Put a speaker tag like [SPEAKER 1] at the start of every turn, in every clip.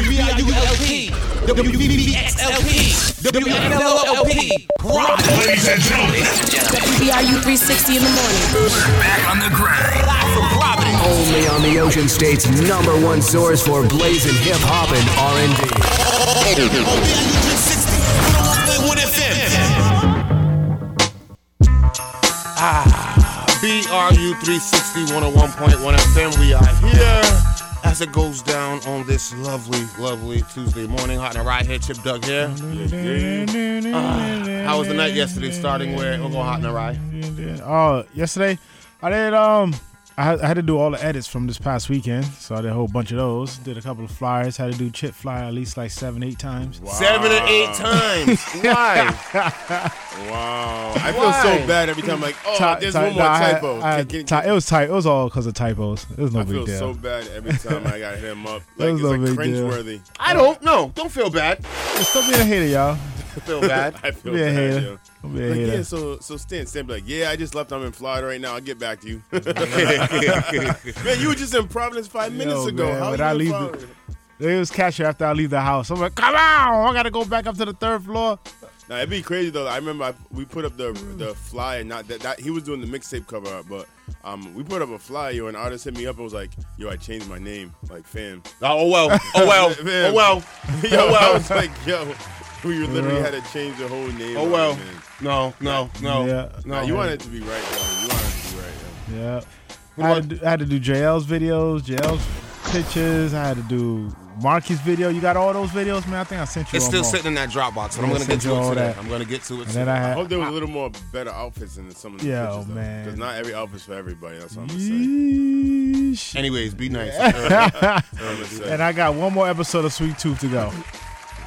[SPEAKER 1] WBIULP, WBBXLP, WBLLP, rock.
[SPEAKER 2] Ladies and gentlemen,
[SPEAKER 3] WBIU 360 in the morning.
[SPEAKER 2] back on the grind.
[SPEAKER 1] Live from Providence,
[SPEAKER 4] Only on the Ocean State's number one source for blazing hip hop and R&B.
[SPEAKER 1] WBIU 360, 101.1 FM.
[SPEAKER 5] Ah, BRU 360 101.1 FM. We are here as it goes down on this lovely, lovely Tuesday morning. Hot and right here, Chip Doug here. Ah, how was the night yesterday? Starting where we'll go hot and right.
[SPEAKER 6] Oh, yesterday I did um I had, I had to do all the edits from this past weekend, so I did a whole bunch of those. Did a couple of flyers. Had to do chip flyer at least like seven, eight times.
[SPEAKER 5] Seven or eight times. Why?
[SPEAKER 2] Wow. I feel
[SPEAKER 5] Why?
[SPEAKER 2] so bad every time. Like, oh,
[SPEAKER 6] Ty-
[SPEAKER 2] there's
[SPEAKER 6] ty-
[SPEAKER 2] one more
[SPEAKER 6] nah, I had-
[SPEAKER 2] typo.
[SPEAKER 6] I had
[SPEAKER 2] Can- can-
[SPEAKER 6] ty- it was tight. It was all because of typos. It was no
[SPEAKER 2] I
[SPEAKER 6] big
[SPEAKER 2] feel
[SPEAKER 6] deal.
[SPEAKER 2] so bad every time I got him up. Like,
[SPEAKER 6] That
[SPEAKER 2] it's
[SPEAKER 6] was no
[SPEAKER 2] like
[SPEAKER 6] big
[SPEAKER 2] cringeworthy.
[SPEAKER 5] I don't know. Don't feel bad.
[SPEAKER 6] Stop being a hater, y'all.
[SPEAKER 5] Don't feel bad.
[SPEAKER 2] I feel
[SPEAKER 6] Don't be a
[SPEAKER 2] bad,
[SPEAKER 6] hater.
[SPEAKER 2] yo.
[SPEAKER 6] Don't be a
[SPEAKER 2] Like,
[SPEAKER 6] hater.
[SPEAKER 2] yeah, so so Stan, Stan be like, yeah, I just left. I'm in Florida right now. I'll get back to you. man, you were just in Providence five minutes
[SPEAKER 6] Yo,
[SPEAKER 2] ago.
[SPEAKER 6] man,
[SPEAKER 2] How
[SPEAKER 6] when
[SPEAKER 2] you
[SPEAKER 6] I
[SPEAKER 2] in
[SPEAKER 6] leave the-
[SPEAKER 2] Florida?
[SPEAKER 6] It was catcher after I leave the house. I'm like, come on, I gotta go back up to the third floor.
[SPEAKER 2] Now it'd be crazy though. I remember I, we put up the the flyer. Not that, that he was doing the mixtape cover up, but um, we put up a flyer. Yo, an artist hit me up. and was like, "Yo, I changed my name." Like, fam.
[SPEAKER 5] Oh, oh well. Oh well.
[SPEAKER 2] Man.
[SPEAKER 5] Oh well.
[SPEAKER 2] Yo, I was like, "Yo, we literally had to change the whole name."
[SPEAKER 5] Oh
[SPEAKER 2] on it,
[SPEAKER 5] well.
[SPEAKER 2] man.
[SPEAKER 5] No, no, no.
[SPEAKER 6] Yeah.
[SPEAKER 2] Nah,
[SPEAKER 5] No,
[SPEAKER 2] you want it to be right. Though. You want it to be right. Yo.
[SPEAKER 6] Yeah. I had, to do, I had to do JL's videos, JL's pictures. I had to do Marky's video. You got all those videos, man. I think I sent you.
[SPEAKER 5] It's still
[SPEAKER 6] them all.
[SPEAKER 5] sitting in that Dropbox, and I'm
[SPEAKER 6] Yeah,
[SPEAKER 5] gonna get
[SPEAKER 6] send you
[SPEAKER 5] to it
[SPEAKER 6] all
[SPEAKER 5] today.
[SPEAKER 6] that.
[SPEAKER 5] I'm gonna get to it.
[SPEAKER 6] And
[SPEAKER 5] today.
[SPEAKER 6] then I
[SPEAKER 2] I
[SPEAKER 6] had.
[SPEAKER 2] hope there was a little more better outfits in some of the
[SPEAKER 6] Yo,
[SPEAKER 2] pictures, though.
[SPEAKER 6] man.
[SPEAKER 2] Because not every outfit's for everybody. That's what I'm gonna say.
[SPEAKER 6] Yeesh.
[SPEAKER 5] Anyways, be nice.
[SPEAKER 2] That's what I'm gonna say.
[SPEAKER 6] And I got one more episode of Sweet Tooth to go.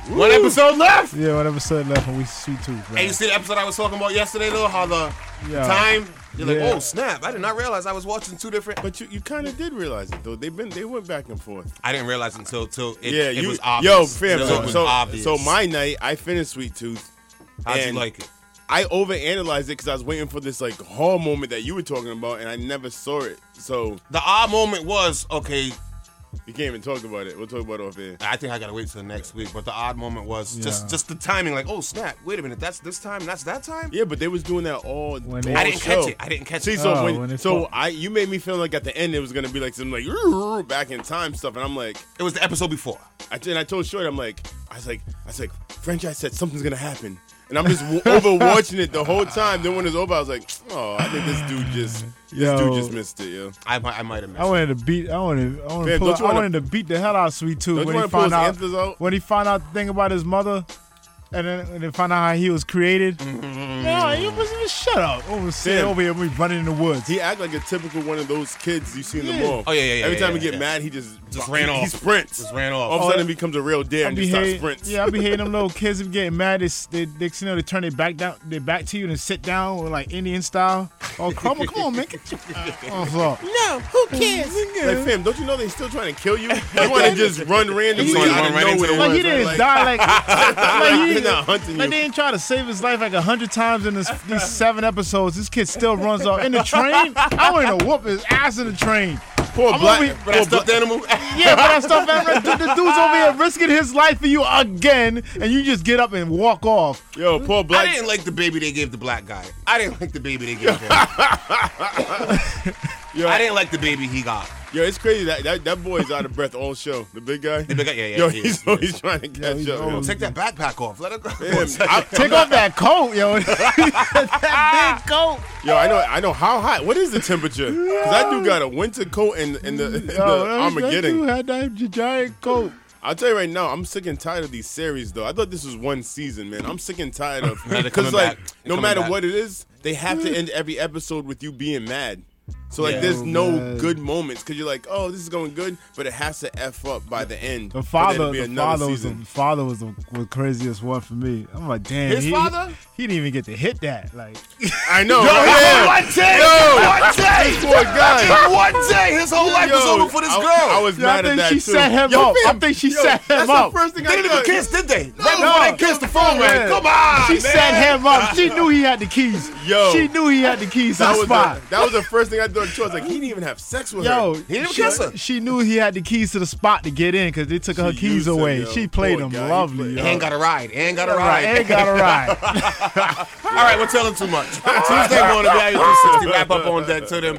[SPEAKER 5] One episode left.
[SPEAKER 6] Yeah, one episode left when we Sweet Tooth.
[SPEAKER 5] Hey, you
[SPEAKER 6] Man.
[SPEAKER 5] see the episode I was talking about yesterday, though? How the
[SPEAKER 6] Yeah.
[SPEAKER 5] time? You're like,
[SPEAKER 6] Yeah.
[SPEAKER 5] oh snap! I did not realize I was watching two different.
[SPEAKER 2] but you, you kind of did realize it though. They've been they went back and forth.
[SPEAKER 5] I didn't realize until till it,
[SPEAKER 2] yeah,
[SPEAKER 5] it
[SPEAKER 2] you,
[SPEAKER 5] was obvious.
[SPEAKER 2] Yo, fam,
[SPEAKER 5] Till
[SPEAKER 2] so,
[SPEAKER 5] it was
[SPEAKER 2] so,
[SPEAKER 5] obvious.
[SPEAKER 2] so my night, I finished Sweet Tooth.
[SPEAKER 5] how'd you
[SPEAKER 2] and
[SPEAKER 5] like it?
[SPEAKER 2] I overanalyzed it because I was waiting for this like hall moment that you were talking about, and I never saw it. So
[SPEAKER 5] The odd moment was okay.
[SPEAKER 2] you can't even talk about it. We'll talk about it off air.
[SPEAKER 5] I think I gotta wait till next week. But the odd moment was just
[SPEAKER 6] Yeah.
[SPEAKER 5] just the timing. Like, oh snap! Wait a minute, that's this time. That's that time.
[SPEAKER 2] Yeah, but they was doing that all.
[SPEAKER 6] When they-
[SPEAKER 2] all
[SPEAKER 5] I didn't
[SPEAKER 2] show.
[SPEAKER 5] catch it. I didn't catch
[SPEAKER 2] See,
[SPEAKER 5] it.
[SPEAKER 2] so
[SPEAKER 6] Oh,
[SPEAKER 2] when,
[SPEAKER 6] when it
[SPEAKER 2] so
[SPEAKER 6] fall-
[SPEAKER 2] I you made me feel like at the end it was gonna be like some like "Rrrr," back in time stuff, and I'm like,
[SPEAKER 5] It was the episode before.
[SPEAKER 2] I, and I told Short, I'm like, I was like, I was like, franchise said something's gonna happen, and I'm just w- over watching it the whole time. Then when it's over, I was like, oh, I think this dude just, this dude
[SPEAKER 6] Yo.
[SPEAKER 2] just missed it, yo.
[SPEAKER 5] I might I might have missed.
[SPEAKER 6] I wanted to beat. I wanted. I wanted,
[SPEAKER 2] Man,
[SPEAKER 6] to pull
[SPEAKER 2] don't
[SPEAKER 6] out-
[SPEAKER 2] you wanna-
[SPEAKER 6] I wanted to beat the hell out of Sweet Tooth
[SPEAKER 2] Don't you
[SPEAKER 6] when he
[SPEAKER 2] wanna pull
[SPEAKER 6] found
[SPEAKER 2] his
[SPEAKER 6] out.
[SPEAKER 2] anthers out?
[SPEAKER 6] When he found out the thing about his mother, and then and then found out how he was created.
[SPEAKER 5] Mm-hmm.
[SPEAKER 6] Man, you must just shut up. Over,
[SPEAKER 2] Damn.
[SPEAKER 6] sitting over here, we running in the woods.
[SPEAKER 2] He act like a typical one of those kids you see in the
[SPEAKER 6] Yeah.
[SPEAKER 2] mall.
[SPEAKER 5] Oh, yeah, yeah, yeah,
[SPEAKER 2] Every time
[SPEAKER 5] yeah,
[SPEAKER 2] he get
[SPEAKER 5] yeah.
[SPEAKER 2] mad, he just
[SPEAKER 5] Just ran
[SPEAKER 2] he,
[SPEAKER 5] off.
[SPEAKER 2] He sprints.
[SPEAKER 5] Just ran
[SPEAKER 2] All
[SPEAKER 5] off.
[SPEAKER 2] of a
[SPEAKER 6] Oh,
[SPEAKER 2] sudden, becomes a real dare and
[SPEAKER 6] I
[SPEAKER 2] just
[SPEAKER 6] be
[SPEAKER 2] starts
[SPEAKER 6] hating,
[SPEAKER 2] sprints.
[SPEAKER 6] yeah, I be hating them little kids if getting mad. They, s- they, they, you know, they turn their back down, their back to you, and sit down with, like Indian style. Oh, come on, come on, man, get your on the floor.
[SPEAKER 5] No, who cares?
[SPEAKER 2] Like, fam, don't you know they still trying to kill you? They want to just run randomly
[SPEAKER 5] Just wanna
[SPEAKER 2] out
[SPEAKER 5] run
[SPEAKER 2] of
[SPEAKER 5] right into
[SPEAKER 2] nowhere.
[SPEAKER 5] the
[SPEAKER 6] Like he didn't die, like, like, he
[SPEAKER 2] They're
[SPEAKER 6] didn't-
[SPEAKER 2] not hunting
[SPEAKER 6] like
[SPEAKER 2] you.
[SPEAKER 6] they didn't try to save his life like a hundred times in this, these seven episodes. This kid still runs off in the train. I want to whoop his ass in the train.
[SPEAKER 2] Poor
[SPEAKER 6] I'm
[SPEAKER 2] black,
[SPEAKER 6] over here-
[SPEAKER 2] poor
[SPEAKER 5] But I
[SPEAKER 2] black-
[SPEAKER 5] stuffed animal.
[SPEAKER 6] Yeah, but that stuff. happened. The, the dude's over here risking his life for you again, and you just get up and walk off.
[SPEAKER 2] yo, poor
[SPEAKER 5] I
[SPEAKER 2] black
[SPEAKER 5] didn't like the baby they gave the black guy. I didn't like the baby they gave him.
[SPEAKER 2] Yo.
[SPEAKER 5] I didn't like the baby he got.
[SPEAKER 2] Yo, it's crazy that that, that boy is out of breath all show. The big guy.
[SPEAKER 5] The big guy- yeah, yeah,
[SPEAKER 2] Yo,
[SPEAKER 5] he
[SPEAKER 2] he's
[SPEAKER 5] is, he is.
[SPEAKER 2] he's trying to catch
[SPEAKER 6] he's
[SPEAKER 2] up. yo.
[SPEAKER 6] old.
[SPEAKER 5] Take that backpack off. Let her go.
[SPEAKER 2] Damn, I,
[SPEAKER 6] Take off that coat, yo. that big coat.
[SPEAKER 2] yo, I know, I know how hot. What is the temperature? Because I do got a winter coat and and the, and the Armageddon.
[SPEAKER 6] had that giant coat.
[SPEAKER 2] I'll tell you right now, I'm sick and tired of these series though. I thought this was one season, man. I'm sick and tired of
[SPEAKER 5] they're
[SPEAKER 2] because
[SPEAKER 5] coming
[SPEAKER 2] like
[SPEAKER 5] back. They're
[SPEAKER 2] no
[SPEAKER 5] coming
[SPEAKER 2] matter
[SPEAKER 5] back.
[SPEAKER 2] what it is, they have to end every episode with you being mad. So like,
[SPEAKER 5] Yeah.
[SPEAKER 2] there's
[SPEAKER 6] Oh,
[SPEAKER 2] no
[SPEAKER 6] man.
[SPEAKER 2] good moments because you're like, oh, this is going good, but it has to f up by the end.
[SPEAKER 6] The
[SPEAKER 2] for there to
[SPEAKER 6] father,
[SPEAKER 2] be
[SPEAKER 6] the
[SPEAKER 2] another
[SPEAKER 6] father was the
[SPEAKER 2] season.
[SPEAKER 6] father was the, was craziest one for me. I'm like, damn,
[SPEAKER 5] His
[SPEAKER 6] he,
[SPEAKER 5] father?
[SPEAKER 6] He, didn't even get to hit that. Like,
[SPEAKER 2] I know.
[SPEAKER 5] Yo,
[SPEAKER 2] right?
[SPEAKER 5] his
[SPEAKER 2] Yeah.
[SPEAKER 5] whole life day. One day.
[SPEAKER 2] This poor guy.
[SPEAKER 5] In one day, his whole life was
[SPEAKER 2] Yo,
[SPEAKER 5] over for this
[SPEAKER 2] I-
[SPEAKER 5] girl.
[SPEAKER 2] I was
[SPEAKER 6] Yeah, I
[SPEAKER 2] mad at
[SPEAKER 6] think
[SPEAKER 2] that
[SPEAKER 6] she
[SPEAKER 2] too.
[SPEAKER 6] set him
[SPEAKER 2] Yo,
[SPEAKER 6] up. I
[SPEAKER 2] fam,
[SPEAKER 6] think she
[SPEAKER 2] yo,
[SPEAKER 6] set him
[SPEAKER 2] that's
[SPEAKER 6] up.
[SPEAKER 2] the first thing
[SPEAKER 5] they
[SPEAKER 2] I
[SPEAKER 5] didn't even
[SPEAKER 2] thought.
[SPEAKER 5] kiss, did they? right before
[SPEAKER 6] no.
[SPEAKER 5] they kissed, the phone
[SPEAKER 6] Yeah.
[SPEAKER 5] rang. Come on,
[SPEAKER 6] she
[SPEAKER 5] man.
[SPEAKER 6] set him up. She knew he had the keys.
[SPEAKER 2] Yo.
[SPEAKER 6] she knew he had the keys to
[SPEAKER 2] That
[SPEAKER 6] the
[SPEAKER 2] was,
[SPEAKER 6] spot.
[SPEAKER 2] the, that was the first thing I thought too. I was like, he didn't even have sex with
[SPEAKER 6] Yo,
[SPEAKER 2] her.
[SPEAKER 5] He didn't
[SPEAKER 6] she,
[SPEAKER 5] kiss her.
[SPEAKER 6] she knew he had the keys to the spot to get in because they took her
[SPEAKER 2] She
[SPEAKER 6] keys
[SPEAKER 2] used him,
[SPEAKER 6] away.
[SPEAKER 2] yo.
[SPEAKER 6] she played
[SPEAKER 2] Poor
[SPEAKER 6] him
[SPEAKER 2] guy, he
[SPEAKER 6] lovely.
[SPEAKER 2] played-
[SPEAKER 6] yo.
[SPEAKER 5] And got a ride. And got a
[SPEAKER 6] Right,
[SPEAKER 5] ride.
[SPEAKER 6] and got a ride.
[SPEAKER 5] All right, we're telling too much. Tuesday morning, we out here 60. Wrap up on deck to them.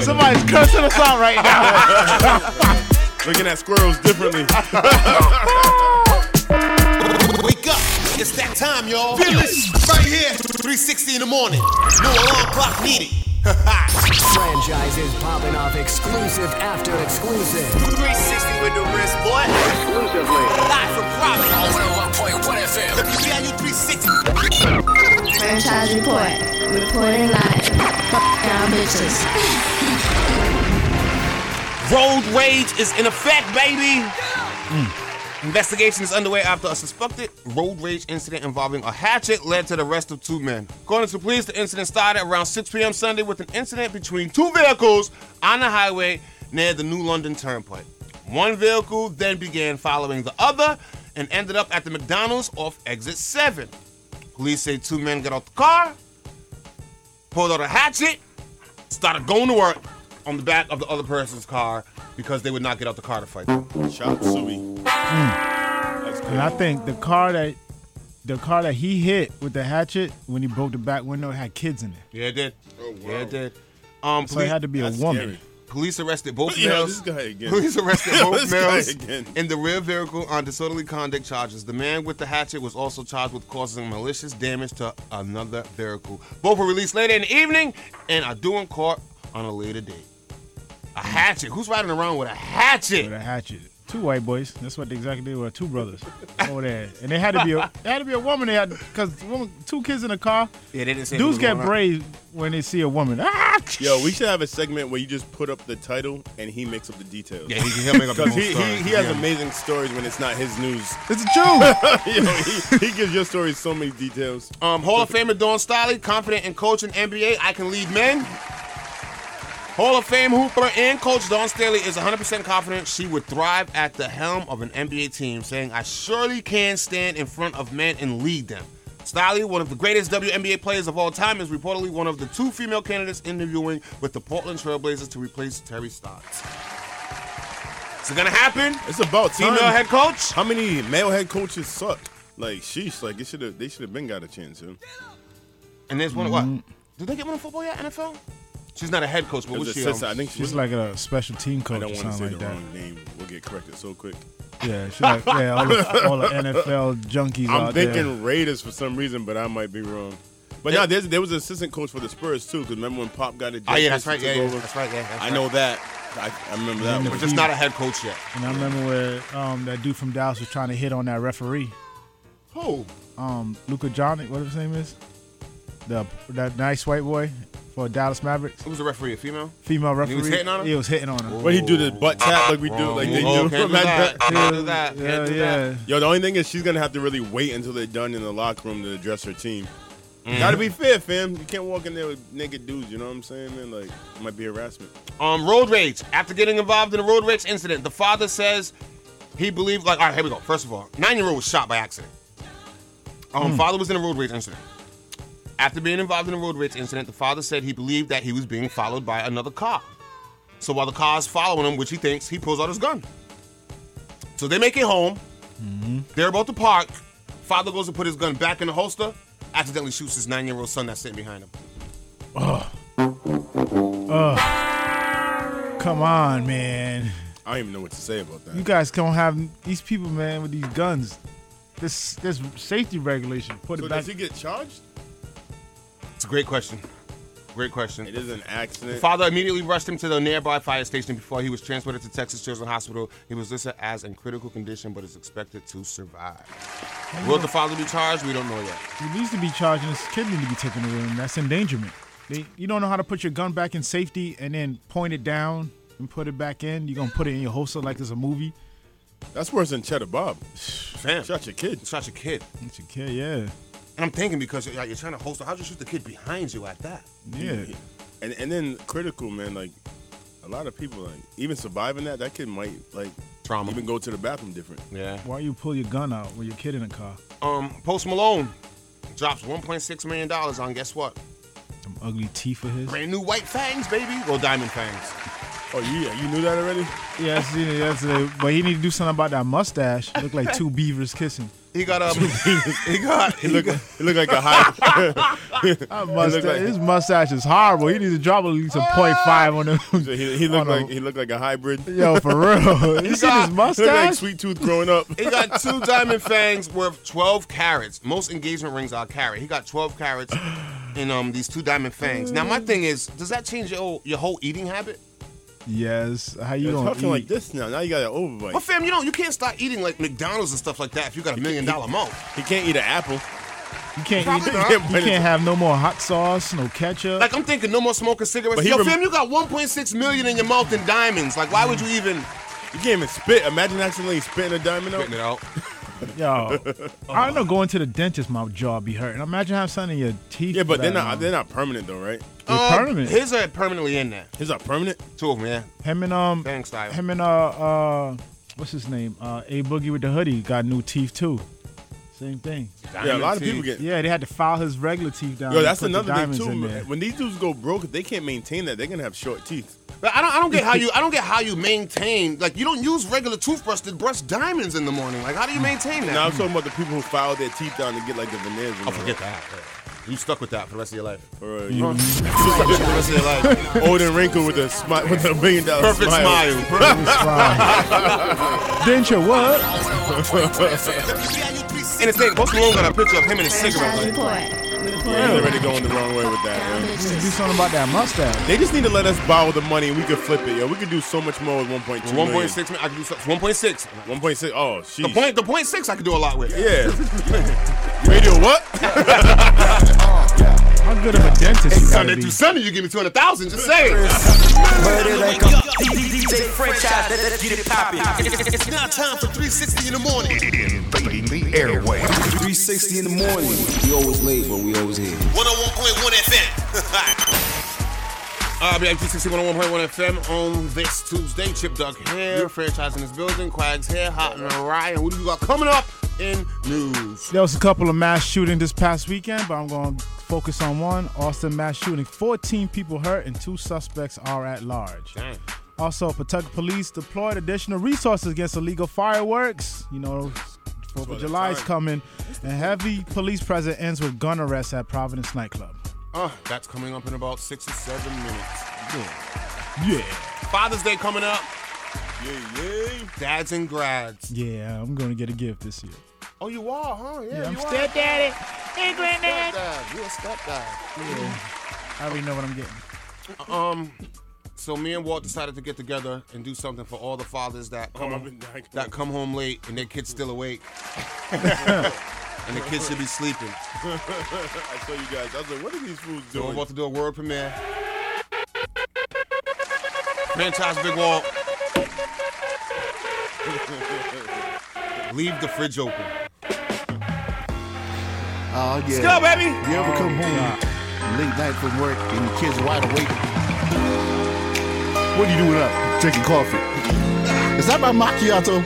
[SPEAKER 6] Somebody's cursing us out right now.
[SPEAKER 2] Looking at squirrels differently.
[SPEAKER 1] Wake up. It's that time, y'all. Fearless. Right here. 360 in the morning. No alarm clock needed.
[SPEAKER 4] Franchises popping off exclusive after exclusive.
[SPEAKER 1] 360 with the wrist, boy.
[SPEAKER 4] Exclusively.
[SPEAKER 1] Live from Providence.
[SPEAKER 4] 101.1 FM.
[SPEAKER 1] WBIU 360.
[SPEAKER 7] Franchise report. Reporting live. Fuck y'all bitches.
[SPEAKER 5] Road rage is in effect, baby. Mm. Investigation is underway after a suspected road rage incident involving a hatchet led to the arrest of two men. According to police, the incident started around 6 p.m. Sunday with an incident between two vehicles on the highway near the New London Turnpike. One vehicle then began following the other and ended up at the McDonald's off exit 7. Police say two men got out the car, pulled out a hatchet, started going to work on the back of the other person's car because they would not get out the car to fight.
[SPEAKER 2] Chop suey. That's
[SPEAKER 6] Hmm. And
[SPEAKER 2] crazy.
[SPEAKER 6] I think the car that the car that he hit with the hatchet when he broke the back window had kids in it.
[SPEAKER 5] Yeah, it did.
[SPEAKER 2] Oh, wow.
[SPEAKER 5] Yeah, it did. Um,
[SPEAKER 6] So it
[SPEAKER 5] police,
[SPEAKER 6] had to be a
[SPEAKER 2] That's
[SPEAKER 6] woman.
[SPEAKER 2] scary.
[SPEAKER 5] police arrested both
[SPEAKER 2] Yeah,
[SPEAKER 5] males.
[SPEAKER 2] this guy again.
[SPEAKER 5] Police arrested both
[SPEAKER 2] This guy
[SPEAKER 5] males
[SPEAKER 2] again.
[SPEAKER 5] in the rear vehicle on disorderly conduct charges. The man with the hatchet was also charged with causing malicious damage to another vehicle. Both were released later in the evening and are due in court on a later date. A hatchet. Who's riding around with a hatchet?
[SPEAKER 6] With a hatchet. Two white boys. That's what they exactly did. Were two brothers over there, and they had to be a they had to be a woman. They had because two kids in a car.
[SPEAKER 5] Yeah, they didn't say.
[SPEAKER 6] Dudes
[SPEAKER 5] who was
[SPEAKER 6] get
[SPEAKER 5] going
[SPEAKER 6] brave when they see a woman. Ah!
[SPEAKER 2] Yo, we should have a segment where you just put up the title and he makes up the details.
[SPEAKER 5] around. Yeah, he, he'll make up his
[SPEAKER 2] Because
[SPEAKER 5] own
[SPEAKER 2] he,
[SPEAKER 5] story.
[SPEAKER 2] he, he has
[SPEAKER 5] Yeah.
[SPEAKER 2] amazing stories when it's not his news.
[SPEAKER 6] It's a Jew.
[SPEAKER 2] Yo, he, he gives your story so many details.
[SPEAKER 5] Um, Hall of Famer Dawn Stiley, confident in coaching NBA, I can lead men. Hall of Fame hooper and coach Dawn Staley is 100% confident she would thrive at the helm of an NBA team, saying, I surely can stand in front of men and lead them. Stiley, one of the greatest WNBA players of all time, is reportedly one of the two female candidates interviewing with the Portland Trailblazers to replace Terry Stotts. Is it going to happen?
[SPEAKER 2] It's about time.
[SPEAKER 5] Female head coach?
[SPEAKER 2] How many male head coaches suck? Like, sheesh, like, it should have. they should have been got a chance, yo.
[SPEAKER 5] And there's one, what?
[SPEAKER 6] Mm-hmm.
[SPEAKER 5] Did they get one in football yet, NFL? She's not a head coach, but
[SPEAKER 2] It was
[SPEAKER 5] was she?
[SPEAKER 2] assistant-
[SPEAKER 5] um,
[SPEAKER 2] I think
[SPEAKER 6] She's
[SPEAKER 2] was-
[SPEAKER 6] like a special team
[SPEAKER 2] I
[SPEAKER 6] coach
[SPEAKER 2] don't
[SPEAKER 6] or
[SPEAKER 2] want to say
[SPEAKER 6] something
[SPEAKER 2] the
[SPEAKER 6] like that.
[SPEAKER 2] wrong name. We'll get corrected so quick.
[SPEAKER 6] Yeah, she's like yeah, all the, all the NFL junkies
[SPEAKER 2] I'm
[SPEAKER 6] out
[SPEAKER 2] thinking
[SPEAKER 6] there.
[SPEAKER 2] Raiders for some reason, but I might be wrong. But no, there's, there was an assistant coach for the Spurs too. Because remember when Pop got ejected?
[SPEAKER 5] Oh yeah, that's right.
[SPEAKER 2] and
[SPEAKER 5] Yeah,
[SPEAKER 2] took
[SPEAKER 5] yeah,
[SPEAKER 2] over?
[SPEAKER 5] that's right. Yeah, that's
[SPEAKER 2] I
[SPEAKER 5] right.
[SPEAKER 2] know that. I, I remember that.
[SPEAKER 5] but
[SPEAKER 2] One.
[SPEAKER 5] just not a head coach yet.
[SPEAKER 6] And I remember where um, that dude from Dallas was trying to hit on that referee.
[SPEAKER 5] Who?
[SPEAKER 6] um, Luka Johnny, whatever his name is, the that nice white boy for Dallas Mavericks,
[SPEAKER 5] It was a referee, a female.
[SPEAKER 6] female referee.
[SPEAKER 5] was hitting on him?
[SPEAKER 6] He was hitting on him.
[SPEAKER 2] What he do the butt tap like we do,
[SPEAKER 5] Wrong
[SPEAKER 2] like they
[SPEAKER 5] move.
[SPEAKER 2] do.
[SPEAKER 5] Oh, Can't do
[SPEAKER 2] Imagine
[SPEAKER 5] that. Can't do
[SPEAKER 6] Yeah,
[SPEAKER 5] that. Can't do
[SPEAKER 6] yeah.
[SPEAKER 5] that.
[SPEAKER 2] Yo, the only thing is she's gonna have to really wait until they're done in the locker room to address her team.
[SPEAKER 5] Mm. Mm-hmm.
[SPEAKER 2] Gotta be fair, fam. You can't walk in there with naked dudes. You know what I'm saying, man? Like, it might be harassment.
[SPEAKER 5] Um, road rage. After getting involved in a road rage incident, the father says he believed. Like, all right, here we go. First of all, nine-year-old was shot by accident. Um, father was in a road rage incident. After being involved in a road rage incident, the father said he believed that he was being followed by another car. So while the car's following him, which he thinks, he pulls out his gun. So they make it home. They're about to park. Father goes to put his gun back in the holster, accidentally shoots his nine-year-old son that's sitting behind him.
[SPEAKER 6] Come on, man.
[SPEAKER 2] I don't even know what to say about that.
[SPEAKER 6] You guys don't have these people, man, with these guns. This this safety regulation. Put
[SPEAKER 2] so
[SPEAKER 6] it back.
[SPEAKER 2] does he get charged?
[SPEAKER 5] It's a great question. Great question.
[SPEAKER 2] It is an accident.
[SPEAKER 5] Father immediately rushed him to the nearby fire station before he was transported to Texas Children's Hospital. He was listed as in critical condition, but is expected to survive. Will the father be charged? We don't know yet.
[SPEAKER 6] He needs to be charged and his kid needs to be taken away. And that's endangerment. They, you don't know how to put your gun back in safety and then point it down and put it back in. You're gonna put it in your holster like it's a movie.
[SPEAKER 2] That's worse than Cheddar Bob.
[SPEAKER 5] Fam,
[SPEAKER 2] Shot your kid.
[SPEAKER 5] shot your kid.
[SPEAKER 6] It's your kid, yeah,
[SPEAKER 5] And I'm thinking because you're, you're trying to host. How'd you shoot the kid behind you at that?
[SPEAKER 6] yeah.
[SPEAKER 2] And and then critical, man. Like a lot of people, like even surviving that, that kid might like
[SPEAKER 5] Trauma.
[SPEAKER 2] even go to the bathroom different.
[SPEAKER 5] Yeah.
[SPEAKER 6] Why you pull your gun out with your kid in the car?
[SPEAKER 5] Um, Post Malone drops 1.6 million dollars on guess what?
[SPEAKER 6] some ugly teeth of his.
[SPEAKER 5] Brand new white fangs, baby. Or diamond fangs.
[SPEAKER 2] Oh, yeah, you knew that already?
[SPEAKER 6] Yeah, I seen it yesterday. But he need to do something about that mustache. Look like two beavers kissing.
[SPEAKER 5] He got um, he got he
[SPEAKER 2] It looked, it looked like a high.
[SPEAKER 6] That mustache,
[SPEAKER 2] like- Ah!
[SPEAKER 6] his mustache is horrible. He needs to drop at least a point five on him.
[SPEAKER 2] he, he looked
[SPEAKER 6] Oh, no.
[SPEAKER 2] like he looked like a hybrid. He
[SPEAKER 6] Yo, for real. You see his
[SPEAKER 5] got- look
[SPEAKER 2] looked like
[SPEAKER 6] mustache?
[SPEAKER 2] sweet tooth growing up.
[SPEAKER 5] He got two diamond fangs worth 12 carats. Most engagement rings are carrot. He got 12 carats in um these two diamond fangs. Now my thing is, does that change your your whole eating habit?
[SPEAKER 6] Yes. How you
[SPEAKER 2] You're
[SPEAKER 6] gonna
[SPEAKER 2] talking
[SPEAKER 6] eat?
[SPEAKER 2] like this now. Now you got an overbite.
[SPEAKER 5] But fam, you know you can't start eating like McDonald's and stuff like that if you got a million dollar mouth.
[SPEAKER 2] He can't eat an apple.
[SPEAKER 6] You can't
[SPEAKER 5] Probably
[SPEAKER 6] eat.
[SPEAKER 5] not.
[SPEAKER 6] You can't have no more hot sauce, no ketchup.
[SPEAKER 5] Like I'm thinking, no more smoking cigarettes.
[SPEAKER 2] But he
[SPEAKER 5] Yo,
[SPEAKER 2] rem-
[SPEAKER 5] fam, you got 1.6 million in your mouth in diamonds. Like, why would you even
[SPEAKER 2] You can't even spit. Imagine accidentally spitting a diamond out.
[SPEAKER 5] Spitting it out?
[SPEAKER 6] Yo, I don't know. Going to the dentist, my jaw be hurting. Imagine having something in your teeth.
[SPEAKER 2] Yeah, but
[SPEAKER 6] for
[SPEAKER 2] they're
[SPEAKER 6] that
[SPEAKER 2] not
[SPEAKER 6] long.
[SPEAKER 2] they're not permanent though, right?
[SPEAKER 6] They're
[SPEAKER 5] Um,
[SPEAKER 6] permanent.
[SPEAKER 5] His are permanently in there.
[SPEAKER 2] Is that permanent?
[SPEAKER 5] Two of them, yeah.
[SPEAKER 6] him and um,
[SPEAKER 5] Gang style.
[SPEAKER 6] him and uh, uh, what's his name? Uh, a boogie with the hoodie got new teeth too. Same thing.
[SPEAKER 2] Yeah, a lot of people
[SPEAKER 5] teeth.
[SPEAKER 2] get.
[SPEAKER 6] Yeah, they had to file his regular teeth down.
[SPEAKER 2] Yo,
[SPEAKER 6] and
[SPEAKER 2] that's
[SPEAKER 6] put the
[SPEAKER 2] another thing
[SPEAKER 6] diamonds
[SPEAKER 2] too.
[SPEAKER 6] in there.
[SPEAKER 2] man. When these dudes go broke, if they can't maintain that. They're gonna have short teeth.
[SPEAKER 5] But I don't, I don't get how you I don't get how you maintain like you don't use regular toothbrush to brush diamonds in the morning. Like how do you maintain that?
[SPEAKER 2] Now I'm talking about the people who file their teeth down to get like the veneers. and
[SPEAKER 5] Oh,
[SPEAKER 2] all
[SPEAKER 5] forget that. You stuck with that for the rest of your life.
[SPEAKER 2] that. Or, uh, you know,
[SPEAKER 6] Mm-hmm.
[SPEAKER 5] For the rest of your life.
[SPEAKER 2] old and wrinkled with a smile, with a million dollar
[SPEAKER 5] Perfect
[SPEAKER 2] smile.
[SPEAKER 5] smile. Perfect smile.
[SPEAKER 6] Denture, what?
[SPEAKER 5] And it's like Post Malone got a picture of him and his cigarette.
[SPEAKER 7] Franchise
[SPEAKER 5] Like,
[SPEAKER 7] report.
[SPEAKER 2] They're
[SPEAKER 7] Reporting
[SPEAKER 2] already going the wrong way with that.
[SPEAKER 7] down
[SPEAKER 2] Yo.
[SPEAKER 6] Do
[SPEAKER 7] bitches.
[SPEAKER 6] something about that mustache.
[SPEAKER 2] They just need to let us borrow the money and we could flip it. Yo, we could do so much more with 1.2 million.
[SPEAKER 5] 1.6 man, I can do something. 1.6.
[SPEAKER 2] 1.6. Oh,
[SPEAKER 5] The
[SPEAKER 2] sheesh.
[SPEAKER 5] point the point six I could do a lot with.
[SPEAKER 2] Yeah. Radio what?
[SPEAKER 6] How good of a dentist you gotta
[SPEAKER 5] Sunday
[SPEAKER 6] be?
[SPEAKER 5] through Sunday, you give me 200,000, just say it.
[SPEAKER 8] DJ franchise, let- let's get it poppin'.
[SPEAKER 1] It's now time for 360 in the morning.
[SPEAKER 9] Invading the airway.
[SPEAKER 4] 360 in the morning. We always late, but we always here.
[SPEAKER 1] 101.1 FM.
[SPEAKER 5] Uh, BXC 101.1 FM on this Tuesday. Chip Duck here, franchising this building, Quags here, Hot and Ryan. Who do you got coming up in news?
[SPEAKER 6] There was a couple of mass shootings this past weekend, but I'm going to focus on one. Austin mass shooting. 14 people hurt and two suspects are at large.
[SPEAKER 5] Dang.
[SPEAKER 6] Also, Pawtucket police deployed additional resources against illegal fireworks. You know, 4th of July is
[SPEAKER 2] time.
[SPEAKER 6] coming. And heavy police presence ends with gun arrests at Providence nightclub.
[SPEAKER 5] Uh, that's coming up in about six or seven minutes.
[SPEAKER 6] Yeah.
[SPEAKER 5] Father's Day coming up.
[SPEAKER 2] yeah, yeah.
[SPEAKER 5] Dads and grads.
[SPEAKER 6] Yeah, I'm going to get a gift this year.
[SPEAKER 5] Oh, you are, huh? Yeah,
[SPEAKER 6] I'm
[SPEAKER 5] you are.
[SPEAKER 6] stepdaddy. Hey, granddad.
[SPEAKER 5] Stepdad. You a stepdad.
[SPEAKER 6] I already know what I'm getting.
[SPEAKER 5] Um, So me and Walt decided to get together and do something for all the fathers that come
[SPEAKER 2] Oh, I've
[SPEAKER 5] home,
[SPEAKER 2] been dying.
[SPEAKER 5] that come home late and their kids still awake, and the kids should be sleeping.
[SPEAKER 2] I saw you guys. I was like, what are these fools
[SPEAKER 5] So we're
[SPEAKER 2] doing?
[SPEAKER 5] about to do a world premiere. Franchise Big Walt. Leave the fridge open.
[SPEAKER 10] Oh, yeah.
[SPEAKER 5] Let's go, baby.
[SPEAKER 10] You ever come home late night from work and your kids wide awake? What are you doing up? Drinking coffee. Is that my macchiato?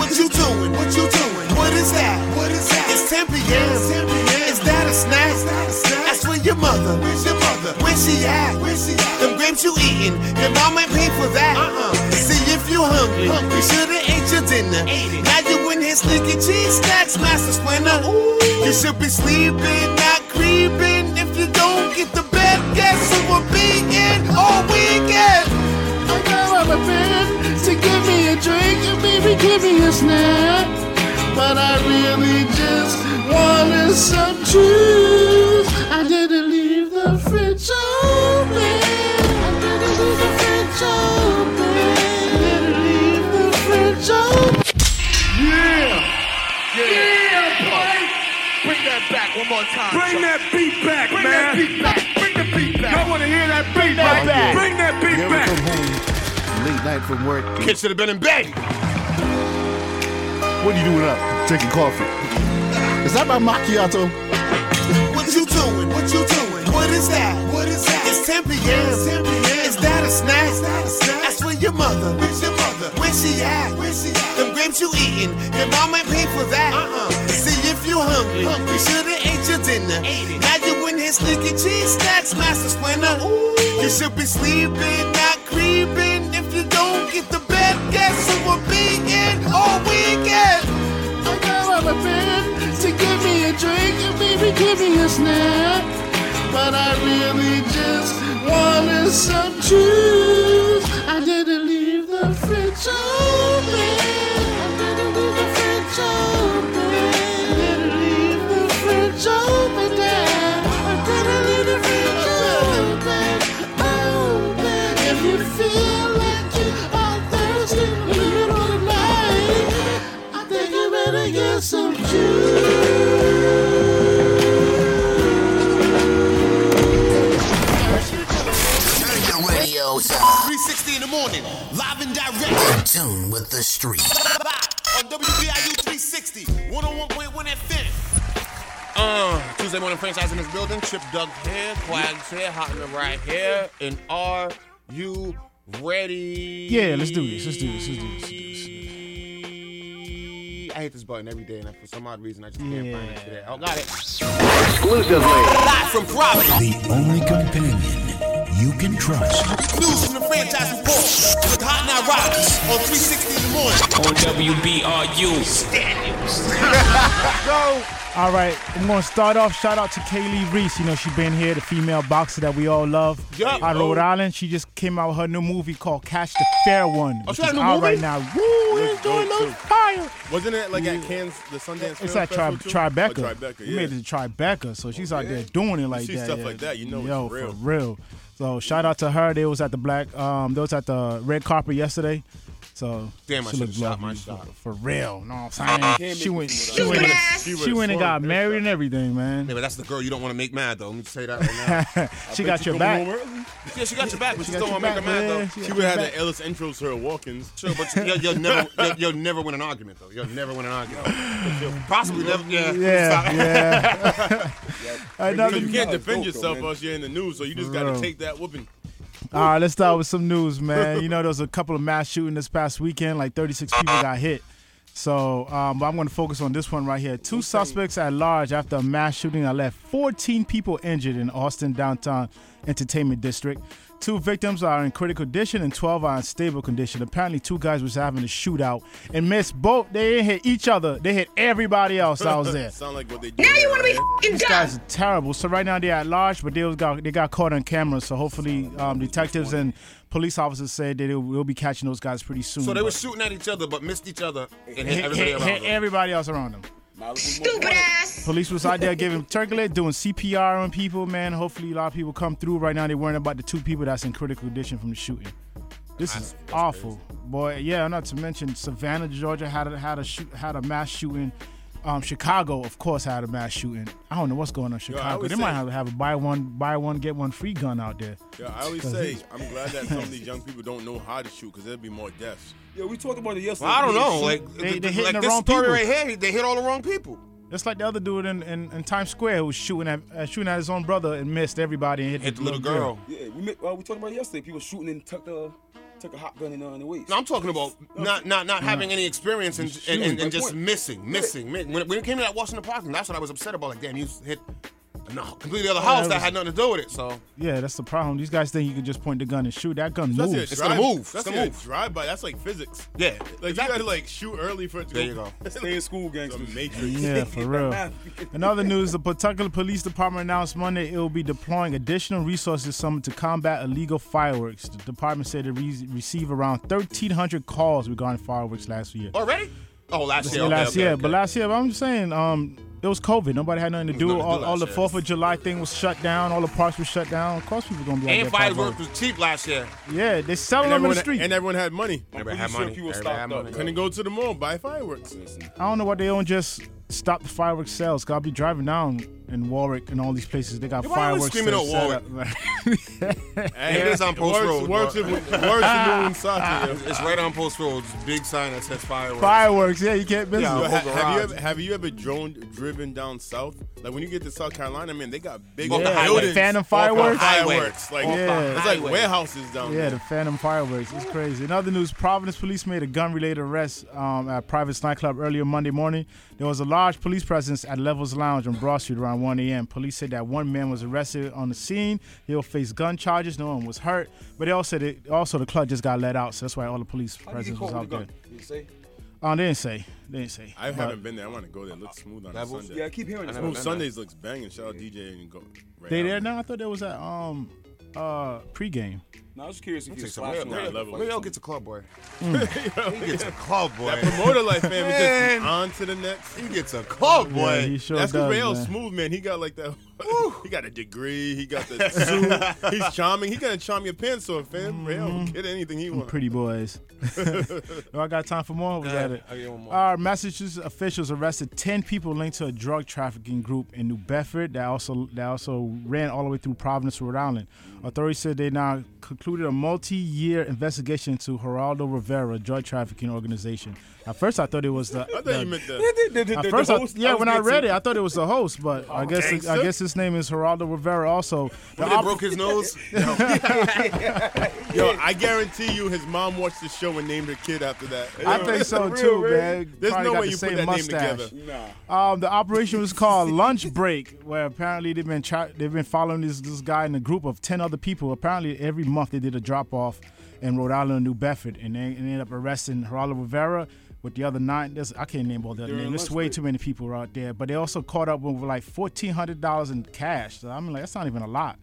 [SPEAKER 1] What you doing? What you doing? What is that? What is that? It's 10 p.m. Is that a snack? That's for your mother. Where's your mother? Where she at? Where she at? Them grapes you eating? Your mom ain't paid for that. Uh-uh. See if you hungry. You should've ate your dinner. Now you in here sneaking cheese snacks, master splinter. You should be sleeping, not creeping. If you don't get the bed, guess who will be in all weekend?
[SPEAKER 10] I got my friend to give me a drink and maybe give me a snack. But I really just wanted some juice. I didn't leave the fridge open. I didn't leave the fridge open. I didn't leave the fridge open. Yeah! Yeah, boy! Bring that back one more time. Bring that beat back, man. Bring that beat back. I want to hear that beat back. Bring that beat back.
[SPEAKER 8] Late night from work.
[SPEAKER 5] Kids should have been in bed.
[SPEAKER 10] What are you doing up? Drinking coffee. Is that my macchiato?
[SPEAKER 1] What you doing? What you doing? What is that? What is that? It's 10 p.m. Is that a snack? That's for your mother. Where's your mother? Where she at? Where she at? Them grapes you eating? Your mom ain't paid for that. Uh-uh. See if you hungry. You should've ate your dinner. Now you in here and sneaky cheese snacks, Master Splinter. You should be sleeping, not creeping. If you don't get the bed, guess who will be in all weekend?
[SPEAKER 10] I got on a friend to give me a drink and maybe give me a snack. But I really just wanted some juice. I didn't leave the fridge open. I didn't leave the fridge open. I didn't leave the fridge open. Dad. I didn't leave the fridge open. Open. If you feel like you are thirsty, leave it on the night. I think you better get some juice.
[SPEAKER 1] Turn your radios up. 360 in the morning, live and direct. In tune with the street. On WBIU 360, 101.1 FM.
[SPEAKER 5] Uh, Tuesday morning franchise in this building. Chip Doug here, Quags here, Hot in the Right here. And are you ready?
[SPEAKER 6] Yeah, let's do this. Let's do this. Let's do this. Let's do this.
[SPEAKER 5] I hit this button every day, and for some odd reason, I just can't find it today. Oh, got it.
[SPEAKER 1] Exclusively. Live from Providence.
[SPEAKER 11] The only companion you can trust.
[SPEAKER 1] News from the franchise report with Hot Now Rockets on 360 in the morning.
[SPEAKER 12] On WBRU.
[SPEAKER 1] Go.
[SPEAKER 6] All right, I'm going to start off. Shout out to Kaylee Reese. You know, she been here, the female boxer that we all love
[SPEAKER 5] Yup.
[SPEAKER 6] out of
[SPEAKER 2] Oh.
[SPEAKER 6] Rhode Island. She just came out with her new movie called Catch the Fair One,
[SPEAKER 2] Oh,
[SPEAKER 6] which
[SPEAKER 2] she
[SPEAKER 6] is
[SPEAKER 2] got a new
[SPEAKER 6] out right
[SPEAKER 2] movie?
[SPEAKER 6] now. Woo, it's doing those fire.
[SPEAKER 2] Wasn't it like at Cannes, the Sundance
[SPEAKER 6] It's
[SPEAKER 2] Film
[SPEAKER 6] at tri-
[SPEAKER 2] Festival too?
[SPEAKER 6] Tribeca.
[SPEAKER 2] Oh, Tribeca,
[SPEAKER 6] We
[SPEAKER 2] yeah.
[SPEAKER 6] made it to Tribeca, so she's out there doing it like
[SPEAKER 2] see
[SPEAKER 6] that.
[SPEAKER 2] stuff
[SPEAKER 6] yeah.
[SPEAKER 2] like that, you know it's
[SPEAKER 6] Yo,
[SPEAKER 2] real.
[SPEAKER 6] for real. So shout out to her. They was at the black. Um, they was at the red carpet yesterday. So
[SPEAKER 5] Damn, I
[SPEAKER 6] she
[SPEAKER 5] should have
[SPEAKER 6] looked
[SPEAKER 5] shot my
[SPEAKER 6] lovely.
[SPEAKER 5] shot.
[SPEAKER 6] For real, no, I'm saying she went, she went, she went, and got married and everything, man.
[SPEAKER 5] Yeah, but that's the girl you don't want to make mad, though. Let me say that right now.
[SPEAKER 6] she
[SPEAKER 2] bet
[SPEAKER 6] got
[SPEAKER 2] you
[SPEAKER 6] your
[SPEAKER 2] coming
[SPEAKER 6] back.
[SPEAKER 2] over
[SPEAKER 5] yeah, she got your back, but
[SPEAKER 6] She
[SPEAKER 5] you
[SPEAKER 6] got your
[SPEAKER 5] still want to make her
[SPEAKER 6] back,
[SPEAKER 5] mad,
[SPEAKER 6] yeah,
[SPEAKER 5] though.
[SPEAKER 6] she
[SPEAKER 2] She
[SPEAKER 6] got
[SPEAKER 2] would
[SPEAKER 6] your
[SPEAKER 2] have
[SPEAKER 6] back.
[SPEAKER 2] the illest intros to her Walkins.
[SPEAKER 5] Sure, but you, you'll, you'll never, you'll, you'll never win an argument though. You'll never win an argument. You'll possibly never. Yeah.
[SPEAKER 6] Yeah,
[SPEAKER 5] Stop.
[SPEAKER 6] yeah.
[SPEAKER 2] Because
[SPEAKER 6] Another-
[SPEAKER 2] you can't defend yourself unless you're in the news, so you just got
[SPEAKER 6] Bro.
[SPEAKER 2] to take that whooping.
[SPEAKER 6] All right, let's start with some news, man. You know, there was a couple of mass shooting this past weekend. Like 36 people got hit. So um, but I'm going to focus on this one right here. Two suspects at large after a mass shooting that left 14 people injured in Austin downtown entertainment district. Two victims are in critical condition and 12 are in stable condition. Apparently, two guys was having a shootout and missed both. They didn't hit each other. They hit everybody else that was there.
[SPEAKER 2] Sound like what they do. Now you want to be
[SPEAKER 6] These guys are terrible. So right now they're at large, but they was got they got caught on camera. So hopefully, um, detectives and police officers said that they will be catching those guys pretty soon.
[SPEAKER 5] So they
[SPEAKER 6] but
[SPEAKER 5] were shooting at each other, but missed each other and hit,
[SPEAKER 6] hit,
[SPEAKER 5] everybody
[SPEAKER 6] hit-
[SPEAKER 5] around.
[SPEAKER 6] hit
[SPEAKER 5] them.
[SPEAKER 6] everybody else around them.
[SPEAKER 1] Stupid ass.
[SPEAKER 6] Police was out there giving turklet, doing CPR on people. Man, hopefully a lot of people come through. Right now they're worrying about the two people that's in critical condition from the shooting. This is awful, boy. Yeah, not to mention Savannah, Georgia had a, had a shoot had a mass shooting. Um, Chicago, of course, had a mass shooting. I don't know what's going on in Chicago.
[SPEAKER 2] always
[SPEAKER 6] they might
[SPEAKER 2] say-
[SPEAKER 6] have, have a buy one buy one get one free gun out there.
[SPEAKER 2] Yeah, I always
[SPEAKER 6] 'Cause
[SPEAKER 2] say
[SPEAKER 6] it's-
[SPEAKER 2] I'm glad that some of these young people don't know how to shoot because there'd be more deaths.
[SPEAKER 13] Yeah, we talked about it yesterday.
[SPEAKER 5] Well, I don't know. Like,
[SPEAKER 6] They-
[SPEAKER 5] th-
[SPEAKER 6] they
[SPEAKER 5] th-
[SPEAKER 6] hitting
[SPEAKER 5] like
[SPEAKER 6] the
[SPEAKER 5] this
[SPEAKER 6] wrong
[SPEAKER 5] story
[SPEAKER 6] people.
[SPEAKER 5] right here, they hit all the wrong people.
[SPEAKER 6] Just like the other dude in, in, in Times Square who was shooting at uh, shooting at his own brother and missed everybody and hit,
[SPEAKER 5] Hit the little girl.
[SPEAKER 13] Yeah, we met, uh, we talked about it yesterday. People shooting and tucked a took a hot gun in, uh, in the waist.
[SPEAKER 5] No, I'm talking about not not not
[SPEAKER 13] No.
[SPEAKER 5] having any experience and and, and, and just
[SPEAKER 13] Good point.
[SPEAKER 5] missing, missing. mi- When, when it came to that Washington Parkland, that's what I was upset about. Like, damn, you hit a no, completely other
[SPEAKER 2] Oh,
[SPEAKER 6] Yeah,
[SPEAKER 5] house
[SPEAKER 6] that
[SPEAKER 5] that
[SPEAKER 6] was-
[SPEAKER 5] had nothing to do with it. So
[SPEAKER 6] Yeah, that's the problem. These guys think you can just point the gun and shoot. That gun
[SPEAKER 2] That's
[SPEAKER 6] moves.
[SPEAKER 2] a drive, That's a drive by. That's like physics.
[SPEAKER 5] Yeah,
[SPEAKER 2] like you gotta like shoot early for it to
[SPEAKER 5] There you go.
[SPEAKER 13] Stay in school, gangsters.
[SPEAKER 2] Matrix.
[SPEAKER 6] Yeah, for real. In other news, the Pawtucket Police Department announced Monday it will be deploying additional resources this summer to combat illegal fireworks. The department said it re- received around 1,300 calls regarding fireworks last year.
[SPEAKER 5] already? Oh, last
[SPEAKER 6] This
[SPEAKER 5] year.
[SPEAKER 6] year,
[SPEAKER 5] okay,
[SPEAKER 6] last
[SPEAKER 5] okay,
[SPEAKER 6] year,
[SPEAKER 5] okay.
[SPEAKER 6] but last year, but I'm just saying, um, it was COVID. Nobody had nothing to do.
[SPEAKER 5] nothing to do
[SPEAKER 6] All, all
[SPEAKER 5] last
[SPEAKER 6] the
[SPEAKER 5] year.
[SPEAKER 6] Fourth of July thing was shut down. All the parks were shut down. Of course, people gonna be out
[SPEAKER 5] and
[SPEAKER 6] there
[SPEAKER 5] fireworks
[SPEAKER 6] fireworks.
[SPEAKER 5] was cheap last year.
[SPEAKER 6] Yeah, they selling them in the street.
[SPEAKER 2] and everyone had money.
[SPEAKER 5] Everybody had money. Everybody had money.
[SPEAKER 2] Couldn't go to the mall buy fireworks.
[SPEAKER 6] I don't know why they don't just stop the fireworks sales. Cause I'll be driving down in Warwick and all these places. They got
[SPEAKER 5] Why are we
[SPEAKER 6] fireworks
[SPEAKER 5] screaming
[SPEAKER 6] sales
[SPEAKER 5] at
[SPEAKER 6] set
[SPEAKER 5] Warwick?
[SPEAKER 6] up, man.
[SPEAKER 5] It is on Post
[SPEAKER 2] works,
[SPEAKER 5] Road.
[SPEAKER 2] Works,
[SPEAKER 5] bro.
[SPEAKER 2] in, works in Moon
[SPEAKER 5] It's- It's right on Post Road. It's a big sign that says fireworks.
[SPEAKER 6] Fireworks, yeah, you can't miss
[SPEAKER 2] Yo,
[SPEAKER 6] it.
[SPEAKER 2] ha- have you ever have you ever drone driven down south? Like when you get to South Carolina, man, they got big
[SPEAKER 5] Off
[SPEAKER 2] old
[SPEAKER 5] the highway.
[SPEAKER 2] buildings.
[SPEAKER 6] Phantom
[SPEAKER 2] Off the
[SPEAKER 6] fireworks?
[SPEAKER 2] fireworks. Like
[SPEAKER 6] Off the Yeah.
[SPEAKER 2] it's like
[SPEAKER 5] highway.
[SPEAKER 2] warehouses down
[SPEAKER 6] Yeah,
[SPEAKER 2] there.
[SPEAKER 6] the Phantom fireworks. It's crazy. In other news, Providence police made a gun-related arrest um, at a private nightclub earlier Monday morning. There was a large police presence at Levels Lounge on Broad Street around around 1 a.m. Police said that one man was arrested on the scene. He'll face gun charges. No one was hurt. But they also said it, also the club just got let out, so that's why all the police
[SPEAKER 13] How did you
[SPEAKER 6] presence
[SPEAKER 13] call
[SPEAKER 6] was
[SPEAKER 13] the
[SPEAKER 6] out there.
[SPEAKER 13] gun? You say?
[SPEAKER 6] Oh, they didn't say. They didn't say.
[SPEAKER 2] I
[SPEAKER 6] But-
[SPEAKER 2] haven't been there. I want to go there. It looks smooth on a
[SPEAKER 13] Levels?
[SPEAKER 2] Sunday.
[SPEAKER 13] Yeah, I keep hearing that. I
[SPEAKER 2] Smooth
[SPEAKER 13] haven't been
[SPEAKER 2] Sundays looks banging. Shout out DJ and go. Right
[SPEAKER 6] they
[SPEAKER 2] now.
[SPEAKER 6] there now? I thought that was at um uh pregame.
[SPEAKER 13] No, I was curious if you
[SPEAKER 2] take some way
[SPEAKER 13] slashed
[SPEAKER 2] up
[SPEAKER 13] one.
[SPEAKER 2] that
[SPEAKER 13] Like,
[SPEAKER 2] level.
[SPEAKER 13] fuck
[SPEAKER 2] Maybe I'll
[SPEAKER 13] something.
[SPEAKER 5] get to club boy.
[SPEAKER 2] he
[SPEAKER 5] gets a club boy.
[SPEAKER 2] Hmm. That promoter life, man, was
[SPEAKER 5] Man.
[SPEAKER 2] just on to the next.
[SPEAKER 5] He gets a club
[SPEAKER 6] boy. Yeah, he sure
[SPEAKER 2] Oh, That's
[SPEAKER 6] does,
[SPEAKER 2] Rail
[SPEAKER 6] man.
[SPEAKER 2] Smooth, man. He got like that. he got a degree. He got the suit. He's charming. He gonna charm your pants off, fam. Rail, get anything he
[SPEAKER 6] Them
[SPEAKER 2] wants.
[SPEAKER 6] Mm-hmm. pretty boys. Do I got time for more? Was
[SPEAKER 2] Go
[SPEAKER 6] that
[SPEAKER 2] ahead.
[SPEAKER 6] it?
[SPEAKER 2] I'll get one more.
[SPEAKER 6] Our Massachusetts officials arrested ten people linked to a drug trafficking group in New Bedford that also that also ran all the way through Providence, Rhode Island. Authorities said they now concluded a multi-year investigation into Geraldo Rivera drug trafficking organization. At first, I thought it was the.
[SPEAKER 2] I thought you meant the,
[SPEAKER 13] the- the-
[SPEAKER 6] At
[SPEAKER 13] the
[SPEAKER 6] first, I-
[SPEAKER 13] host- I
[SPEAKER 6] yeah,
[SPEAKER 13] was
[SPEAKER 6] when I
[SPEAKER 13] getting
[SPEAKER 6] read
[SPEAKER 13] to-
[SPEAKER 6] it, I thought it was the host, but I guess I
[SPEAKER 13] gangster?
[SPEAKER 6] guess his name is Geraldo Rivera. Also, the
[SPEAKER 2] When Oh, they
[SPEAKER 6] op-
[SPEAKER 2] broke his nose. Yo. Yo, I guarantee you, his mom watched the show and named her kid after that.
[SPEAKER 6] I think so too, man.
[SPEAKER 2] There's
[SPEAKER 6] Probably
[SPEAKER 2] no
[SPEAKER 6] got
[SPEAKER 2] way
[SPEAKER 6] the
[SPEAKER 2] you
[SPEAKER 6] same
[SPEAKER 2] put that
[SPEAKER 6] mustache.
[SPEAKER 2] name together.
[SPEAKER 6] Um, the operation was called Lunch Break, where apparently they've been tra- they've been following this this guy and a group of ten other people. Apparently, every month they did a drop off in Rhode Island and New Bedford, and they ended up arresting Geraldo Rivera with the other nine. There's, I can't name all the other
[SPEAKER 13] During
[SPEAKER 6] names. There's
[SPEAKER 13] lunch
[SPEAKER 6] way
[SPEAKER 13] break.
[SPEAKER 6] too many people out there. But they also caught up with like fourteen hundred dollars in cash. So I mean, like that's not even a lot.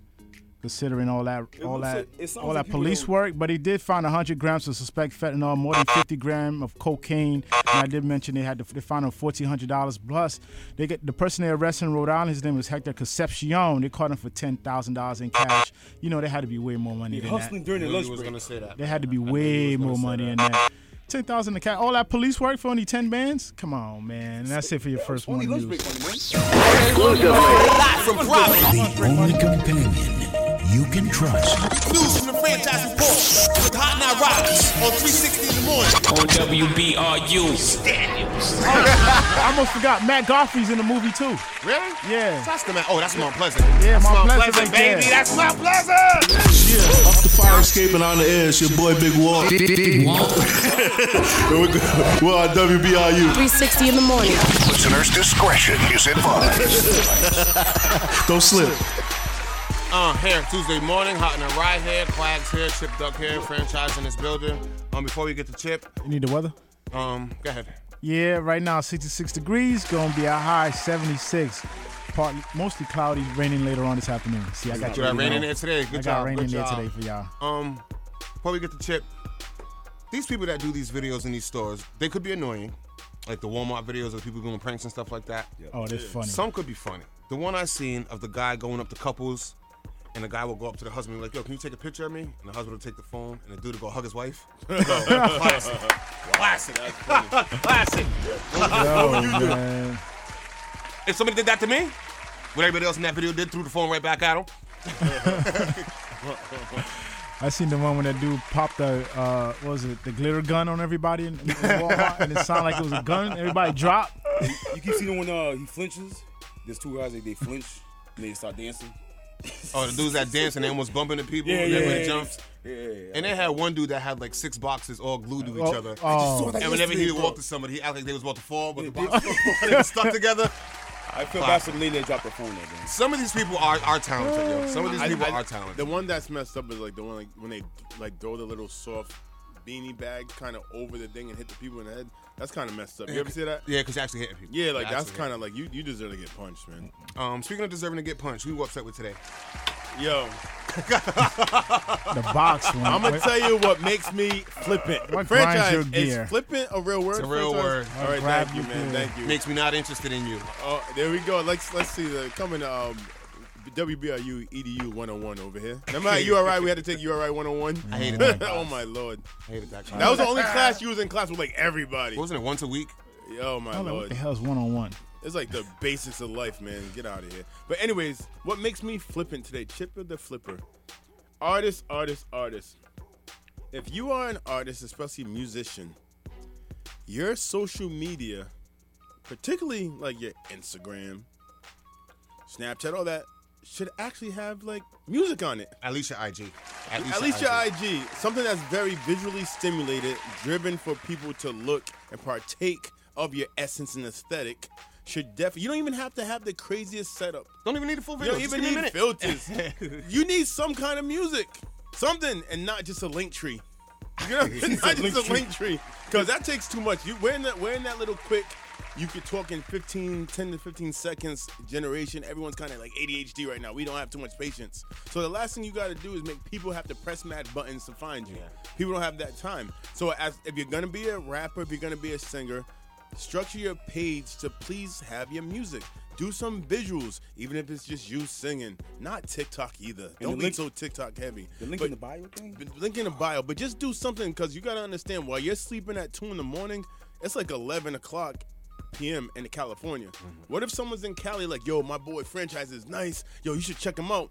[SPEAKER 6] Considering all that,
[SPEAKER 13] It
[SPEAKER 6] all
[SPEAKER 13] looks
[SPEAKER 6] that,
[SPEAKER 13] like- it sounds
[SPEAKER 6] all
[SPEAKER 13] like
[SPEAKER 6] that
[SPEAKER 13] people
[SPEAKER 6] police
[SPEAKER 13] don't-
[SPEAKER 6] work, but he did find 100 grams of suspect fentanyl, more than 50 gram of cocaine. And I did mention they had to, they found him 1,400 dollars plus. They get the person they arrested in Rhode Island. His name was Hector Concepcion. They caught him for 10,000 dollars in cash. You know they had to be way more money than
[SPEAKER 13] Hustling
[SPEAKER 6] that.
[SPEAKER 13] during the
[SPEAKER 5] Knew
[SPEAKER 13] lunch
[SPEAKER 5] you was
[SPEAKER 13] break.
[SPEAKER 5] gonna say that.
[SPEAKER 6] They had to be way more money than that. 10,000 in cash. All that police work for only 10 bands? Come on, man. And that's it for your first one.
[SPEAKER 13] lunch
[SPEAKER 6] News.
[SPEAKER 11] Exclusively.
[SPEAKER 1] From Providence.
[SPEAKER 11] The only companion you can trust.
[SPEAKER 1] News from the franchise report with Hot Night Rockets on 360 in the morning.
[SPEAKER 12] On WBRU.
[SPEAKER 6] I almost forgot. Matt Goffrey's in the movie too.
[SPEAKER 5] Really?
[SPEAKER 6] Yeah.
[SPEAKER 5] That's the man. Oh, that's Mount Pleasant.
[SPEAKER 6] Yeah,
[SPEAKER 5] that's
[SPEAKER 6] Mount
[SPEAKER 5] Mount
[SPEAKER 6] Pleasant
[SPEAKER 5] Pleasant,
[SPEAKER 6] right there.
[SPEAKER 5] baby. That's Mount Pleasant.
[SPEAKER 14] Up the fire escape and on the air, it's your boy Big Walt.
[SPEAKER 11] Big- Big Walt.
[SPEAKER 14] And we're go- we're on WBRU.
[SPEAKER 3] 360 in the morning.
[SPEAKER 9] Listener's discretion is advised.
[SPEAKER 14] Don't slip.
[SPEAKER 5] Uh, here Tuesday morning, hot in the right here, Clags here, Chip Duck here, franchise in this building. Um, before we get to Chip,
[SPEAKER 6] You need the weather?
[SPEAKER 5] um, go ahead.
[SPEAKER 6] Yeah, right now 66 degrees, gonna be a high 76. Partly, mostly cloudy, raining later on this afternoon. See, I got
[SPEAKER 5] You
[SPEAKER 6] you.
[SPEAKER 5] got
[SPEAKER 6] already
[SPEAKER 5] rain in
[SPEAKER 6] know.
[SPEAKER 5] there today. Good
[SPEAKER 6] I
[SPEAKER 5] job.
[SPEAKER 6] got rain
[SPEAKER 5] good
[SPEAKER 6] in there
[SPEAKER 5] job.
[SPEAKER 6] today for y'all.
[SPEAKER 5] Um, before we get to Chip, these people that do these videos in these stores, they could be annoying, like the Walmart videos of people doing pranks and stuff like that.
[SPEAKER 6] Oh, that's funny.
[SPEAKER 5] Some could be funny. The one I seen of the guy going up to couples, and the guy will go up to the husband and be like, "Yo, can you take a picture of me?" And the husband will take the phone, and the dude will go hug his wife. Yo, classic, classic, classic. What would you do?
[SPEAKER 6] man.
[SPEAKER 5] If somebody did that to me, what everybody else in that video did, threw the phone right back at him.
[SPEAKER 6] I seen the one when that dude popped the uh, what was it the glitter gun on everybody in, in Walmart, and it sounded like it was a gun. Everybody dropped.
[SPEAKER 13] You keep seeing when uh, he flinches. There's two guys that they flinch and they start dancing.
[SPEAKER 5] Oh, the dudes that dance and they almost bump into people.
[SPEAKER 13] Yeah,
[SPEAKER 5] and
[SPEAKER 13] yeah,
[SPEAKER 5] everybody
[SPEAKER 13] yeah.
[SPEAKER 5] jumps. And they had one dude that had like six boxes all glued to each
[SPEAKER 6] Oh,
[SPEAKER 5] other.
[SPEAKER 6] oh. I just saw
[SPEAKER 13] that
[SPEAKER 5] and whenever he
[SPEAKER 13] yesterday,
[SPEAKER 5] would
[SPEAKER 13] bro.
[SPEAKER 5] walk to somebody, he acted like they was about to fall, but the boxes were stuck together.
[SPEAKER 13] I feel bad for the lady that dropped her phone there, man.
[SPEAKER 5] Some of these people are, are talented, yo. Some of these people are talented.
[SPEAKER 2] The one that's messed up is like the one like when they like throw the little soft beanie bag kind of over the thing and hit the people in the head. That's kind of messed up. You ever see that?
[SPEAKER 5] Yeah, because you're actually hitting people.
[SPEAKER 2] Yeah, like
[SPEAKER 5] You're
[SPEAKER 2] that's
[SPEAKER 5] actually
[SPEAKER 2] kind of like you. You deserve to get punched, man.
[SPEAKER 5] hitting. Um, speaking of deserving to get punched, who you upset with today?
[SPEAKER 2] Yo,
[SPEAKER 6] The box one.
[SPEAKER 2] I'm gonna tell you what makes me flippant.
[SPEAKER 6] What grinds your
[SPEAKER 2] franchise
[SPEAKER 6] gear?
[SPEAKER 2] is flippant a real word.
[SPEAKER 5] It's a real
[SPEAKER 2] Franchise?
[SPEAKER 5] word.
[SPEAKER 2] All right,
[SPEAKER 6] Grab
[SPEAKER 2] thank you,
[SPEAKER 6] your
[SPEAKER 2] man.
[SPEAKER 6] gear.
[SPEAKER 2] Thank you.
[SPEAKER 5] Makes me not interested in you.
[SPEAKER 2] Oh, there we go. Let's let's see the coming um WBRU EDU 101 over here. Remember at URI we had to take URI 101?
[SPEAKER 5] I hated that class.
[SPEAKER 2] oh my lord.
[SPEAKER 5] I hated that class.
[SPEAKER 2] That was the only class you was in class with like everybody.
[SPEAKER 5] Wasn't it once a week?
[SPEAKER 2] Oh my
[SPEAKER 6] I'm like, what
[SPEAKER 2] lord.
[SPEAKER 6] the hell is one on one?
[SPEAKER 2] It's like the basics of life, man. Get out of here. But anyways, what makes me flippant today? Chipper the Flipper. Artist, artist, artist. If you are an artist, especially musician, your social media, particularly like your Instagram, Snapchat, all that, should actually have like music on it.
[SPEAKER 5] At least your IG. At
[SPEAKER 2] At least your IG, something that's very visually stimulated, driven for people to look and partake of your essence and aesthetic, should definitely. You don't even have to have the craziest setup.
[SPEAKER 5] Don't even need a full
[SPEAKER 2] You
[SPEAKER 5] video.
[SPEAKER 2] don't
[SPEAKER 5] Just
[SPEAKER 2] even
[SPEAKER 5] give me a
[SPEAKER 2] need
[SPEAKER 5] minute.
[SPEAKER 2] filters. you need some kind of music, something, and not just a link tree. You know, not just a link tree, because that takes too much. You wearing that wearing that little quick. You could talk in 15, 10 to 15 seconds generation. Everyone's kind of like ADHD right now. We don't have too much patience. So the last thing you got to do is make people have to press mad buttons to find you. People don't have that time. So as if you're going to be a rapper, if you're going to be a singer, Structure your page to please have your music. Do some visuals, even if it's just you singing. Not TikTok either. Don't
[SPEAKER 13] the
[SPEAKER 2] be
[SPEAKER 13] link-
[SPEAKER 2] so TikTok heavy.
[SPEAKER 13] The link
[SPEAKER 2] But-
[SPEAKER 13] in the bio thing?
[SPEAKER 2] but Link in the bio, but just do something because you gotta understand while you're sleeping at two in the morning, it's like eleven o'clock p.m. in California.
[SPEAKER 13] Mm-hmm.
[SPEAKER 2] What if someone's in Cali like, yo, my boy franchise is nice, yo, you should check him out.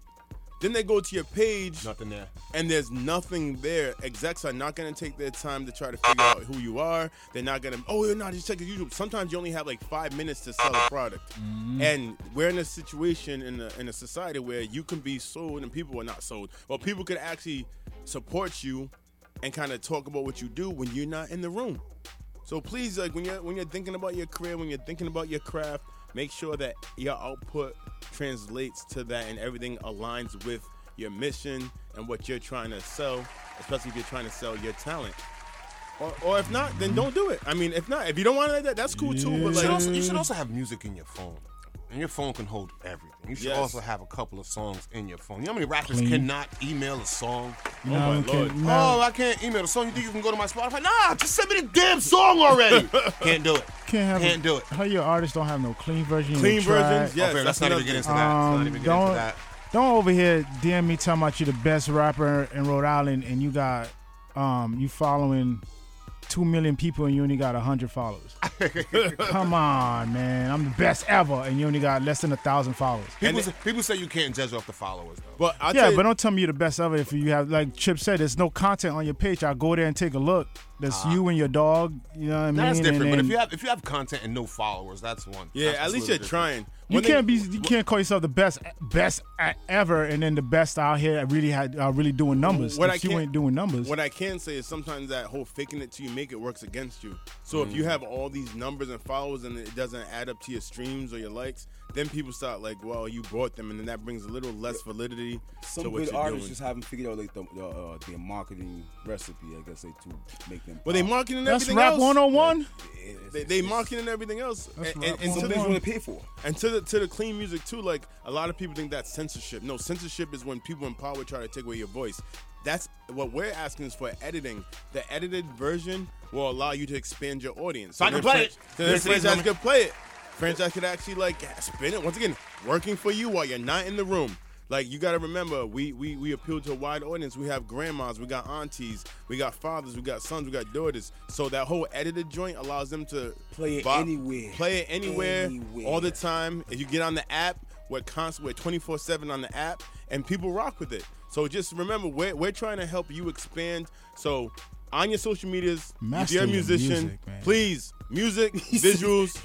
[SPEAKER 2] Then they go to your page,
[SPEAKER 5] Nothing there.
[SPEAKER 2] and there's nothing there. Execs are not gonna take their time to try to figure out who you are. They're not gonna, oh, you're not just check your YouTube. Sometimes you only have like five minutes to sell a product. And we're in a situation in a, in a society where you can be sold and people are not sold. Well, people can actually support you and kind of talk about what you do when you're not in the room. So please, like when you're when you're thinking about your career, when you're thinking about your craft, make sure that your output translates to that and everything aligns with your mission and what you're trying to sell, especially if you're trying to sell your talent. Or, or if not, then don't do it. I mean, if not, if you don't want to like that, that's cool too. But
[SPEAKER 5] You
[SPEAKER 2] like,
[SPEAKER 5] should, also, you should also have music in your phone. And your phone can hold everything. You should
[SPEAKER 2] Yes.
[SPEAKER 5] also have a couple of songs in your phone. You know how many rappers
[SPEAKER 2] Clean.
[SPEAKER 5] cannot email a song?
[SPEAKER 2] No, Oh, my can- Lord. no.
[SPEAKER 5] Oh, I can't email a song. You think you can go to my Spotify? Nah, just send me the damn song already. can't do it.
[SPEAKER 6] Can't have
[SPEAKER 5] Can't do it.
[SPEAKER 6] How your artists don't have no clean version. you
[SPEAKER 5] Clean
[SPEAKER 6] can try.
[SPEAKER 5] versions, yes, Okay, Oh, let's that's not even another- get into that. Let's not even get into
[SPEAKER 6] don't,
[SPEAKER 5] that.
[SPEAKER 6] Don't over here DM me talking about you the best rapper in Rhode Island and you got um you following two million people and you only got hundred followers. Come on, man. I'm the best ever and you only got less than a thousand followers.
[SPEAKER 5] People, say, people say you can't judge off the followers, though.
[SPEAKER 2] But I
[SPEAKER 6] yeah, but don't tell me you're the best ever if you have like Chip said, there's no content on your page. I go there and take a look. That's you and your dog. You know what I mean?
[SPEAKER 5] Ah. that's different.
[SPEAKER 6] And
[SPEAKER 5] but if
[SPEAKER 6] then-
[SPEAKER 5] you have if you have content and no followers, that's one.
[SPEAKER 2] Yeah,
[SPEAKER 5] That's
[SPEAKER 2] at least
[SPEAKER 5] a
[SPEAKER 2] you're
[SPEAKER 5] little
[SPEAKER 2] trying.
[SPEAKER 6] You can't be. You can't call yourself the best, best a- ever, and then the best out here at really had uh, really doing numbers.
[SPEAKER 2] What
[SPEAKER 6] if
[SPEAKER 2] I
[SPEAKER 6] you
[SPEAKER 2] can't-
[SPEAKER 6] ain't doing numbers,
[SPEAKER 2] What I can say is sometimes that whole faking it till you make it works against you. So if you
[SPEAKER 6] Mm.
[SPEAKER 2] have all these numbers and followers and it doesn't add up to your streams or your likes, then people start like, well, you bought them, and then that brings a little less validity
[SPEAKER 13] Some
[SPEAKER 2] to what
[SPEAKER 13] good
[SPEAKER 2] you're
[SPEAKER 13] artists
[SPEAKER 2] doing.
[SPEAKER 13] just haven't figured out like the, the, uh, their marketing recipe. I guess they to make them.
[SPEAKER 2] Well, they marketing
[SPEAKER 13] That's
[SPEAKER 2] everything
[SPEAKER 13] Rap
[SPEAKER 2] else.
[SPEAKER 6] 101?
[SPEAKER 2] They, they marketing everything else.
[SPEAKER 13] That's
[SPEAKER 2] and,
[SPEAKER 13] Rap
[SPEAKER 2] and, and to
[SPEAKER 13] 101.
[SPEAKER 2] the-
[SPEAKER 13] Some things you wanna pay for.
[SPEAKER 2] And to the to the clean music too. Like a lot of people think that's censorship. No, censorship is when people in power try to take away your voice. That's what we're asking is for editing. The edited version will allow you to expand your audience.
[SPEAKER 5] So I
[SPEAKER 2] then
[SPEAKER 5] can play it.
[SPEAKER 2] So then
[SPEAKER 5] Yes, it is,
[SPEAKER 2] franchise
[SPEAKER 5] homie.
[SPEAKER 2] could play it. Franchise could actually like spin it once again, working for you while you're not in the room. Like you gotta remember, we we we appeal to a wide audience. We have grandmas, we got aunties, we got fathers, we got sons, we got daughters. So that whole edited joint allows them to play
[SPEAKER 13] it anywhere.
[SPEAKER 2] play it anywhere,
[SPEAKER 13] Anywhere.
[SPEAKER 2] all the time. If you get on the app, we're constant, we're twenty four seven on the app, and people rock with it. So just remember, we're we're trying to help you expand. So on your social medias, if
[SPEAKER 6] Master
[SPEAKER 2] you're a
[SPEAKER 6] your
[SPEAKER 2] musician,
[SPEAKER 6] music, man.
[SPEAKER 2] please music, visuals,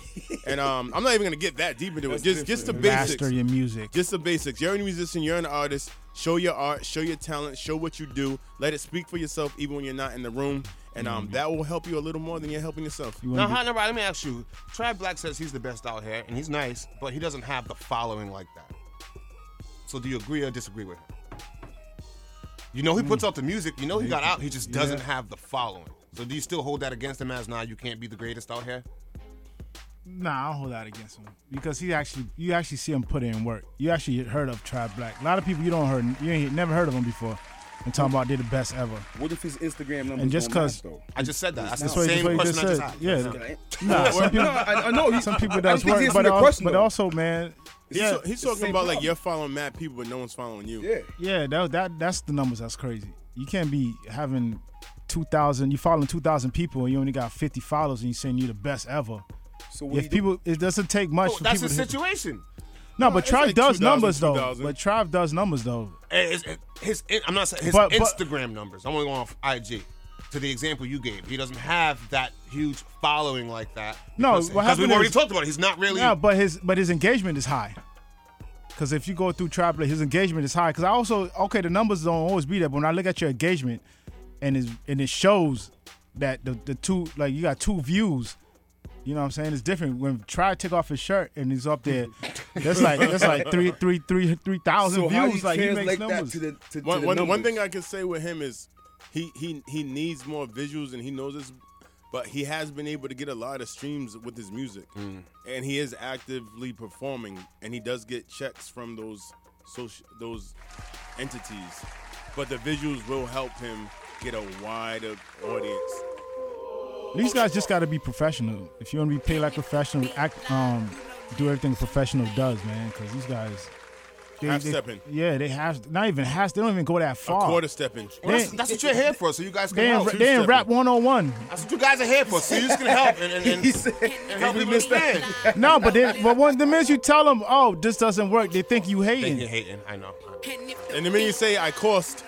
[SPEAKER 2] and um, I'm not even gonna get that deep into it. Just just the basics.
[SPEAKER 6] master your music.
[SPEAKER 2] Just the basics. You're a musician, you're an artist. Show your art, show your talent, show what you do. Let it speak for yourself even when you're not in the room. And um,
[SPEAKER 6] Mm-hmm.
[SPEAKER 2] that will help you a little more than you're helping yourself.
[SPEAKER 5] Now, how, now, right, let me ask you. Trav Black says he's the best out here, and he's nice, but he doesn't have the following like that. So, do you agree or disagree with him? You know, he puts out the music. You know, he got out. He just doesn't
[SPEAKER 6] Hmm. Yeah.
[SPEAKER 5] have the following. So, do you still hold that against him as now you can't be the greatest out here?
[SPEAKER 6] Nah, I'll hold out against him because he actually, you actually see him put in work. You actually heard of Tribe Black. A lot of people you don't heard, you ain't never heard of him before. And talking about they're the best ever.
[SPEAKER 13] What if his Instagram number?
[SPEAKER 6] And just because
[SPEAKER 5] I just said that. That's
[SPEAKER 6] That's
[SPEAKER 5] the
[SPEAKER 6] what- that's
[SPEAKER 5] same
[SPEAKER 6] what you
[SPEAKER 5] question I
[SPEAKER 6] just
[SPEAKER 5] just asked.
[SPEAKER 6] said. Yeah. Nah,
[SPEAKER 13] No,
[SPEAKER 6] some people,
[SPEAKER 13] no, I- I know he-
[SPEAKER 6] some
[SPEAKER 13] I-
[SPEAKER 6] people
[SPEAKER 13] I
[SPEAKER 6] that's
[SPEAKER 13] just think he
[SPEAKER 6] work,
[SPEAKER 13] answered
[SPEAKER 6] but
[SPEAKER 13] the
[SPEAKER 6] also,
[SPEAKER 13] question,
[SPEAKER 6] but
[SPEAKER 13] though.
[SPEAKER 6] also, man,
[SPEAKER 2] He's,
[SPEAKER 6] yeah,
[SPEAKER 2] so- he's talking about like you're following mad people, but no one's following you. Yeah.
[SPEAKER 6] Yeah, that, that that's the numbers. That's crazy. You can't be having two thousand. You following two thousand people, and you only got fifty followers, and you saying you're the best ever.
[SPEAKER 13] So
[SPEAKER 5] what
[SPEAKER 6] if
[SPEAKER 5] you do-
[SPEAKER 6] people, it doesn't take much.
[SPEAKER 5] Oh,
[SPEAKER 6] for
[SPEAKER 5] that's
[SPEAKER 6] people
[SPEAKER 5] the
[SPEAKER 6] to hit-
[SPEAKER 5] situation.
[SPEAKER 6] No, but
[SPEAKER 5] It's
[SPEAKER 6] Tribe
[SPEAKER 5] like
[SPEAKER 6] does
[SPEAKER 5] 2,000,
[SPEAKER 6] numbers though.
[SPEAKER 5] 2,000.
[SPEAKER 6] But Tribe does numbers though.
[SPEAKER 5] His, Eh, his, I'm not saying his
[SPEAKER 6] But- but-
[SPEAKER 5] Instagram numbers. I'm only going off IG. To the example you gave, he doesn't have that huge following like that.
[SPEAKER 6] No,
[SPEAKER 5] because,
[SPEAKER 6] what
[SPEAKER 5] because we've
[SPEAKER 6] happened
[SPEAKER 5] already
[SPEAKER 6] is-
[SPEAKER 5] talked about it. He's not really.
[SPEAKER 6] Yeah, but his but his engagement is high. Because if you go through Tribe, like, his engagement is high. Because I also okay, the numbers don't always be there, but when I look at your engagement, and it and it shows that the the two like you got two views You know what I'm saying? It's different. When Try took off his shirt and he's up there, that's like that's like three three three three thousand
[SPEAKER 2] So how
[SPEAKER 6] views.
[SPEAKER 2] you
[SPEAKER 6] Like he
[SPEAKER 2] translate
[SPEAKER 6] makes
[SPEAKER 2] that
[SPEAKER 6] numbers.
[SPEAKER 2] to the- one, one- one thing I can say with him is he he he needs more visuals and he knows this, but he has been able to get a lot of streams with his music, and he is actively performing, and he does get checks from those social those entities, but the visuals will help him get a wider audience.
[SPEAKER 6] These guys just got to be professional. If you want to be paid like a professional, act, um, do everything a professional does, man. Because these guys,
[SPEAKER 2] Half stepping.
[SPEAKER 6] Yeah, they have not even half. They don't even go that
[SPEAKER 2] A
[SPEAKER 6] far.
[SPEAKER 2] quarter stepping.
[SPEAKER 6] Well, that's-
[SPEAKER 5] That's what you're here for, so you guys can
[SPEAKER 6] They in,
[SPEAKER 5] help.
[SPEAKER 6] they in rap 101.
[SPEAKER 5] That's what you guys are here for, so you just can help and, and, and, and help people understand.
[SPEAKER 6] No, but then, but once the minute you tell them, oh, this doesn't work, they think you hating.
[SPEAKER 5] You're hating, I know.
[SPEAKER 2] And the minute you say I cost,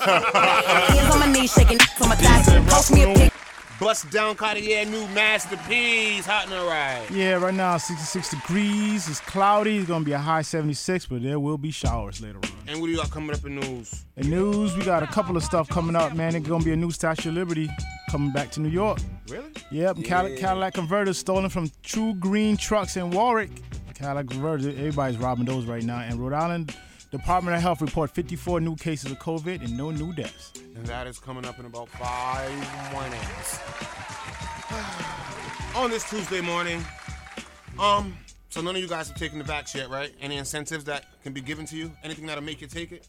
[SPEAKER 3] Hands on my knees shaking from my thighs. Post me a pic.
[SPEAKER 5] Bust down Cartier, new masterpiece, hot and alright.
[SPEAKER 6] Yeah, right now it's 66 degrees. It's cloudy. It's gonna be a high 76, but there will be showers later on.
[SPEAKER 5] And what do you got coming up in news?
[SPEAKER 6] The news, we got a couple of stuff coming up, man. It's gonna be a new Statue of Liberty coming back to New York.
[SPEAKER 5] Really?
[SPEAKER 6] Yep, and Cadillac,
[SPEAKER 5] Yeah.
[SPEAKER 6] Cadillac converters stolen from True Green Trucks in Warwick. Cadillac converters, everybody's robbing those right now. And Rhode Island Department of Health report 54 new cases of COVID and no new deaths.
[SPEAKER 5] And that is coming up in about five minutes. On this Tuesday morning, um, so none of you guys have taken the vax yet, right? Any incentives that can be given to you? Anything that'll make you take it?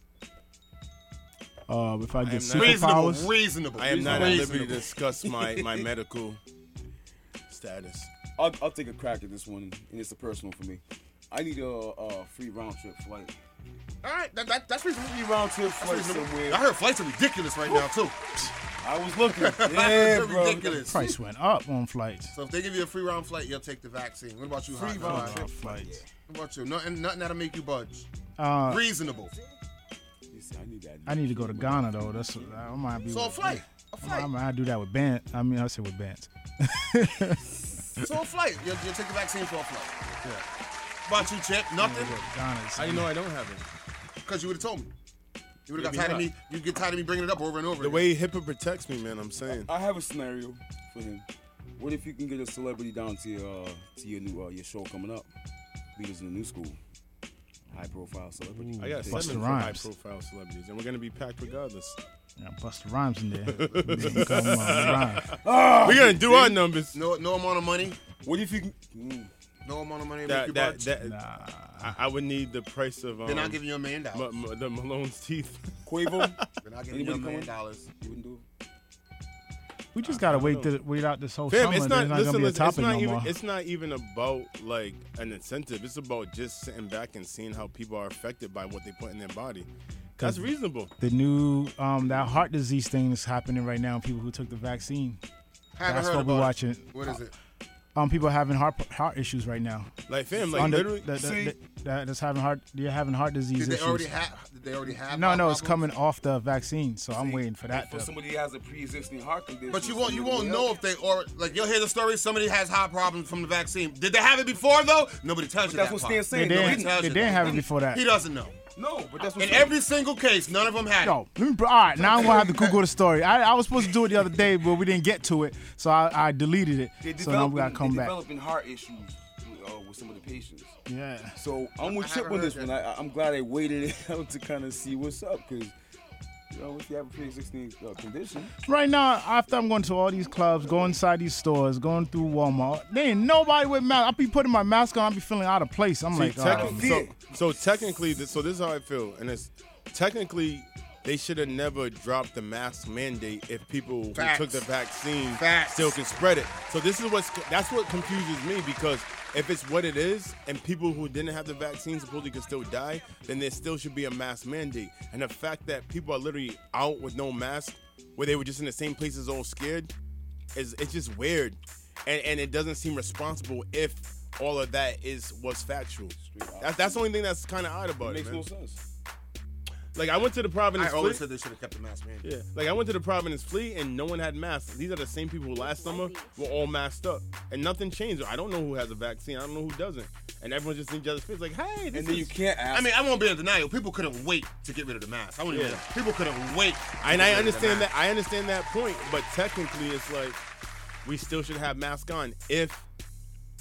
[SPEAKER 6] Uh, if I get
[SPEAKER 5] reasonable,
[SPEAKER 6] superpowers,
[SPEAKER 5] reasonable.
[SPEAKER 2] I am not at liberty to
[SPEAKER 5] Reasonable.
[SPEAKER 2] discuss my my medical status.
[SPEAKER 13] I'll, I'll take a crack at this one, and it's a personal for me. I need a, uh free round trip flight.
[SPEAKER 5] All right, that, that, that's reasonable. You round to
[SPEAKER 13] flight somewhere.
[SPEAKER 5] I heard flights are ridiculous right now too.
[SPEAKER 13] I was looking.
[SPEAKER 5] Yeah, bro. ridiculous.
[SPEAKER 6] price went up on flights.
[SPEAKER 5] So if they give you a free round flight, you'll take the vaccine. What about you?
[SPEAKER 6] Free
[SPEAKER 5] Hot
[SPEAKER 6] round
[SPEAKER 5] Rod?
[SPEAKER 6] trip
[SPEAKER 5] What about you? Nothing, nothing that'll make you budge.
[SPEAKER 6] Uh,
[SPEAKER 5] reasonable.
[SPEAKER 6] I need to go to Ghana though. That's I might be.
[SPEAKER 5] So a
[SPEAKER 6] with-
[SPEAKER 5] flight. A
[SPEAKER 6] I
[SPEAKER 5] flight.
[SPEAKER 6] might do that with band. I mean, I say with bands.
[SPEAKER 5] So a flight. You'll, you'll take the vaccine for a flight. Yeah. About you, Chip? Nothing?
[SPEAKER 2] How you know I don't have it?
[SPEAKER 5] Because you would have told me. You would have
[SPEAKER 2] Maybe
[SPEAKER 5] got tired of
[SPEAKER 2] not.
[SPEAKER 5] me. You get tired of me bringing it up over and over.
[SPEAKER 2] The
[SPEAKER 5] again.
[SPEAKER 2] way HIPAA protects me, man. I'm saying.
[SPEAKER 13] I have a scenario for him. What if you can get a celebrity down to your uh, to your new uh, your show coming up? Leaders in the new school, high profile celebrity.
[SPEAKER 2] I got
[SPEAKER 6] Busta
[SPEAKER 2] seven
[SPEAKER 6] Rhymes.
[SPEAKER 2] high-profile celebrities, and we're gonna be packed regardless.
[SPEAKER 6] Yeah, Busta Rhymes in there. Come on, Rhymes.
[SPEAKER 5] Ah!
[SPEAKER 2] we're gonna do our numbers.
[SPEAKER 5] No, no amount of money. Mm.
[SPEAKER 13] What if you? Can,
[SPEAKER 5] No amount of money will make you
[SPEAKER 2] That, that,
[SPEAKER 5] budge.
[SPEAKER 2] that, I, I would need the price of. Um,
[SPEAKER 5] Then I'll give you a million dollars.
[SPEAKER 2] Ma- ma- the Malone's teeth.
[SPEAKER 13] Quavo.
[SPEAKER 5] Then I'll give you a million dollars.
[SPEAKER 13] You wouldn't do
[SPEAKER 6] We just gotta wait to wait out this whole
[SPEAKER 2] Fam,
[SPEAKER 6] summer.
[SPEAKER 2] it's
[SPEAKER 6] There's
[SPEAKER 2] not.
[SPEAKER 6] not
[SPEAKER 2] listen,
[SPEAKER 6] gonna be a
[SPEAKER 2] listen,
[SPEAKER 6] topic
[SPEAKER 2] it's not
[SPEAKER 6] no
[SPEAKER 2] even.
[SPEAKER 6] more.
[SPEAKER 2] It's not even about like an incentive. It's about just sitting back and seeing how people are affected by what they put in their body. That's
[SPEAKER 6] Cause-
[SPEAKER 2] reasonable.
[SPEAKER 6] The new um, that heart disease thing is happening right now. People who took the vaccine.
[SPEAKER 5] Haven't
[SPEAKER 6] That's
[SPEAKER 5] heard
[SPEAKER 6] what we're
[SPEAKER 5] about it.
[SPEAKER 6] watching.
[SPEAKER 5] What is it?
[SPEAKER 6] Um, people having heart heart issues right now.
[SPEAKER 2] Like, fam, like,
[SPEAKER 6] On the-
[SPEAKER 2] literally-
[SPEAKER 6] the- the-
[SPEAKER 2] See?
[SPEAKER 6] the- that- that's having heart. You're having heart disease
[SPEAKER 5] Did they
[SPEAKER 6] issues.
[SPEAKER 5] already have? Did they already have?
[SPEAKER 6] no,
[SPEAKER 5] heart
[SPEAKER 6] no, it's
[SPEAKER 5] problems?
[SPEAKER 6] coming off the vaccine, so I'm waiting for that.
[SPEAKER 13] For
[SPEAKER 6] to-
[SPEAKER 13] somebody that has a pre-existing heart condition.
[SPEAKER 5] But you won't. You won't
[SPEAKER 13] somebody
[SPEAKER 5] know
[SPEAKER 13] else-
[SPEAKER 5] if they or like you'll hear the story. Somebody has heart problems from the vaccine. Did they have it before though? Nobody tells
[SPEAKER 13] But
[SPEAKER 5] you
[SPEAKER 13] that's
[SPEAKER 5] that
[SPEAKER 13] what
[SPEAKER 5] part.
[SPEAKER 13] Stan's saying,
[SPEAKER 6] They though.
[SPEAKER 5] Nobody
[SPEAKER 6] didn't-
[SPEAKER 5] tells
[SPEAKER 6] they
[SPEAKER 5] you
[SPEAKER 6] didn't
[SPEAKER 5] that.
[SPEAKER 6] have it before that.
[SPEAKER 5] He doesn't know.
[SPEAKER 13] No, but that's what
[SPEAKER 5] In every single case, none of them had
[SPEAKER 6] No, let me, all right, now I'm gonna have to Google the story. I, I was supposed to do it the other day, but we didn't get to it, so I, I deleted
[SPEAKER 13] They're
[SPEAKER 6] it. So now we gotta
[SPEAKER 13] developing-
[SPEAKER 6] come
[SPEAKER 13] they're
[SPEAKER 6] back.
[SPEAKER 13] Developing heart issues uh, with some of the patients.
[SPEAKER 6] Yeah.
[SPEAKER 13] So I'm
[SPEAKER 5] I
[SPEAKER 13] with Chip
[SPEAKER 5] haven't
[SPEAKER 13] with
[SPEAKER 5] heard
[SPEAKER 13] this one. I, I'm glad I waited it out to kind of see what's up because. You know, if you have a pre-existing uh, condition,
[SPEAKER 6] Right now, after I'm going to all these clubs, going inside these stores, going through Walmart, there ain't nobody with mask. I'll be putting my mask on, I'll be feeling out of place. I'm
[SPEAKER 2] See,
[SPEAKER 6] like,
[SPEAKER 2] techni-
[SPEAKER 6] oh, man.
[SPEAKER 2] so, so technically, this, so this is how I feel, and it's technically they should have never dropped the mask mandate if people
[SPEAKER 5] Facts.
[SPEAKER 2] who took the vaccine
[SPEAKER 5] Facts.
[SPEAKER 2] still can spread it. So this is what's that's what confuses me because if it's what it is, and people who didn't have the vaccine supposedly can still die, then there still should be a mask mandate. And the fact that people are literally out with no mask, where they were just in the same places, all scared, is it's just weird, and and it doesn't seem responsible if all of that is was factual. That, that's the only thing that's kind of odd about
[SPEAKER 13] it
[SPEAKER 2] it.
[SPEAKER 13] makes
[SPEAKER 2] man.
[SPEAKER 13] no sense.
[SPEAKER 2] Like I went to the Providence.
[SPEAKER 5] I always
[SPEAKER 2] Flea-
[SPEAKER 5] said they should have kept the mask man.
[SPEAKER 2] yeah, like I went to the Providence Flea and no one had masks. These are the same people who last summer were all masked up and nothing changed. I don't know who has a vaccine. I don't know who doesn't. And everyone's just in each other's face like, hey. This
[SPEAKER 13] And then
[SPEAKER 2] is-
[SPEAKER 13] you can't ask.
[SPEAKER 5] I mean, I won't be in denial. People couldn't wait to get rid of the mask. I wouldn't even.
[SPEAKER 2] Yeah.
[SPEAKER 5] People couldn't wait. to get rid of
[SPEAKER 2] And I
[SPEAKER 5] the
[SPEAKER 2] understand
[SPEAKER 5] mask.
[SPEAKER 2] that. I understand that point. But technically, it's like we still should have masks on if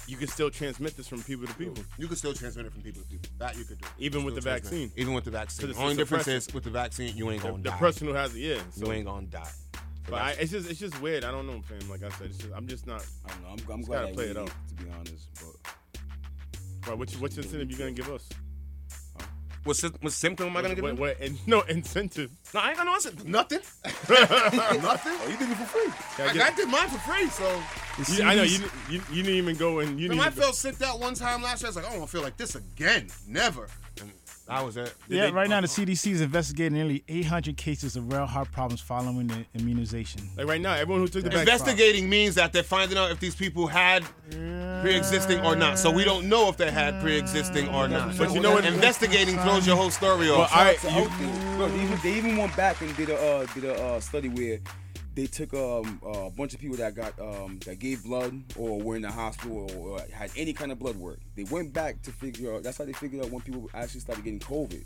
[SPEAKER 2] you can still transmit this from people to people.
[SPEAKER 5] You can still transmit it from people to people. That you could do.
[SPEAKER 2] Even with
[SPEAKER 5] Still
[SPEAKER 2] the
[SPEAKER 5] transmit.
[SPEAKER 2] vaccine.
[SPEAKER 5] Even with the
[SPEAKER 2] 'Cause
[SPEAKER 5] vaccine.
[SPEAKER 2] it's
[SPEAKER 5] Only
[SPEAKER 2] a
[SPEAKER 5] difference
[SPEAKER 2] suppressant.
[SPEAKER 5] is with the vaccine, you ain't
[SPEAKER 2] The-
[SPEAKER 5] gonna
[SPEAKER 2] the
[SPEAKER 5] die.
[SPEAKER 2] person who has it, yeah, so-
[SPEAKER 5] You ain't gonna die.
[SPEAKER 2] But I, it's just it's just weird. I don't know, fam. Like I said, it's just, I'm just not. I don't know. I'm,
[SPEAKER 13] I'm
[SPEAKER 2] just
[SPEAKER 13] glad
[SPEAKER 2] gotta
[SPEAKER 13] I
[SPEAKER 2] play it out.
[SPEAKER 13] waited, To be honest, but
[SPEAKER 2] Right, what you- what incentive you gonna give us?
[SPEAKER 5] What, sym- what symptom am I gonna give
[SPEAKER 2] What,
[SPEAKER 5] them?
[SPEAKER 2] what, and, no incentive.
[SPEAKER 5] No, I ain't got no answer. Nothing.
[SPEAKER 2] Nothing?
[SPEAKER 5] Oh, you did it for free.
[SPEAKER 2] Yeah, I
[SPEAKER 5] Like,
[SPEAKER 2] did-
[SPEAKER 5] I did mine for free, so.
[SPEAKER 2] You, I know you, you you didn't even go and
[SPEAKER 5] Remember,
[SPEAKER 2] you didn't.
[SPEAKER 5] I
[SPEAKER 2] even go-
[SPEAKER 5] felt sick that one time last year. I was like, I don't want to feel like this again. Never. And that was it.
[SPEAKER 6] Yeah, right now the CDC is investigating nearly 800 cases of rare heart problems following the immunization.
[SPEAKER 2] Like right now, everyone who took the vaccine.
[SPEAKER 5] Investigating means that they're finding out if these people had pre-existing or not. So we don't know if they had pre-existing or not.
[SPEAKER 13] But you know what-
[SPEAKER 5] Investigating throws your whole story off.
[SPEAKER 13] Bro, they, even, they even went back and did a uh, did a uh, study where they took um, uh, a bunch of people that got um, that gave blood or were in the hospital or, or had any kind of blood work. They went back to figure out. That's how they figured out when people actually started getting COVID.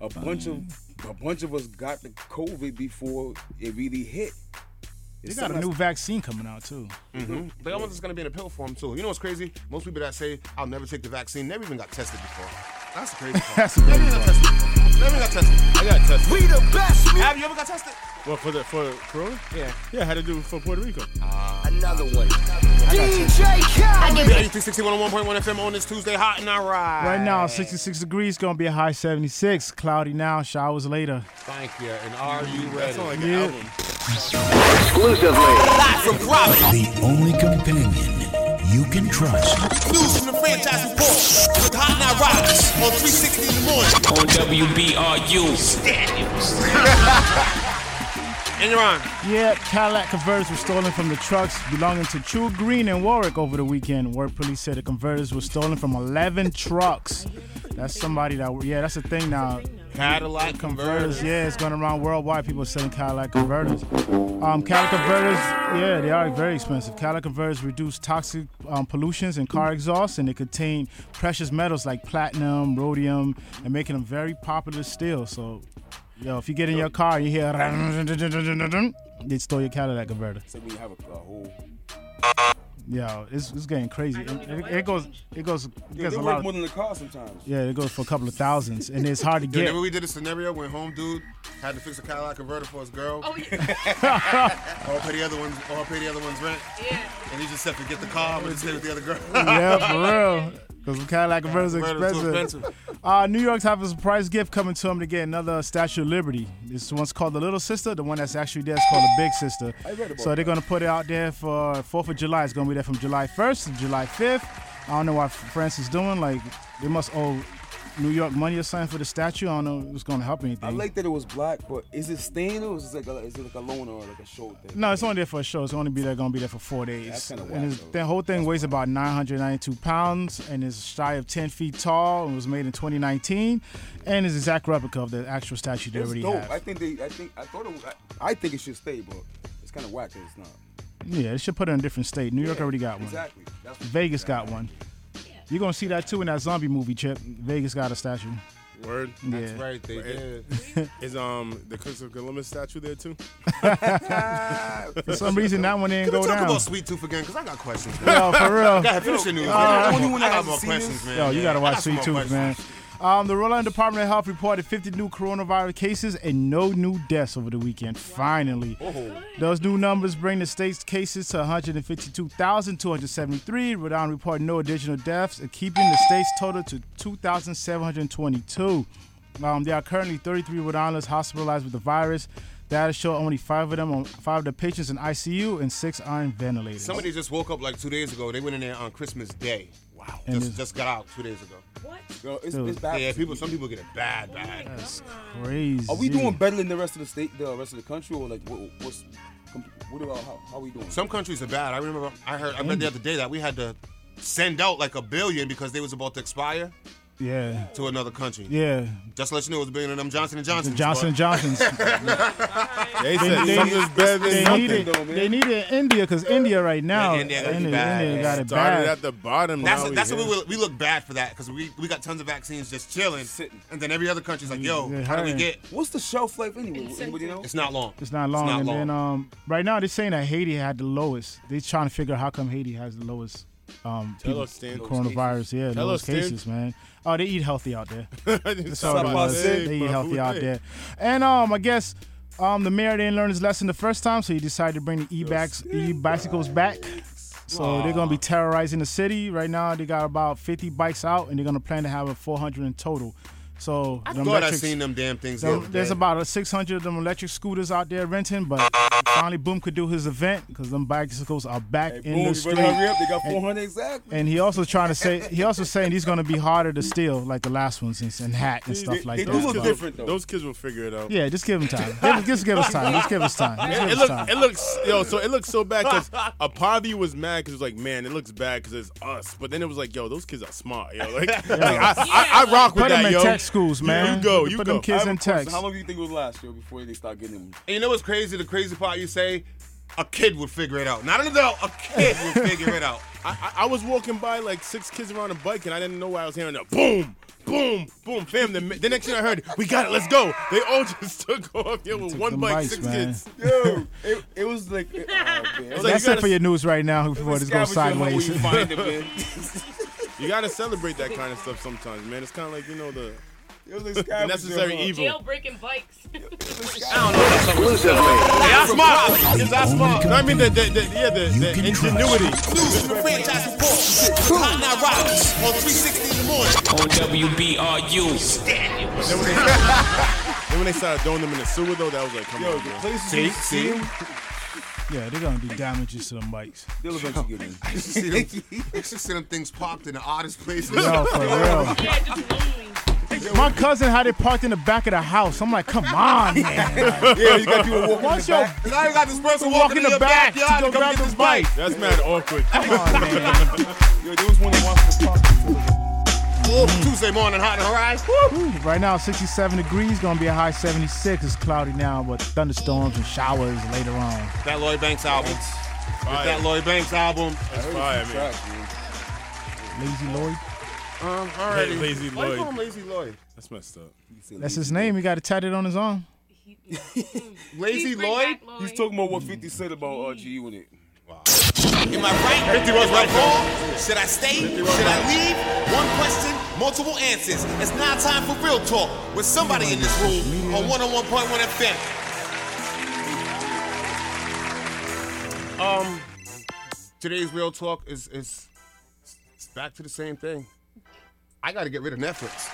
[SPEAKER 13] A bunch of a bunch of us got the COVID before it really hit.
[SPEAKER 6] They
[SPEAKER 13] It's
[SPEAKER 6] got a Mm-hmm.
[SPEAKER 13] something
[SPEAKER 6] new vaccine coming out too.
[SPEAKER 5] hmm They almost is going to be in a pill form too. You know what's crazy? Most people that say I'll never take the vaccine never even got tested before. That's the crazy part.
[SPEAKER 6] That's
[SPEAKER 5] never
[SPEAKER 6] crazy
[SPEAKER 5] even got
[SPEAKER 6] part.
[SPEAKER 5] tested. Never got tested.
[SPEAKER 2] I got tested.
[SPEAKER 5] We the best. Have you ever got tested?
[SPEAKER 2] Well, for the for Corona?
[SPEAKER 5] Yeah.
[SPEAKER 2] Yeah, I had to do it for Puerto Rico. Ah,
[SPEAKER 5] Another one.
[SPEAKER 4] DJ
[SPEAKER 5] Khaled. 361.1 FM on this Tuesday, hot and I ride.
[SPEAKER 6] Right now, 66 degrees, gonna be a high 76. Cloudy now, showers later.
[SPEAKER 5] Thank you. And are you
[SPEAKER 6] Mm-hmm.
[SPEAKER 5] ready?
[SPEAKER 6] sound like an Yeah. album.
[SPEAKER 4] Exclusively.
[SPEAKER 5] Live from Providence.
[SPEAKER 11] The only companion you can trust.
[SPEAKER 5] News from the franchise report with Hot Night Rocks on 360 in the morning.
[SPEAKER 12] On WBRU.
[SPEAKER 5] And you're on.
[SPEAKER 6] Yeah, Cadillac converters were stolen from the trucks belonging to True Green in Warwick over the weekend. Warwick police said the converters were stolen from 11 trucks. That's somebody that, yeah, that's a thing now.
[SPEAKER 5] Cadillac converters.
[SPEAKER 6] Converters, yeah, it's going around worldwide. People are selling Cadillac converters. Um, Cadillac converters, yeah, they are very expensive. Cadillac converters reduce toxic um, pollutions in car exhaust, and they contain precious metals like platinum, rhodium, and making them very popular still. So, yo, if you get in your car and you hear, they stole your Cadillac converter.
[SPEAKER 13] So we have a, a whole.
[SPEAKER 6] Yo, it's, it's getting crazy. It, it- it goes, it goes, it
[SPEAKER 13] Dude,
[SPEAKER 6] goes
[SPEAKER 13] they
[SPEAKER 6] a
[SPEAKER 13] worth
[SPEAKER 6] lot.
[SPEAKER 13] more than the car sometimes.
[SPEAKER 6] Yeah, it goes for a couple of thousands, and it's hard to
[SPEAKER 5] Dude,
[SPEAKER 6] get.
[SPEAKER 5] remember we did a scenario when home dude had to fix a Cadillac converter for his girl. Oh
[SPEAKER 6] yeah.
[SPEAKER 5] or pay the other ones, or pay the other one's rent. Yeah. And he just said, forget the car, but just stay with the other girl.
[SPEAKER 6] yeah, for real. Because Cadillac converters are
[SPEAKER 5] Converters
[SPEAKER 6] expensive.
[SPEAKER 5] too
[SPEAKER 6] Uh, New York's have a surprise gift coming to them to get another Statue of Liberty. This one's called the Little Sister. The one that's actually there is called the Big Sister. So they're going to put it out there for 4th of July. It's going to be there from July 1st to July 5th. I don't know what France is doing. Like, they must owe New York money or something for the statue. I don't know if it's going to help anything.
[SPEAKER 13] I like that it was black, but is it stained or is it like a, is it like a loan or like a show thing?
[SPEAKER 6] No, it's only there for a show. It's only be there gonna be there for four days.
[SPEAKER 13] That's kinda whack,
[SPEAKER 6] and it's, the whole thing weighs about 992 pounds and is shy of 10 feet tall and was made in 2019 and is exact replica of the actual statue they
[SPEAKER 13] It's
[SPEAKER 6] already
[SPEAKER 13] dope.
[SPEAKER 6] have.
[SPEAKER 13] I think they. I think I thought. It, was- I, I think it should stay, but it's kind of whack that it's not.
[SPEAKER 6] Yeah, they should put it in a different state. New York
[SPEAKER 13] Yeah,
[SPEAKER 6] already got one.
[SPEAKER 13] Exactly. That's
[SPEAKER 6] Vegas got one. You're gonna see that too in that zombie movie, Chip. Vegas got a statue.
[SPEAKER 2] Word.
[SPEAKER 6] Yeah. That's right,
[SPEAKER 5] they
[SPEAKER 2] Word. Is um the Chris of Columbus statue there too?
[SPEAKER 6] For some reason, that one didn't
[SPEAKER 5] Can we
[SPEAKER 6] go
[SPEAKER 5] talk
[SPEAKER 6] down.
[SPEAKER 5] about Sweet Tooth again? Because I got questions.
[SPEAKER 6] Yo, for real.
[SPEAKER 5] Go ahead, finish the news.
[SPEAKER 6] Uh,
[SPEAKER 5] man. I got more-
[SPEAKER 6] Yo,
[SPEAKER 5] I got more questions, man.
[SPEAKER 6] you
[SPEAKER 5] Yeah.
[SPEAKER 6] gotta
[SPEAKER 5] I
[SPEAKER 6] watch
[SPEAKER 5] got some
[SPEAKER 6] Sweet
[SPEAKER 5] more
[SPEAKER 6] Tooth,
[SPEAKER 5] questions.
[SPEAKER 6] man. Um, the Rhode Island Department of Health reported 50 new coronavirus cases and no new deaths over the weekend. Finally,
[SPEAKER 2] Oh.
[SPEAKER 6] those new numbers bring the state's cases to 152,273. Rhode Island reported no additional deaths, keeping the state's total to 2,722. Um, there are currently 33 Rhode Islanders hospitalized with the virus. Data show only five of them, on, five of the patients in ICU, and six are in ventilators.
[SPEAKER 5] Somebody just woke up like two days ago. They went in there on Christmas Day. Wow.
[SPEAKER 6] And
[SPEAKER 5] Just,
[SPEAKER 6] it's-
[SPEAKER 5] just got out two days ago. What?
[SPEAKER 13] it's- Dude. it's bad
[SPEAKER 5] Yeah,
[SPEAKER 13] for
[SPEAKER 5] people. Some people get it bad, bad.
[SPEAKER 6] crazy.
[SPEAKER 13] Are we doing better than the rest of the state, the rest of the country, or like what, what's what about how, how we doing?
[SPEAKER 5] Some countries are bad. I remember I heard I read the other day that we had to send out like a billion because they was about to expire
[SPEAKER 6] Yeah.
[SPEAKER 5] to another country.
[SPEAKER 6] Yeah.
[SPEAKER 5] Just to let you know, it was a billion of them Johnson and Johnson.
[SPEAKER 6] Johnson and Johnsons.
[SPEAKER 5] They said something's better than
[SPEAKER 6] they
[SPEAKER 5] nothing,
[SPEAKER 6] need it.
[SPEAKER 5] though, man.
[SPEAKER 6] they need it in India because India right now.
[SPEAKER 5] India got it
[SPEAKER 6] India-
[SPEAKER 5] bad.
[SPEAKER 6] India Oh, got it
[SPEAKER 2] Started
[SPEAKER 6] bad.
[SPEAKER 2] at the bottom.
[SPEAKER 5] That's
[SPEAKER 2] now
[SPEAKER 5] that's what we
[SPEAKER 2] here.
[SPEAKER 5] will- we look bad for that because we, we got tons of vaccines just chilling, and then every other country's like, yo,
[SPEAKER 6] Yeah,
[SPEAKER 5] how do we
[SPEAKER 6] hey.
[SPEAKER 5] get?
[SPEAKER 13] What's the shelf life anyway? Anybody know?
[SPEAKER 5] It's not long.
[SPEAKER 6] It's not long.
[SPEAKER 5] It's not
[SPEAKER 6] and
[SPEAKER 5] long.
[SPEAKER 6] then um, right now they're saying that Haiti had the lowest. They're trying to figure out how come Haiti has the lowest um,
[SPEAKER 2] Tell
[SPEAKER 6] people-
[SPEAKER 2] us, Stan.
[SPEAKER 6] coronavirus. Yeah,
[SPEAKER 2] Tell
[SPEAKER 6] those
[SPEAKER 2] us, Stan.
[SPEAKER 6] cases, man. Oh, they eat healthy out there. That's all it
[SPEAKER 2] Somebody
[SPEAKER 6] was.
[SPEAKER 2] say,
[SPEAKER 6] They
[SPEAKER 2] bro,
[SPEAKER 6] eat healthy
[SPEAKER 2] who
[SPEAKER 6] out
[SPEAKER 2] they?
[SPEAKER 6] there. And um, I guess um, the mayor didn't learn his lesson the first time, so he decided to bring the e backs e bicycles back. So they're gonna be terrorizing the city right now. They got about 50 bikes out, and they're gonna plan to have a 400 in total. So
[SPEAKER 5] I
[SPEAKER 6] the
[SPEAKER 5] thought I
[SPEAKER 6] electrics-
[SPEAKER 5] seen them damn things.
[SPEAKER 6] there-
[SPEAKER 5] the other
[SPEAKER 6] there's
[SPEAKER 5] day.
[SPEAKER 6] about a 600 of them electric scooters out there renting, but finally Boom could do his event because them bicycles are back in
[SPEAKER 13] Boom,
[SPEAKER 6] the
[SPEAKER 13] you
[SPEAKER 6] street.
[SPEAKER 13] better hurry up. They got
[SPEAKER 6] And-
[SPEAKER 13] 400 exactly.
[SPEAKER 6] and he also trying to say he also saying he's gonna be harder to steal, like the last ones and, and hack and stuff like that.
[SPEAKER 2] Those
[SPEAKER 6] but-
[SPEAKER 2] kids- Those kids will figure it out.
[SPEAKER 6] Yeah, just give him time. Give, just give us time. Just give us time. Just give
[SPEAKER 2] It,
[SPEAKER 6] us
[SPEAKER 2] it looks,
[SPEAKER 6] time.
[SPEAKER 2] it looks, yo. So it looks so bad because Apavi was mad because was like, man, it looks bad because it's us. But then it was like, yo, those kids are smart, yo. Like, like, I, I, I rock with
[SPEAKER 6] Put
[SPEAKER 2] that,
[SPEAKER 6] them in
[SPEAKER 2] yo.
[SPEAKER 6] tech schools,
[SPEAKER 2] You-
[SPEAKER 6] man.
[SPEAKER 2] You go, you
[SPEAKER 6] Put
[SPEAKER 2] go.
[SPEAKER 6] them kids
[SPEAKER 2] I-
[SPEAKER 6] in
[SPEAKER 13] So
[SPEAKER 6] tech.
[SPEAKER 13] how long do you think it was last year before they start getting them?
[SPEAKER 5] And you know what's crazy? The crazy part you say, a kid would figure it out. Not an adult, a kid would figure it out.
[SPEAKER 2] I, I I was walking by like six kids around a bike and I didn't know why I was hearing a boom, boom, boom, fam. The, the next thing I heard, we got it, let's go. They all just took off, yo, with one
[SPEAKER 6] them
[SPEAKER 2] bike,
[SPEAKER 6] bikes,
[SPEAKER 2] six
[SPEAKER 6] man.
[SPEAKER 2] kids.
[SPEAKER 13] Yo, it, it was like, oh, man.
[SPEAKER 2] It's like,
[SPEAKER 6] That's
[SPEAKER 2] you
[SPEAKER 6] it for your news right now before this goes sideways.
[SPEAKER 2] you gotta celebrate that kind of stuff sometimes, man. It's kind of like you know the,
[SPEAKER 13] the
[SPEAKER 2] the necessary evil.
[SPEAKER 15] Jailbreaking bikes.
[SPEAKER 2] Y'all smart. Y'all smart. No, I mean the, the, the yeah the, the ingenuity.
[SPEAKER 1] News from Franchise Report. Hot Now Rocks on 360 in the morning.
[SPEAKER 12] On WBRU.
[SPEAKER 2] And when they started throwing them in the sewer though, that was like, come on, bro.
[SPEAKER 6] Yeah, they're gonna do damages to them bikes.
[SPEAKER 13] They'll eventually get in.
[SPEAKER 5] I used to see them, I used to see them things popped in the oddest places.
[SPEAKER 6] Yo, for real. My cousin had it parked in the back of the house. I'm like, come on, man.
[SPEAKER 5] Yeah, you got people walking
[SPEAKER 6] Once
[SPEAKER 5] in the back. Now you got this person walking in your backyard to come
[SPEAKER 6] grab
[SPEAKER 5] get
[SPEAKER 6] the
[SPEAKER 5] this bike.
[SPEAKER 2] That's mad awkward.
[SPEAKER 13] Yo, there was one that wants to talk.
[SPEAKER 5] Oh, Tuesday morning, hot and horizon.
[SPEAKER 6] Right now, 67 degrees, gonna be a high 76. It's cloudy now, but thunderstorms and showers later on.
[SPEAKER 5] That Lloyd Banks album. Get that Lloyd Banks album.
[SPEAKER 2] That's fire, man.
[SPEAKER 6] Lazy Lloyd.
[SPEAKER 5] Um,
[SPEAKER 2] Hey,
[SPEAKER 5] alrighty.
[SPEAKER 2] Lazy
[SPEAKER 5] Why you call
[SPEAKER 2] Lloyd.
[SPEAKER 5] him Lazy Lloyd?
[SPEAKER 2] That's messed up.
[SPEAKER 6] That's his name. He got it tatted on his arm.
[SPEAKER 5] Lazy
[SPEAKER 15] bring
[SPEAKER 5] Lloyd?
[SPEAKER 15] back Lloyd.
[SPEAKER 13] He's talking about what 50 said about uh, RG with it.
[SPEAKER 1] Am I right?
[SPEAKER 5] 50 was right.
[SPEAKER 1] Wrong? Should I stay? Should I leave? One question, multiple answers. It's now time for real talk with somebody in this room on 101.1 FM.
[SPEAKER 5] Um, today's real talk is is it's back to the same thing. I got to get rid of Netflix.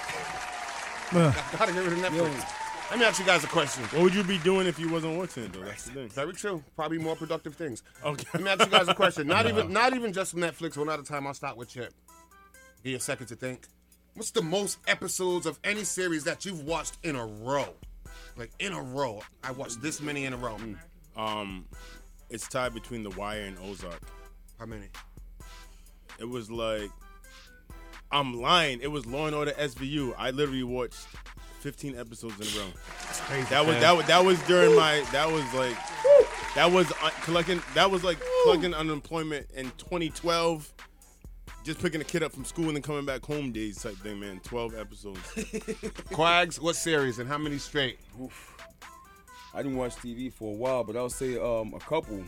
[SPEAKER 6] Ugh.
[SPEAKER 5] I got to get rid of Netflix. Let me ask you guys a question.
[SPEAKER 2] What would you be doing if you wasn't watching it though? That's the thing.
[SPEAKER 5] Very true. Probably more productive things.
[SPEAKER 2] Okay.
[SPEAKER 5] Let me ask you guys a question. Not even not even just Netflix. One at a time. I'll start with you. Give you a second to think. What's the most episodes of any series that you've watched in a row? Like in a row. I watched this many in a row.
[SPEAKER 2] Hmm. Um, it's tied between The Wire and Ozark.
[SPEAKER 5] How many?
[SPEAKER 2] It was like, I'm lying. It was Law and Order SVU. I literally watched 15 episodes in a row.
[SPEAKER 5] That's crazy.
[SPEAKER 2] That was
[SPEAKER 5] man.
[SPEAKER 2] that was that was during my that was like that was uh, collecting that was like collecting unemployment in 2012. Just picking a kid up from school and then coming back home days type thing, man. 12 episodes.
[SPEAKER 5] Quags. What series and how many straight?
[SPEAKER 13] I didn't watch TV for a while, but I'll say um a couple.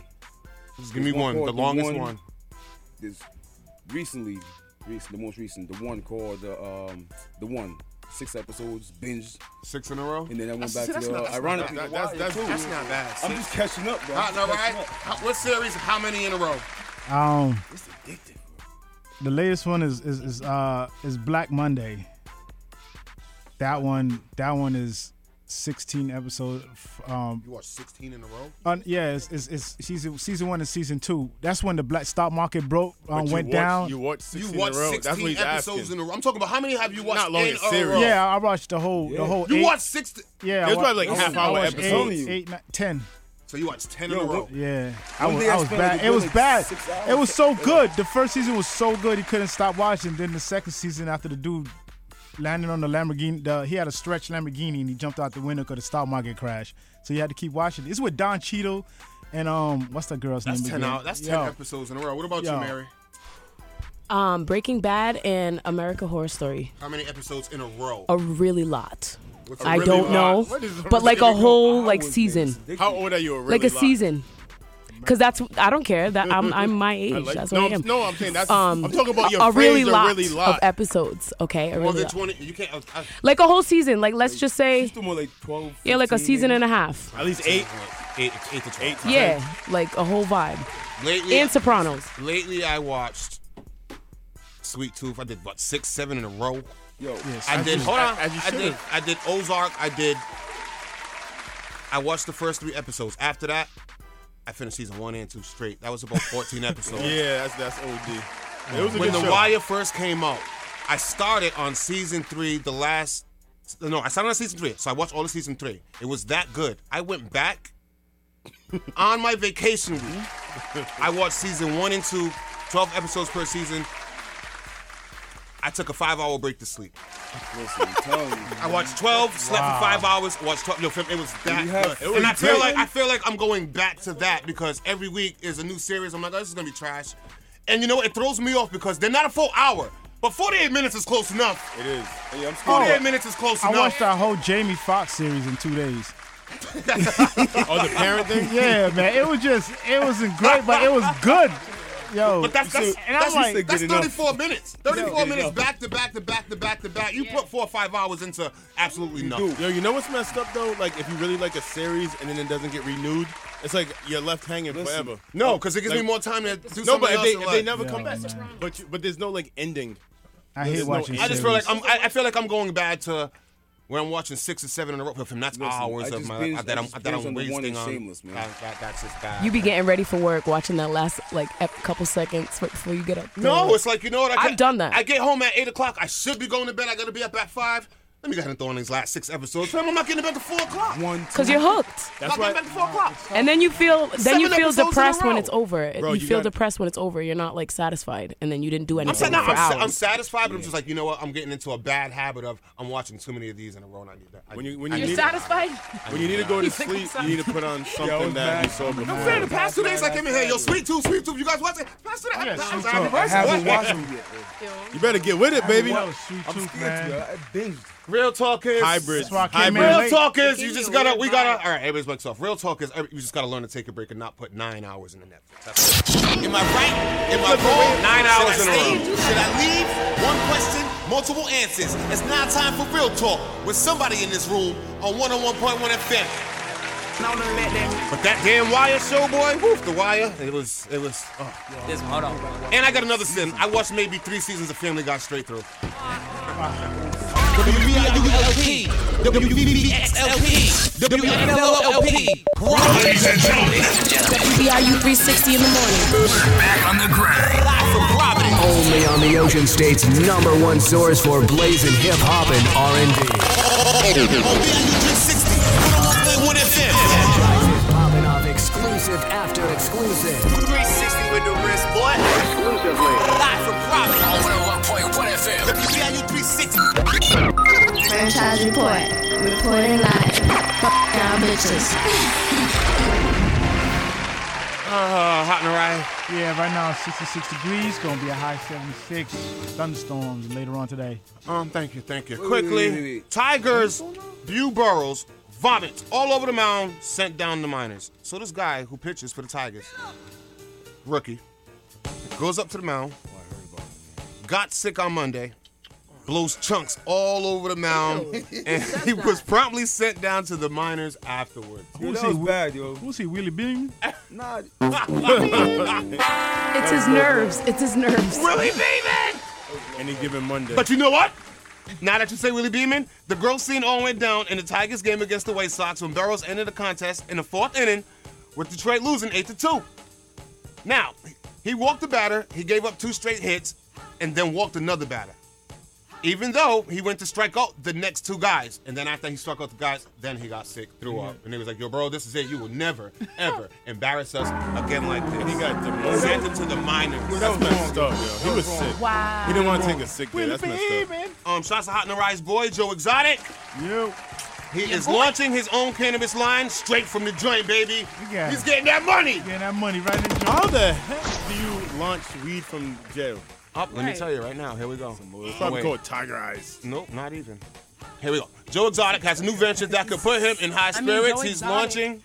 [SPEAKER 5] Just give me one. The
[SPEAKER 13] called
[SPEAKER 5] longest one.
[SPEAKER 13] This recently, recent, the most recent, the one called the um the one six episodes binge,
[SPEAKER 5] Six in a row.
[SPEAKER 13] and then I went
[SPEAKER 5] That's-
[SPEAKER 13] back
[SPEAKER 5] that's
[SPEAKER 13] to
[SPEAKER 5] not-
[SPEAKER 13] the uh,
[SPEAKER 5] that's not
[SPEAKER 13] ironically.
[SPEAKER 5] bad. That's-
[SPEAKER 13] Wire,
[SPEAKER 5] that's-
[SPEAKER 13] too.
[SPEAKER 5] that's not bad.
[SPEAKER 13] I'm just catching up, bro.
[SPEAKER 5] Hot,
[SPEAKER 13] I'm
[SPEAKER 5] all
[SPEAKER 13] just
[SPEAKER 5] right.
[SPEAKER 13] catching up.
[SPEAKER 5] How- What series? How many in a row?
[SPEAKER 6] Um,
[SPEAKER 5] It's addictive.
[SPEAKER 6] the latest one is is is uh is Black Monday. That one, that one is 16 episodes. f- Um,
[SPEAKER 5] You watched 16 in a row.
[SPEAKER 6] un- yeah, it's, it's, it's season season one and season two. That's when the black stock market broke,
[SPEAKER 2] But
[SPEAKER 6] um,
[SPEAKER 2] you
[SPEAKER 6] went
[SPEAKER 2] watched-
[SPEAKER 6] down.
[SPEAKER 2] You watched
[SPEAKER 5] You
[SPEAKER 2] 16
[SPEAKER 5] watched
[SPEAKER 2] in a row. That's what
[SPEAKER 5] 16
[SPEAKER 2] he's
[SPEAKER 5] episodes
[SPEAKER 2] asking.
[SPEAKER 5] in a row. I'm talking about how many have you watched
[SPEAKER 2] Not long,
[SPEAKER 5] in
[SPEAKER 2] it's
[SPEAKER 5] a
[SPEAKER 2] serious.
[SPEAKER 5] row?
[SPEAKER 6] yeah, I watched the whole the whole.
[SPEAKER 5] You
[SPEAKER 6] eight,
[SPEAKER 5] watched six. To,
[SPEAKER 6] Yeah,
[SPEAKER 2] It was
[SPEAKER 6] wa-
[SPEAKER 2] probably like
[SPEAKER 6] I
[SPEAKER 2] half
[SPEAKER 6] wa- I
[SPEAKER 2] hour
[SPEAKER 6] watched
[SPEAKER 2] episodes.
[SPEAKER 6] Eight, eight, nine, ten.
[SPEAKER 5] So you watched 10
[SPEAKER 13] Yo,
[SPEAKER 5] in a row.
[SPEAKER 13] what-
[SPEAKER 6] Yeah, I
[SPEAKER 13] One
[SPEAKER 6] was,
[SPEAKER 13] day I
[SPEAKER 6] I was
[SPEAKER 13] spent like
[SPEAKER 6] bad.
[SPEAKER 13] a
[SPEAKER 6] It was
[SPEAKER 13] good
[SPEAKER 6] bad.
[SPEAKER 13] six hours.
[SPEAKER 6] It was so good. The first season was so good. He couldn't stop watching. Then the second season, after the dude landed on the Lamborghini, the, he had a stretch Lamborghini and he jumped out the window because the stock market crashed. So you had to keep watching. It's with Don Cheadle and um, what's the girl's
[SPEAKER 5] That's
[SPEAKER 6] name?
[SPEAKER 5] 10
[SPEAKER 6] again?
[SPEAKER 5] out. That's 10
[SPEAKER 6] Yo,
[SPEAKER 5] episodes in a row. What about
[SPEAKER 6] Yo.
[SPEAKER 5] you, Mary?
[SPEAKER 15] Um, Breaking Bad and America Horror Story.
[SPEAKER 5] How many episodes in a row?
[SPEAKER 15] A really lot.
[SPEAKER 5] What's
[SPEAKER 15] I
[SPEAKER 5] a really
[SPEAKER 15] don't
[SPEAKER 5] lot?
[SPEAKER 15] know,
[SPEAKER 2] What is a
[SPEAKER 15] but like a
[SPEAKER 2] really
[SPEAKER 15] whole like
[SPEAKER 13] I was
[SPEAKER 15] season,
[SPEAKER 13] basically-
[SPEAKER 2] How old are you?
[SPEAKER 15] like a
[SPEAKER 2] really lot?
[SPEAKER 15] season. because that's I don't care that I'm I'm my age.
[SPEAKER 2] like-
[SPEAKER 15] that's
[SPEAKER 2] no,
[SPEAKER 15] what I
[SPEAKER 2] I'm-
[SPEAKER 15] am. Um,
[SPEAKER 2] no, I'm saying that's- I'm talking about your
[SPEAKER 15] a really
[SPEAKER 2] phrase, a
[SPEAKER 15] lot,
[SPEAKER 2] really lot.
[SPEAKER 15] of episodes. Okay,
[SPEAKER 5] More
[SPEAKER 15] a really
[SPEAKER 5] than
[SPEAKER 15] lot.
[SPEAKER 5] twenty. You can't. uh, I, I,
[SPEAKER 15] like a whole season. Like let's just say
[SPEAKER 13] More like 12.
[SPEAKER 15] yeah, like a season and a half.
[SPEAKER 2] At least eight.
[SPEAKER 5] Eight, eight to twelve.
[SPEAKER 15] Yeah, like a whole vibe.
[SPEAKER 5] Lately,
[SPEAKER 15] and Sopranos.
[SPEAKER 5] Lately, I watched Sweet Tooth. I did what six, seven in a row.
[SPEAKER 13] Yo,
[SPEAKER 5] I
[SPEAKER 2] as
[SPEAKER 5] did.
[SPEAKER 2] you-
[SPEAKER 5] Hold on.
[SPEAKER 2] as you
[SPEAKER 5] I did.
[SPEAKER 2] should've.
[SPEAKER 5] I did Ozark. I did. I watched the first three episodes. After that, I finished season one and two straight. That was about fourteen episodes.
[SPEAKER 2] Yeah, that's that's OD. It was a
[SPEAKER 5] when
[SPEAKER 2] good
[SPEAKER 5] The
[SPEAKER 2] show.
[SPEAKER 5] Wire first came out, I started on season three, the last. No, I started on season three, so I watched all of season three. It was that good. I went back on my vacation week. I watched season one and two, 12 episodes per season. I took a five hour break to sleep.
[SPEAKER 13] Listen, I'm telling you.
[SPEAKER 5] I watched 12, slept
[SPEAKER 13] Wow.
[SPEAKER 5] for five hours, watched 12. Yo, fam, it was that
[SPEAKER 13] You have
[SPEAKER 5] good.
[SPEAKER 13] free
[SPEAKER 5] and I feel
[SPEAKER 13] time?
[SPEAKER 5] like I feel like I'm going back to that because every week is a new series. I'm like, oh, this is gonna be trash. And you know, what? it throws me off because they're not a full hour. But 48 minutes is close enough.
[SPEAKER 2] It is.
[SPEAKER 13] Hey, I'm
[SPEAKER 5] 48 minutes is close
[SPEAKER 6] I watched
[SPEAKER 5] enough.
[SPEAKER 6] that whole Jamie Foxx series in two days.
[SPEAKER 2] oh, the parent thing?
[SPEAKER 6] Yeah, man. It was just, it wasn't great, but it was good. Yo,
[SPEAKER 5] But that's that's,
[SPEAKER 6] and
[SPEAKER 5] that's,
[SPEAKER 6] I'm like,
[SPEAKER 5] that's 34 minutes. 34
[SPEAKER 6] Yeah.
[SPEAKER 5] minutes back to back to back to back to back. You put four or five hours into absolutely
[SPEAKER 2] You
[SPEAKER 5] nothing.
[SPEAKER 2] do. Yo, you know what's messed up though? Like if you really like a series and then it doesn't get renewed, it's like you're left hanging
[SPEAKER 5] Listen.
[SPEAKER 2] forever.
[SPEAKER 5] No, 'cause it gives
[SPEAKER 2] Like-
[SPEAKER 5] me more time to do
[SPEAKER 2] No,
[SPEAKER 5] something
[SPEAKER 2] but if they,
[SPEAKER 5] else in
[SPEAKER 2] if they
[SPEAKER 5] life.
[SPEAKER 2] never
[SPEAKER 5] Yeah,
[SPEAKER 2] come back, but you, but there's no like ending.
[SPEAKER 6] I hate
[SPEAKER 2] There's no
[SPEAKER 6] watching
[SPEAKER 2] end.
[SPEAKER 5] I just feel like I'm. I, I feel like I'm going back to where I'm watching six or seven in a row. But from that's hours
[SPEAKER 13] I
[SPEAKER 5] of
[SPEAKER 13] just
[SPEAKER 5] my
[SPEAKER 13] binged-
[SPEAKER 5] life that
[SPEAKER 13] I
[SPEAKER 5] I'm
[SPEAKER 13] just
[SPEAKER 5] that
[SPEAKER 13] binged
[SPEAKER 5] I'm
[SPEAKER 13] on the one
[SPEAKER 5] wasting
[SPEAKER 13] in
[SPEAKER 5] on.
[SPEAKER 13] Shameless, man.
[SPEAKER 5] That, that- that's just bad.
[SPEAKER 15] You be getting ready for work, watching that last like ep- couple seconds right before you get up.
[SPEAKER 5] No, it's like you know what? I
[SPEAKER 15] I've
[SPEAKER 5] can't-
[SPEAKER 15] done that.
[SPEAKER 5] I get home at eight o'clock. I should be going to bed. I gotta be up at five. Let me go ahead and throw in these last six episodes. Fam, I'm not getting to bed to four o'clock.
[SPEAKER 13] One,
[SPEAKER 15] because you're hooked.
[SPEAKER 5] That's not getting back to four o'clock.
[SPEAKER 15] And then you feel then you
[SPEAKER 5] Seven
[SPEAKER 15] feel
[SPEAKER 5] episodes in a
[SPEAKER 15] depressed when
[SPEAKER 5] row.
[SPEAKER 15] it's over.
[SPEAKER 5] Bro,
[SPEAKER 15] you,
[SPEAKER 5] you
[SPEAKER 15] feel
[SPEAKER 5] gotta-
[SPEAKER 15] depressed when it's over. You're not like satisfied, and then you didn't do
[SPEAKER 5] I'm,
[SPEAKER 15] anything
[SPEAKER 5] saying, no,
[SPEAKER 15] for
[SPEAKER 5] I'm,
[SPEAKER 15] hours.
[SPEAKER 5] sa- I'm satisfied, but I'm just like, you know what? I'm getting into a bad habit of I'm watching too many of these in a row, and I need that. I
[SPEAKER 2] When
[SPEAKER 5] need-
[SPEAKER 2] you when
[SPEAKER 5] I
[SPEAKER 2] you
[SPEAKER 5] need
[SPEAKER 2] need
[SPEAKER 5] that.
[SPEAKER 2] when you need to go to
[SPEAKER 5] You think I'm
[SPEAKER 2] sleep, you need to put on something
[SPEAKER 13] it's
[SPEAKER 2] that you
[SPEAKER 13] bad.
[SPEAKER 2] saw before.
[SPEAKER 5] I'm saying the past two days I came in here, yo, sweet tooth, sweet tooth. You guys watch it? Past
[SPEAKER 2] Oh,
[SPEAKER 5] two days, I- I'm sorry,
[SPEAKER 13] I
[SPEAKER 5] reverse it.
[SPEAKER 13] haven't
[SPEAKER 5] What?
[SPEAKER 13] watched them yet.
[SPEAKER 2] You better get with it, baby.
[SPEAKER 13] Yo, I'm scared, yo. I binged.
[SPEAKER 5] Real talk is
[SPEAKER 2] Hybrid. That's why I came in
[SPEAKER 5] Real
[SPEAKER 2] late.
[SPEAKER 5] talk is you just gotta. We gotta. All right, everybody's bucks off. Real talk is every- you just gotta learn to take a break and not put nine hours in the Netflix. That's all. Am I right? Am I wrong? Nine hours in
[SPEAKER 1] Should I
[SPEAKER 5] a row.
[SPEAKER 1] stay? Should I leave? One question, multiple answers. It's now time for real talk with somebody in this room on 101.1 FM.
[SPEAKER 5] No, no, But that damn Wire show, boy. Woof, the Wire. It was. It was. Oh.
[SPEAKER 12] This, hold on.
[SPEAKER 5] And I got another sin. I watched maybe three seasons of Family Guy straight through. Ah,
[SPEAKER 1] WBIULP, WBBXLP, WFLLP.
[SPEAKER 11] Ladies and gentlemen,
[SPEAKER 3] WBIU 360 in the morning.
[SPEAKER 11] back on the grind.
[SPEAKER 4] Only on the Ocean State's number one source for blazing hip hop and R&B. Popping off exclusive after exclusive.
[SPEAKER 1] 360 with the wrist, boy. Exclusively. Live for profit.
[SPEAKER 11] oh On 101.1 FM.
[SPEAKER 1] WBIU 360.
[SPEAKER 7] Franchise report. Reporting live. Fuck y'all bitches.
[SPEAKER 5] Uh, hot and right.
[SPEAKER 6] Yeah, right now it's 66 degrees. Gonna be a high 76. Thunderstorms later on today.
[SPEAKER 5] Um, thank you, thank you.
[SPEAKER 6] Wait,
[SPEAKER 5] Quickly,
[SPEAKER 6] wait, wait, wait, wait.
[SPEAKER 5] Tigers, Buell Burrows, vomits all over the mound, sent down the minors. So this guy who pitches for the Tigers, rookie, goes up to the mound, got sick on Monday, blows chunks all over the mound, and he was promptly sent down to the minors afterwards.
[SPEAKER 13] Yo, that was bad, yo.
[SPEAKER 6] Who's he, Willie Beam?
[SPEAKER 13] Nah.
[SPEAKER 15] It's his nerves. It's his nerves.
[SPEAKER 5] Willie Beeman!
[SPEAKER 2] Any given Monday.
[SPEAKER 5] But you know what? Now that you say Willie Beeman, the girl scene all went down in the Tigers game against the White Sox when Burrows ended the contest in the fourth inning with Detroit losing 8 to 2. Now, he walked the batter, he gave up two straight hits, and then walked another batter. Even though he went to strike out the next two guys, and then after he struck out the guys, then he got sick, threw up, and he was like, "Yo, bro, this is it. You will never, ever embarrass us again like this." he got demoted. Sent him to the minors.
[SPEAKER 2] That was messed up, yo. He was sick.
[SPEAKER 15] Wow.
[SPEAKER 2] He didn't want to take a sick day. That's messed up.
[SPEAKER 5] Um, shots to Hot in the Rise boy, Joe Exotic.
[SPEAKER 6] You.
[SPEAKER 5] He is launching his own cannabis line straight from the joint, baby.
[SPEAKER 6] got
[SPEAKER 5] He's
[SPEAKER 6] it.
[SPEAKER 5] getting that money.
[SPEAKER 6] Getting that money right in the
[SPEAKER 2] How the heck do you launch weed from jail?
[SPEAKER 5] Up, let me
[SPEAKER 2] Right.
[SPEAKER 5] tell you right now. Here we go.
[SPEAKER 2] It's probably called Tiger Eyes.
[SPEAKER 5] Nope, not even. Here we go. Joe Exotic has a new venture that could put him in high
[SPEAKER 15] I mean,
[SPEAKER 5] spirits.
[SPEAKER 15] Joe
[SPEAKER 5] He's
[SPEAKER 15] Exotic.
[SPEAKER 5] launching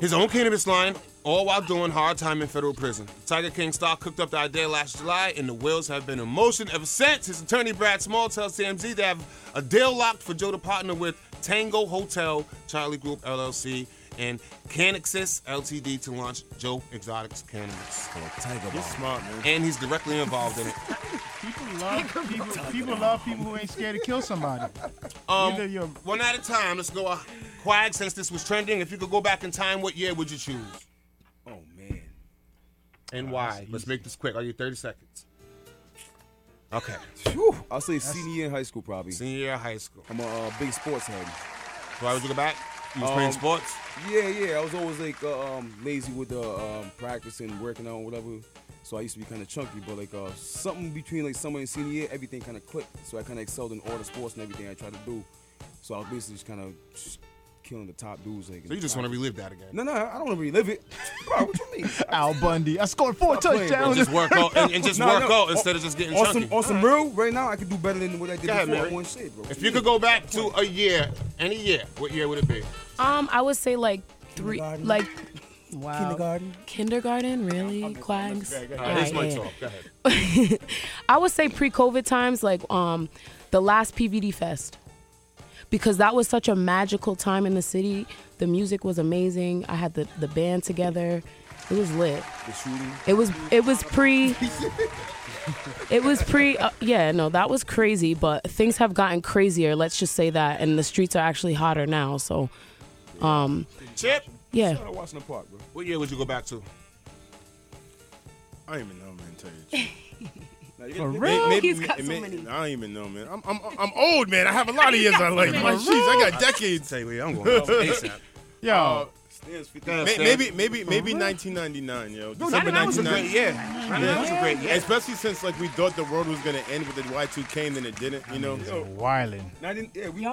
[SPEAKER 5] his own cannabis line all while doing hard time in federal prison. Tiger King star cooked up the idea last July, and the wills have been in motion ever since. His attorney Brad Small tells TMZ they have a deal locked for Joe to partner with Tango Hotel, Charlie Group LLC, and Canixis Ltd to launch Joe Exotics Cannabis. Tiger
[SPEAKER 2] He's smart, man.
[SPEAKER 5] And he's directly involved in it.
[SPEAKER 6] People love people, people love people who ain't scared to kill somebody.
[SPEAKER 5] Um, one at a time. Let's go. Uh, Quag, since this was trending, if you could go back in time, what year would you choose?
[SPEAKER 13] Oh man.
[SPEAKER 5] And why? Let's make this quick. I'll give you 30 seconds. Okay.
[SPEAKER 13] I'll say senior year in high school probably.
[SPEAKER 5] Senior year in high school.
[SPEAKER 13] I'm a uh, big sports head. Um,
[SPEAKER 5] Why would you go back? You was playing sports?
[SPEAKER 13] Yeah, yeah. I was always like uh, um, lazy with the um, practicing, working out, whatever. So I used to be kind of chunky, but like uh, something between like summer and senior year, everything kind of clicked. So I kind of excelled in all the sports and everything I tried to do. So I was basically just kind of just killing the top dudes. Like, in
[SPEAKER 5] So you
[SPEAKER 13] the
[SPEAKER 5] just
[SPEAKER 13] top.
[SPEAKER 5] want to relive that again?
[SPEAKER 13] No, no, I don't want to relive it. Bro, what you mean?
[SPEAKER 6] Al Bundy. I scored four
[SPEAKER 13] Stop playing, bro.
[SPEAKER 6] touchdowns.
[SPEAKER 5] Just work out and, and just
[SPEAKER 13] No,
[SPEAKER 5] work
[SPEAKER 13] no.
[SPEAKER 5] out instead of just getting
[SPEAKER 13] on
[SPEAKER 5] chunky.
[SPEAKER 13] Some, on some real, right now, I could do better than what I did
[SPEAKER 5] Go ahead,
[SPEAKER 13] before.
[SPEAKER 5] Mary.
[SPEAKER 13] I want shit, bro.
[SPEAKER 5] If you could go back to a year, any year, what year would it be?
[SPEAKER 15] Um, I would say like three,
[SPEAKER 5] Kindergarten.
[SPEAKER 15] like
[SPEAKER 6] wow.
[SPEAKER 15] kindergarten. Kindergarten, really? Quags.
[SPEAKER 5] All right, here's my
[SPEAKER 15] Alright,
[SPEAKER 5] talk. Go ahead.
[SPEAKER 15] I would say pre-COVID times, like um, the last PVD Fest, because that was such a magical time in the city. The music was amazing. I had the the band together. It was lit.
[SPEAKER 13] The shooting.
[SPEAKER 15] It was it was pre. It was pre. Uh, yeah, no, that was crazy. But things have gotten crazier. Let's just say that, and the streets are actually hotter now. So, um,
[SPEAKER 5] Chip.
[SPEAKER 15] Yeah.
[SPEAKER 13] Shout out Watson Park, bro.
[SPEAKER 5] What year would you go back to?
[SPEAKER 2] I don't even know, man. Tell you the truth.
[SPEAKER 6] For real?
[SPEAKER 2] He's got so many. I don't even know, man. I'm, I'm, I'm old, man. I have a lot of years I like. My jeez, I got decades. Say, wait, I'm
[SPEAKER 5] going home ASAP.
[SPEAKER 6] Yo,
[SPEAKER 2] May-
[SPEAKER 5] Stan.
[SPEAKER 2] maybe, maybe,
[SPEAKER 5] For
[SPEAKER 2] maybe
[SPEAKER 5] real?
[SPEAKER 2] 1999, yo.
[SPEAKER 5] No, 99 was a great year. 99 was a great year.
[SPEAKER 2] Especially since like we thought the world was gonna end with the Y2K, and then it didn't. You know.
[SPEAKER 6] wildin'.
[SPEAKER 13] Not in, yeah, we, we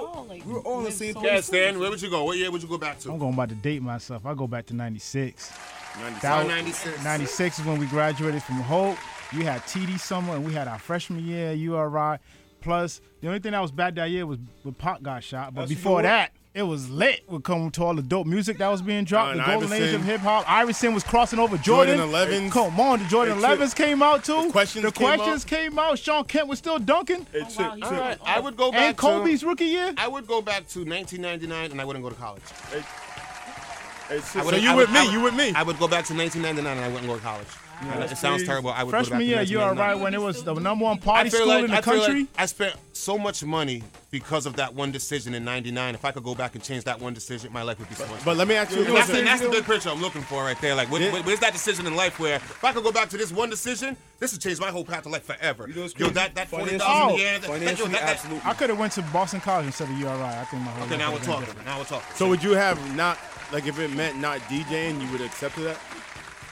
[SPEAKER 13] were all on the same page.
[SPEAKER 5] Yeah, Stan. Where would you go? What year would you go back to?
[SPEAKER 6] I'm going about to date myself. I go back to 96.
[SPEAKER 5] 96.
[SPEAKER 6] That was-
[SPEAKER 5] 96.
[SPEAKER 6] 96 is when we graduated from Hope. You had TD summer and we had our freshman year, URI. Plus, the only thing that was bad that year was when Pop got shot. But
[SPEAKER 2] That's
[SPEAKER 6] before
[SPEAKER 2] you.
[SPEAKER 6] that, it was lit. Would come to all the dope music that was being dropped.
[SPEAKER 2] Allen
[SPEAKER 6] the golden age
[SPEAKER 2] Iverson.
[SPEAKER 6] of hip hop. Iverson was crossing over Jordan.
[SPEAKER 2] Jordan 11s.
[SPEAKER 6] Come on, the Jordan
[SPEAKER 2] Hey, Chip.
[SPEAKER 6] 11s came out too. The
[SPEAKER 2] questions came out.
[SPEAKER 6] questions came out. Sean Kent was still dunking.
[SPEAKER 2] Hey, Chip,
[SPEAKER 5] All
[SPEAKER 2] Chip.
[SPEAKER 5] right, I would go back.
[SPEAKER 6] And Kobe's
[SPEAKER 5] to,
[SPEAKER 6] rookie year.
[SPEAKER 5] I would go back to 1999, and I wouldn't go to college.
[SPEAKER 2] Hey,
[SPEAKER 5] I
[SPEAKER 2] Chip, so
[SPEAKER 5] would-
[SPEAKER 2] you
[SPEAKER 5] I
[SPEAKER 2] with
[SPEAKER 5] would-
[SPEAKER 2] me?
[SPEAKER 5] I would-
[SPEAKER 2] you with me?
[SPEAKER 5] I would go back to 1999, and I wouldn't go to college. I know it sounds terrible. I would go
[SPEAKER 6] freshman
[SPEAKER 5] back
[SPEAKER 6] year,
[SPEAKER 5] to
[SPEAKER 6] you all right
[SPEAKER 5] 1999.
[SPEAKER 6] when it was the number one party
[SPEAKER 5] I feel
[SPEAKER 6] school
[SPEAKER 5] like,
[SPEAKER 6] in the
[SPEAKER 5] I feel like
[SPEAKER 6] country.
[SPEAKER 5] I spent so much money because of that one decision in '99. If I could go back and change that one decision, my life would be so much. better.
[SPEAKER 2] But let me ask you a
[SPEAKER 5] And that's, the,
[SPEAKER 2] question.
[SPEAKER 5] that's the big picture I'm looking for right there. Like, what,
[SPEAKER 2] Yeah.
[SPEAKER 5] what- where's that decision in life where if I could go back to this one decision, this would change my whole path of life forever.
[SPEAKER 13] what's
[SPEAKER 5] yo,
[SPEAKER 13] crazy?
[SPEAKER 5] that that forty
[SPEAKER 13] Financially-
[SPEAKER 5] thousand a year, that, that, that,
[SPEAKER 13] financially,
[SPEAKER 5] that-
[SPEAKER 13] absolutely.
[SPEAKER 6] I could have went to Boston College instead of URI. I think my whole
[SPEAKER 5] Okay,
[SPEAKER 6] life
[SPEAKER 5] now we're
[SPEAKER 6] would've been
[SPEAKER 5] talking.
[SPEAKER 6] different.
[SPEAKER 5] Now we're talking.
[SPEAKER 2] So would you have not like if it meant not DJing, you would have accepted that?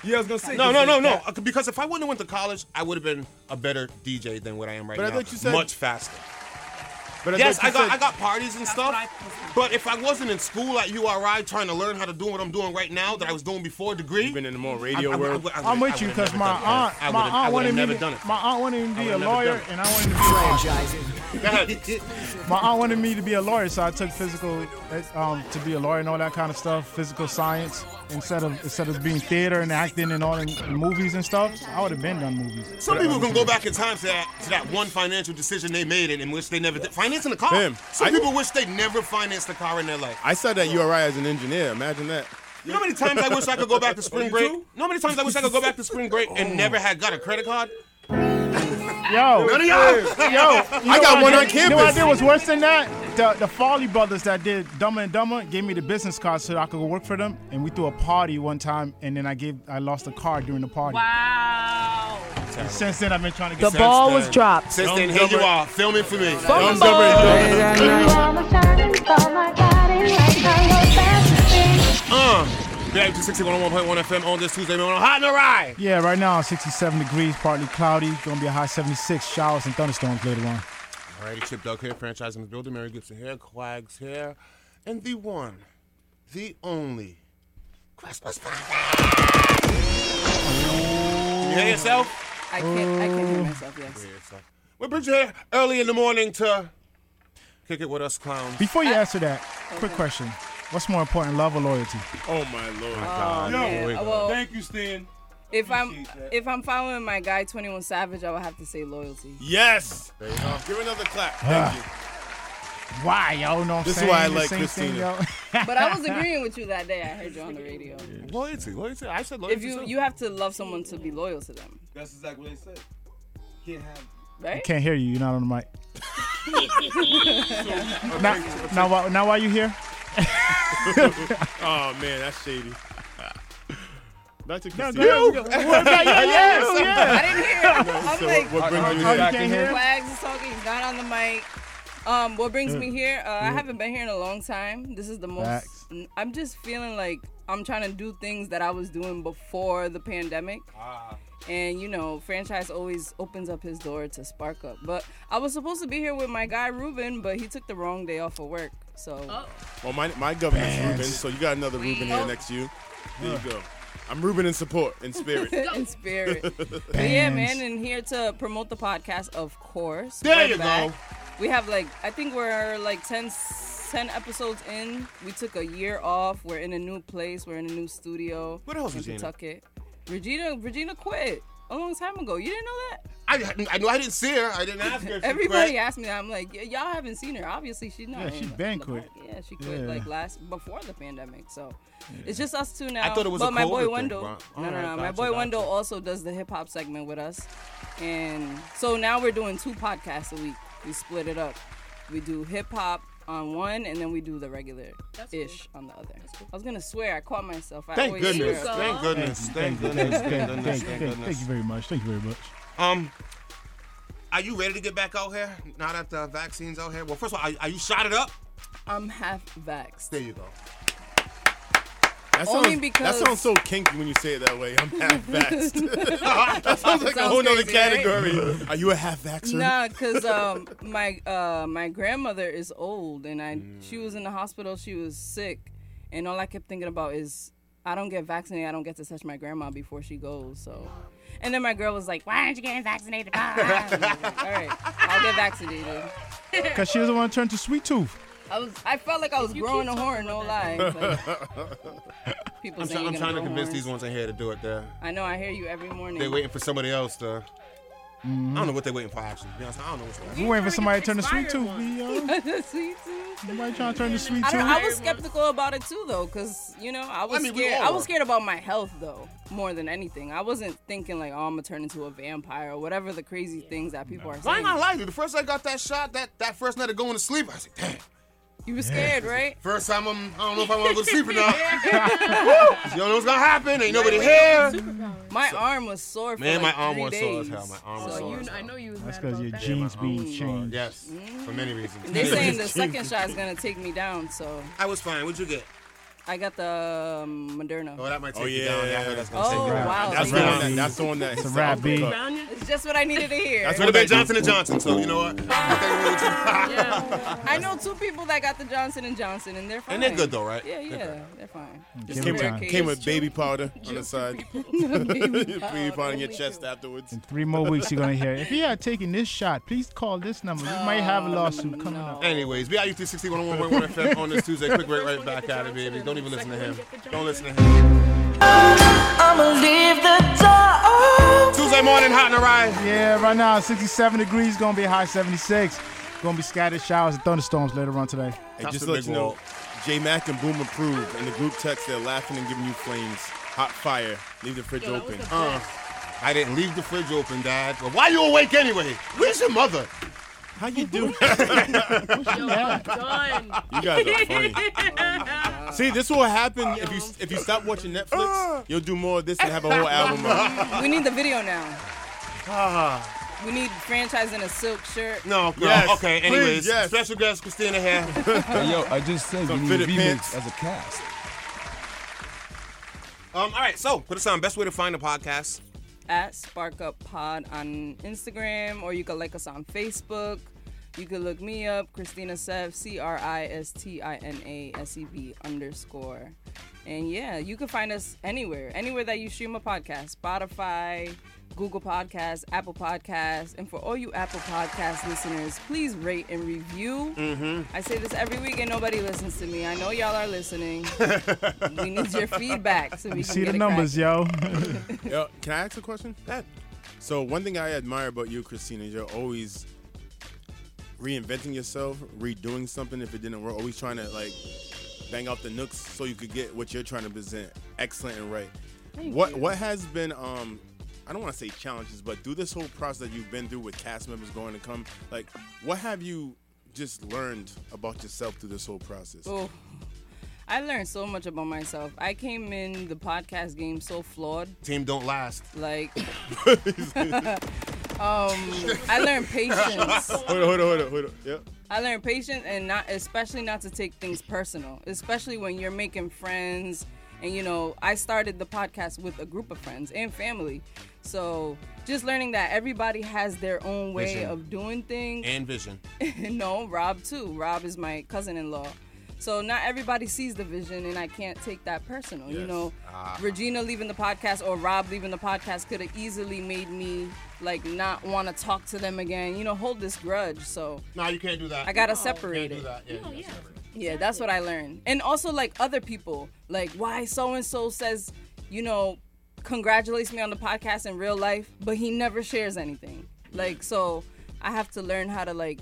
[SPEAKER 13] Yeah, I was gonna say.
[SPEAKER 5] No, no, no, no. Uh, Because if I wouldn't have went to college, I would have been a better DJ than what I am right
[SPEAKER 2] But I
[SPEAKER 5] now.
[SPEAKER 2] thought you said-
[SPEAKER 5] much faster.
[SPEAKER 2] But
[SPEAKER 5] yes,
[SPEAKER 2] thought you
[SPEAKER 5] I got
[SPEAKER 2] said-
[SPEAKER 5] I got parties and stuff. but if I wasn't in school at URI trying to learn how to do what I'm doing right now that I was doing before a degree,
[SPEAKER 2] You've been in the more radio
[SPEAKER 5] I- I- I-
[SPEAKER 2] world.
[SPEAKER 5] I- I-
[SPEAKER 6] I'm with you
[SPEAKER 5] would've
[SPEAKER 6] because
[SPEAKER 5] never
[SPEAKER 6] my
[SPEAKER 5] done that.
[SPEAKER 6] aunt,
[SPEAKER 5] I
[SPEAKER 6] my
[SPEAKER 5] would've- I
[SPEAKER 6] aunt
[SPEAKER 5] would've
[SPEAKER 6] wanted
[SPEAKER 5] never
[SPEAKER 6] me.
[SPEAKER 5] done
[SPEAKER 6] To,
[SPEAKER 5] it.
[SPEAKER 6] my aunt wanted me to be a
[SPEAKER 5] would've never
[SPEAKER 6] lawyer,
[SPEAKER 5] done it.
[SPEAKER 6] and I wanted to be a
[SPEAKER 5] Go ahead.
[SPEAKER 6] my aunt wanted me to be a lawyer, so I took physical um, to be a lawyer and all that kind of stuff, physical science instead of instead of being theater and acting and all in movies and stuff. I would have been done movies.
[SPEAKER 5] Some people can go back in time to that, to that one financial decision they made and in which they never did. Financing a car.
[SPEAKER 2] Fam,
[SPEAKER 5] Some
[SPEAKER 2] I-
[SPEAKER 5] people wish they never financed a car in their life.
[SPEAKER 2] I saw that URI as an engineer. Imagine that.
[SPEAKER 5] You know how many times I wish I could go back to spring break? Oh, You know how many times I wish I could go back to spring break and never had got a credit card?
[SPEAKER 6] Yo,
[SPEAKER 5] None of y'all?
[SPEAKER 6] Yo, you know
[SPEAKER 2] I got
[SPEAKER 6] what
[SPEAKER 2] one
[SPEAKER 6] did-
[SPEAKER 2] on
[SPEAKER 6] You know what I
[SPEAKER 2] campus.
[SPEAKER 6] did was worse than that? The, the Folly brothers that did Dumber and Dumber gave me the business card so I could go work for them, and we threw a party one time, and then I gave I lost a card during the party.
[SPEAKER 15] Wow.
[SPEAKER 6] And since then, I've been trying to
[SPEAKER 15] The
[SPEAKER 6] get
[SPEAKER 15] ball was dropped.
[SPEAKER 5] Since then, here you are, filming for me.
[SPEAKER 15] Phone
[SPEAKER 5] Uh, Big 6101.1 FM on this Tuesday morning. Hot in the ride.
[SPEAKER 6] Yeah, right now 67 degrees, partly cloudy. Gonna be a high 76. Showers and thunderstorms later on.
[SPEAKER 5] Alrighty, Chip Duck here, franchise in the building. Mary Gibson here, Quags here, and the one, the only, Christmas Papa. Can you hear yourself?
[SPEAKER 16] I can't. I can't hear myself. Yes.
[SPEAKER 5] We brought you here early in the morning to kick it with us clowns. Uh,
[SPEAKER 6] Before you answer that, quick question: What's more important, love or loyalty?
[SPEAKER 2] Oh my lord.
[SPEAKER 16] Oh, man. Well,
[SPEAKER 17] Thank you, Stan.
[SPEAKER 16] If I'm
[SPEAKER 17] Appreciate that.
[SPEAKER 16] if I'm following my guy Twenty One Savage, I would have to say loyalty.
[SPEAKER 2] Yes. There you go. Give another clap. Thank you.
[SPEAKER 6] Why, yo? Know what I'm
[SPEAKER 2] Ah. This is
[SPEAKER 6] saying?
[SPEAKER 2] why I
[SPEAKER 6] The
[SPEAKER 2] like
[SPEAKER 6] same
[SPEAKER 2] Christina.
[SPEAKER 6] yo.
[SPEAKER 16] But I was agreeing with you that day. I heard you on the radio.
[SPEAKER 5] Loyalty, loyalty. I said
[SPEAKER 16] If you you have to love someone to be loyal to them,
[SPEAKER 13] That's exactly what they said. Can't have.
[SPEAKER 6] I
[SPEAKER 16] right?
[SPEAKER 6] can't hear you. You're not on the mic.
[SPEAKER 16] Right?
[SPEAKER 6] Now, now, why- now why you here?
[SPEAKER 2] oh man, that's shady. Back to Christina.
[SPEAKER 6] go. You. What about- Oh, yeah, yeah,
[SPEAKER 2] So-
[SPEAKER 6] yeah.
[SPEAKER 16] I didn't hear. I'm
[SPEAKER 2] so
[SPEAKER 16] like,
[SPEAKER 2] what brings you
[SPEAKER 6] oh,
[SPEAKER 2] here?
[SPEAKER 6] you can't hear?
[SPEAKER 16] Wags is talking. He's not on the mic. Um, what brings me
[SPEAKER 6] Yeah.
[SPEAKER 16] here? Uh, I
[SPEAKER 6] Yeah.
[SPEAKER 16] haven't been here in a long time. This is the most.
[SPEAKER 6] Facts.
[SPEAKER 16] I'm just feeling like I'm trying to do things that I was doing before the pandemic.
[SPEAKER 2] Ah.
[SPEAKER 16] And you know, franchise always opens up his door to spark up. But I was supposed to be here with my guy Ruben, but he took the wrong day off of work. So
[SPEAKER 2] Well, my, my government's
[SPEAKER 6] Bad.
[SPEAKER 2] Ruben, so you got another Ruben here
[SPEAKER 16] Oh.
[SPEAKER 2] next to you. There you go. I'm Ruben in support, in spirit.
[SPEAKER 16] in spirit. But yeah,
[SPEAKER 2] Bands.
[SPEAKER 16] man, and here to promote the podcast, of course.
[SPEAKER 2] There
[SPEAKER 16] We're
[SPEAKER 2] you
[SPEAKER 16] back.
[SPEAKER 2] go.
[SPEAKER 16] We have like I think we're like 10, 10 episodes in. We took a year off. We're in a new place. We're in a new studio.
[SPEAKER 5] What else,
[SPEAKER 16] in
[SPEAKER 5] Regina?
[SPEAKER 16] Pawtucket. Regina, Regina quit a long time ago. You didn't know that?
[SPEAKER 5] I, I know I didn't see her. I didn't ask her. if she
[SPEAKER 16] Everybody
[SPEAKER 5] quit.
[SPEAKER 16] asked me that. I'm like, y- y'all haven't seen her. Obviously, she's not.
[SPEAKER 6] Yeah,
[SPEAKER 16] in
[SPEAKER 6] she
[SPEAKER 16] the-
[SPEAKER 6] been
[SPEAKER 16] the
[SPEAKER 6] quit.
[SPEAKER 16] pod- Yeah, she quit
[SPEAKER 6] Yeah.
[SPEAKER 16] like last before the pandemic. So it's just us two now.
[SPEAKER 5] I thought it was
[SPEAKER 16] But
[SPEAKER 5] a
[SPEAKER 16] my
[SPEAKER 5] COVID
[SPEAKER 16] boy
[SPEAKER 5] thing,
[SPEAKER 16] Wendell.
[SPEAKER 5] bro.
[SPEAKER 16] No, no,
[SPEAKER 5] Alright,
[SPEAKER 16] no. My
[SPEAKER 5] gotcha,
[SPEAKER 16] boy
[SPEAKER 5] gotcha.
[SPEAKER 16] Wendell also does the hip hop segment with us, and so now we're doing two podcasts a week. We split it up. We do hip hop on one, and then we do the regular ish on the other. I was gonna swear I caught myself. I
[SPEAKER 5] Thank
[SPEAKER 16] always swear.
[SPEAKER 5] goodness. Thank goodness. Thank goodness. Thank goodness. Thank
[SPEAKER 6] Thank you
[SPEAKER 5] goodness.
[SPEAKER 6] very much. Thank you very much.
[SPEAKER 5] Um, are you ready to get back out here now that the vaccine's out here? Well, first of all, are, are you shotted up?
[SPEAKER 16] I'm half vaxxed.
[SPEAKER 5] There you go.
[SPEAKER 2] That
[SPEAKER 16] Only
[SPEAKER 2] sounds,
[SPEAKER 16] because-
[SPEAKER 2] that sounds so kinky when you say it that way. I'm half vaxxed. that sounds like a
[SPEAKER 16] Sounds
[SPEAKER 2] whole nother
[SPEAKER 16] crazy, right?
[SPEAKER 2] category. Are you a half vaxxer?
[SPEAKER 16] Nah, cause um my uh my grandmother is old and I she was in the hospital. She was sick, and all I kept thinking about is I don't get vaccinated. I don't get to touch my grandma before she goes. So, and then my girl was like, "Why aren't you getting vaccinated?" And I was like, all right, I'll get vaccinated.
[SPEAKER 6] Because she doesn't want to turn to sweet tooth.
[SPEAKER 16] I was I felt like I was growing a horn. No lie. Like, people saying you're gonna
[SPEAKER 5] I'm, try- I'm trying to
[SPEAKER 16] grow
[SPEAKER 5] convince
[SPEAKER 16] horns.
[SPEAKER 5] these ones in here to do it. There,
[SPEAKER 16] I know. I hear you every morning.
[SPEAKER 5] they're waiting for somebody else to.
[SPEAKER 6] Mm-hmm.
[SPEAKER 5] I don't know what they're waiting for. Actually, To be honest, I don't know what's going on.
[SPEAKER 6] We're waiting for somebody to turn to sweet tooth.
[SPEAKER 16] The sweet tooth.
[SPEAKER 6] Somebody trying to turn to sweet
[SPEAKER 16] I,
[SPEAKER 6] tooth.
[SPEAKER 16] don't, I was skeptical about it too, though, because you know I was
[SPEAKER 5] I mean, we
[SPEAKER 16] scared.
[SPEAKER 5] all
[SPEAKER 16] I was
[SPEAKER 5] were.
[SPEAKER 16] scared about my health though, more than anything. I wasn't thinking like, oh, I'm gonna turn into a vampire or whatever the crazy things that people are
[SPEAKER 5] I
[SPEAKER 16] saying.
[SPEAKER 5] ain't gonna lie to you. The first I got that shot, that, that first night of going to sleep, I said, damn.
[SPEAKER 16] You were scared, right?
[SPEAKER 5] First time I'm, I don't know if I'm gonna go to sleep or not. Woo! you don't know what's gonna happen. Ain't nobody here.
[SPEAKER 16] My arm was sore. For
[SPEAKER 5] Man,
[SPEAKER 16] like
[SPEAKER 5] my arm
[SPEAKER 16] three
[SPEAKER 5] was sore
[SPEAKER 16] days.
[SPEAKER 5] as hell. My arm was
[SPEAKER 16] So
[SPEAKER 5] sore
[SPEAKER 16] you-
[SPEAKER 5] as
[SPEAKER 16] I know you was mad
[SPEAKER 6] That's because
[SPEAKER 16] about
[SPEAKER 6] your
[SPEAKER 16] that.
[SPEAKER 6] jeans
[SPEAKER 2] Oh,
[SPEAKER 6] being
[SPEAKER 5] Sorry.
[SPEAKER 6] changed.
[SPEAKER 5] Yes, for many reasons.
[SPEAKER 16] They're saying the second shot is gonna take me down, so
[SPEAKER 5] I was fine. What'd you get?
[SPEAKER 16] I got the um, Moderna.
[SPEAKER 5] Oh, that might take
[SPEAKER 2] Oh,
[SPEAKER 5] you down.
[SPEAKER 2] yeah.
[SPEAKER 5] I heard that's gonna
[SPEAKER 16] Oh,
[SPEAKER 5] take you down.
[SPEAKER 16] wow.
[SPEAKER 2] That's
[SPEAKER 6] It's
[SPEAKER 2] the
[SPEAKER 6] a
[SPEAKER 2] one
[SPEAKER 6] wrap,
[SPEAKER 2] that.
[SPEAKER 6] B.
[SPEAKER 2] That's the one that.
[SPEAKER 6] It's a wrap, B.
[SPEAKER 16] It's just what I needed to hear.
[SPEAKER 5] That's what about Johnson and Johnson. So you know what?
[SPEAKER 16] I know two people that got the Johnson and Johnson, and they're fine.
[SPEAKER 5] And they're good though, right?
[SPEAKER 16] Yeah, yeah,
[SPEAKER 5] They're
[SPEAKER 16] they're, fine.
[SPEAKER 2] Just
[SPEAKER 16] It's
[SPEAKER 2] came,
[SPEAKER 16] a rare
[SPEAKER 2] with,
[SPEAKER 16] case.
[SPEAKER 2] came with baby powder on the side. baby powder in your chest afterwards.
[SPEAKER 6] Three more weeks you're gonna hear. If you are taking this shot, please call this number. You might have a lawsuit coming up.
[SPEAKER 5] Anyways, BIU 360 101.1 FM on this Tuesday. Quick break right back at it, baby. Don't even listen to him. Don't listen to him.
[SPEAKER 10] I'ma leave the door
[SPEAKER 5] Tuesday morning, hot and arrive.
[SPEAKER 6] Yeah, right now 67 degrees, gonna be a high 76. Gonna be scattered showers and thunderstorms later on today.
[SPEAKER 2] And just to let you know, J Mac and Boom approve. In the group text, they're laughing and giving you flames. Hot fire. Leave the fridge open.
[SPEAKER 5] Uh, I didn't leave the fridge open, Dad. But why you awake anyway? Where's your mother?
[SPEAKER 2] How you doing?
[SPEAKER 10] Done.
[SPEAKER 2] You guys are funny. See, this will happen if you if you stop watching Netflix. You'll do more of this and have a whole album. Of
[SPEAKER 16] We need the video now.
[SPEAKER 5] Ah,
[SPEAKER 16] We need franchise in a silk shirt.
[SPEAKER 5] no, no.
[SPEAKER 2] Yes,
[SPEAKER 5] Oh, okay,
[SPEAKER 2] please,
[SPEAKER 5] anyways.
[SPEAKER 2] yes.
[SPEAKER 5] Special guest Christina here.
[SPEAKER 13] yo, I just said
[SPEAKER 2] Some
[SPEAKER 13] we need
[SPEAKER 2] fitted
[SPEAKER 13] remix
[SPEAKER 2] pants.
[SPEAKER 13] as a cast.
[SPEAKER 5] um, all right, so put us on. Best way to find the podcast.
[SPEAKER 16] At Spark Up Pod on Instagram, or you can like us on Facebook. You can look me up, Christina Sev, C R I S T I N A S E V underscore. And yeah, you can find us anywhere, anywhere that you stream a podcast Spotify, Google Podcasts, Apple Podcasts, and for all you Apple Podcast listeners, please rate and review.
[SPEAKER 5] Mm-hmm.
[SPEAKER 16] I say this every week and nobody listens to me. I know y'all are listening. we need your feedback so we
[SPEAKER 6] You
[SPEAKER 16] can
[SPEAKER 6] see
[SPEAKER 16] get
[SPEAKER 6] the
[SPEAKER 16] it
[SPEAKER 6] numbers, yo.
[SPEAKER 2] Yo, can I ask a question? So one thing I admire about you, Christina, is you're always reinventing yourself, redoing something if it didn't work, always trying to like bang out the nooks so you could get what you're trying to present excellent and right.
[SPEAKER 16] Thank
[SPEAKER 2] what
[SPEAKER 16] you.
[SPEAKER 2] what has been um I don't want to say challenges, but through this whole process that you've been through with cast members going to come, like what have you just learned about yourself through this whole process?
[SPEAKER 16] Oh, I learned so much about myself. I came in the podcast game so flawed.
[SPEAKER 5] Team don't last.
[SPEAKER 16] Like, um, I learned patience.
[SPEAKER 2] hold on, hold on, hold on, hold on. Yep.
[SPEAKER 16] I learned patience and not, especially not to take things personal, especially when you're making friends. And you know, I started the podcast with a group of friends and family, so just learning that everybody has their own way
[SPEAKER 5] Listen.
[SPEAKER 16] of doing things.
[SPEAKER 5] And vision.
[SPEAKER 16] no, Rob too. Rob is my cousin-in-law. So not everybody sees the vision, and I can't take that personal. You
[SPEAKER 5] Yes.
[SPEAKER 16] know,
[SPEAKER 5] Ah.
[SPEAKER 16] Regina leaving the podcast or Rob leaving the podcast could have easily made me like not want to talk to them again. You know, hold this grudge. So
[SPEAKER 5] no, you can't do that.
[SPEAKER 16] I gotta
[SPEAKER 5] No,
[SPEAKER 16] separate
[SPEAKER 5] can't
[SPEAKER 16] it.
[SPEAKER 5] do that. Yeah, you gotta
[SPEAKER 16] Yeah, that's what I learned. And also like other people, like why so and so says, you know, congratulates me on the podcast in real life, but he never shares anything. Like so I have to learn how to like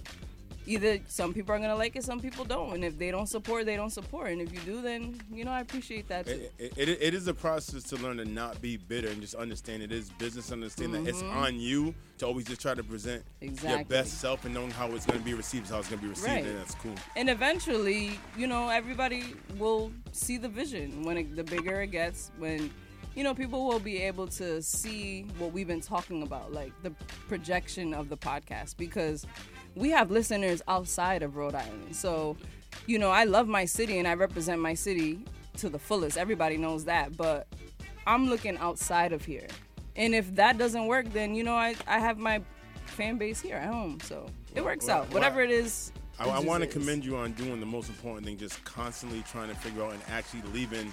[SPEAKER 16] either some people are gonna like it, some people don't. And if they don't support, they don't support. And if you do then, you know, I appreciate that too.
[SPEAKER 2] It, it, it is a process to learn to not be bitter and just understand it is business. Understand that it's
[SPEAKER 16] Mhm.
[SPEAKER 2] on you to always just try to present your
[SPEAKER 16] Exactly.
[SPEAKER 2] best self and knowing how it's going to be received, is how it's going to be received,
[SPEAKER 16] Right.
[SPEAKER 2] and that's cool.
[SPEAKER 16] And eventually, you know, everybody will see the vision when it, the bigger it gets. When, you know, people will be able to see what we've been talking about, like the projection of the podcast, because we have listeners outside of Rhode Island. So, you know, I love my city and I represent my city to the fullest. Everybody knows that. But I'm looking outside of here. And if that doesn't work, then, you know, I, I have my fan base here at home. So it works
[SPEAKER 2] Well,
[SPEAKER 16] out.
[SPEAKER 2] well,
[SPEAKER 16] Whatever it is.
[SPEAKER 2] I,
[SPEAKER 16] it
[SPEAKER 2] I
[SPEAKER 16] just
[SPEAKER 2] want to
[SPEAKER 16] is.
[SPEAKER 2] commend you on doing the most important thing, just constantly trying to figure out and actually leaving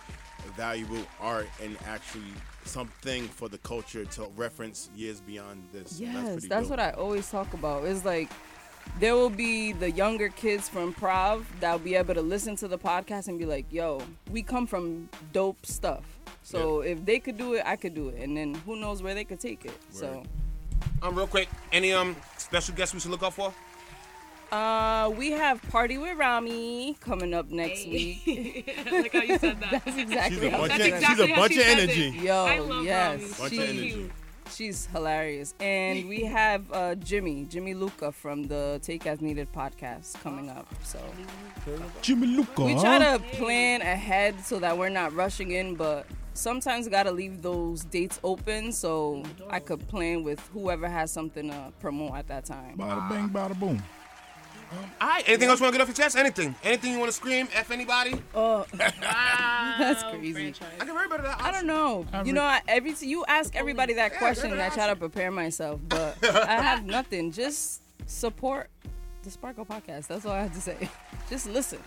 [SPEAKER 2] valuable art and actually something for the culture to reference years beyond this.
[SPEAKER 16] Yes, that's,
[SPEAKER 2] pretty dope.
[SPEAKER 16] what I always talk about. It's like there will be the younger kids from Prov that'll be able to listen to the podcast and be like, "Yo, we come from dope stuff." So if they could do it, I could do it, and then who knows where they could take it. So.
[SPEAKER 5] Um, real quick, any um special guests we should look out for?
[SPEAKER 16] Uh, we have Party with Rami coming up next week.
[SPEAKER 17] like how you said that.
[SPEAKER 16] That's exactly
[SPEAKER 2] She's a
[SPEAKER 16] how
[SPEAKER 2] bunch
[SPEAKER 16] she
[SPEAKER 2] of-
[SPEAKER 16] said
[SPEAKER 2] she's
[SPEAKER 16] it.
[SPEAKER 2] a bunch of energy.
[SPEAKER 16] Yo,
[SPEAKER 17] I love
[SPEAKER 16] yes.
[SPEAKER 17] Rami.
[SPEAKER 2] Bunch of energy.
[SPEAKER 16] She's hilarious. And we have uh, Jimmy, Jimmy Luca from the Take As Needed podcast coming up. So
[SPEAKER 6] Jimmy Luca.
[SPEAKER 16] we try to plan ahead so that we're not rushing in, but sometimes gotta leave those dates open so I could plan with whoever has something to promote at that time.
[SPEAKER 17] Ah.
[SPEAKER 6] Bada bang, bada boom.
[SPEAKER 5] All right. Anything else you want to get off your chest? Anything? Anything you want to scream? F anybody?
[SPEAKER 16] Oh, that's crazy.
[SPEAKER 5] I can worry about that.
[SPEAKER 16] I don't know. You know, I, every t- you ask everybody that question, and I try to prepare myself, but I have nothing. Just support the Sparkle Podcast. That's all I have to say. Just listen.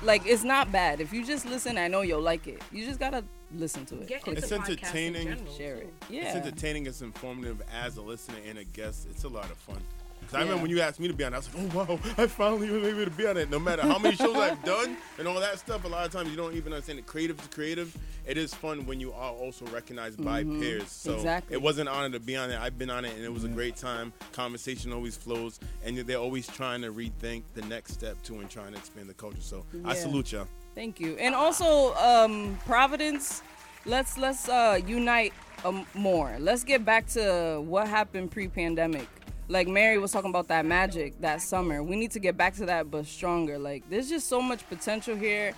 [SPEAKER 16] Like it's not bad. If you just listen, I know you'll like it. You just gotta listen to it.
[SPEAKER 17] Get
[SPEAKER 16] Click
[SPEAKER 2] It's
[SPEAKER 16] it.
[SPEAKER 2] entertaining.
[SPEAKER 16] Share it.
[SPEAKER 2] It's
[SPEAKER 16] Yeah.
[SPEAKER 2] entertaining. It's informative as a listener and a guest. It's a lot of fun. 'Cause I
[SPEAKER 16] Yeah.
[SPEAKER 2] remember when you asked me to be on, it, I was like, oh wow, I finally was able to be on it. No matter how many shows I've done and all that stuff, a lot of times you don't even understand it. Creative to creative, it is fun when you are also recognized by
[SPEAKER 16] Mhm.
[SPEAKER 2] peers. So
[SPEAKER 16] Exactly.
[SPEAKER 2] it was an honor to be on it. I've been on it, and it was a great time. Conversation always flows, and they're always trying to rethink the next step too and trying to expand the culture. So I
[SPEAKER 16] Yeah.
[SPEAKER 2] salute y'all.
[SPEAKER 16] Thank you. And also, um, Providence, let's let's uh, unite um, more. Let's get back to what happened pre-pandemic. Like Mary was talking about that magic that summer. We need to get back to that, but stronger. Like there's just so much potential here,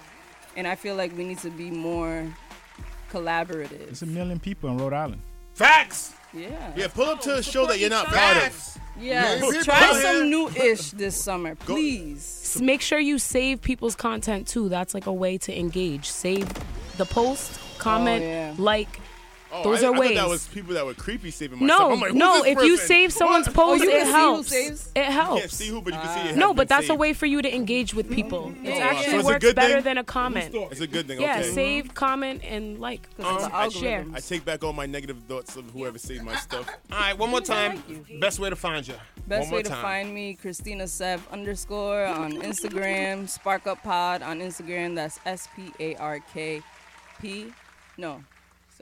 [SPEAKER 16] and I feel like we need to be more collaborative.
[SPEAKER 6] It's a million people in Rhode Island.
[SPEAKER 5] Facts.
[SPEAKER 16] Yeah.
[SPEAKER 2] Yeah, pull up to a show that you're not proud of.
[SPEAKER 16] Yes.
[SPEAKER 2] Yes.
[SPEAKER 16] Try some new ish this summer, please.
[SPEAKER 15] S- Make sure you save people's content too. That's like a way to engage. Save the post, comment,
[SPEAKER 16] Oh, yeah.
[SPEAKER 15] like,
[SPEAKER 2] Oh,
[SPEAKER 15] Those
[SPEAKER 2] I,
[SPEAKER 15] are
[SPEAKER 2] I
[SPEAKER 15] ways.
[SPEAKER 2] Thought that was people that were creepy saving my stuff.
[SPEAKER 15] no,
[SPEAKER 2] I'm like, who's
[SPEAKER 15] no.
[SPEAKER 2] this
[SPEAKER 15] If you
[SPEAKER 2] person?
[SPEAKER 15] save someone's
[SPEAKER 2] What?
[SPEAKER 15] post,
[SPEAKER 2] Oh, you
[SPEAKER 15] it
[SPEAKER 2] can see who
[SPEAKER 15] helps.
[SPEAKER 2] saves?
[SPEAKER 15] It helps.
[SPEAKER 2] can't see who, but you can see it has
[SPEAKER 15] no,
[SPEAKER 2] been
[SPEAKER 15] but that's
[SPEAKER 2] saved.
[SPEAKER 15] a way for you to engage with people. It
[SPEAKER 2] wow. So
[SPEAKER 15] actually
[SPEAKER 2] it's a
[SPEAKER 15] works
[SPEAKER 2] good
[SPEAKER 15] better
[SPEAKER 2] thing?
[SPEAKER 15] than a comment.
[SPEAKER 2] It's a good thing.
[SPEAKER 15] Yeah,
[SPEAKER 2] okay.
[SPEAKER 15] save, comment, and like.
[SPEAKER 2] Um, I,
[SPEAKER 15] I'll share.
[SPEAKER 2] I take back all my negative thoughts of whoever saved my stuff.
[SPEAKER 5] All right, one more time. Best way to find you.
[SPEAKER 16] Best
[SPEAKER 5] one more
[SPEAKER 16] way to
[SPEAKER 5] time.
[SPEAKER 16] find me, Christina Sev underscore on Instagram, Spark Up Pod on Instagram. That's S P A R K P. No,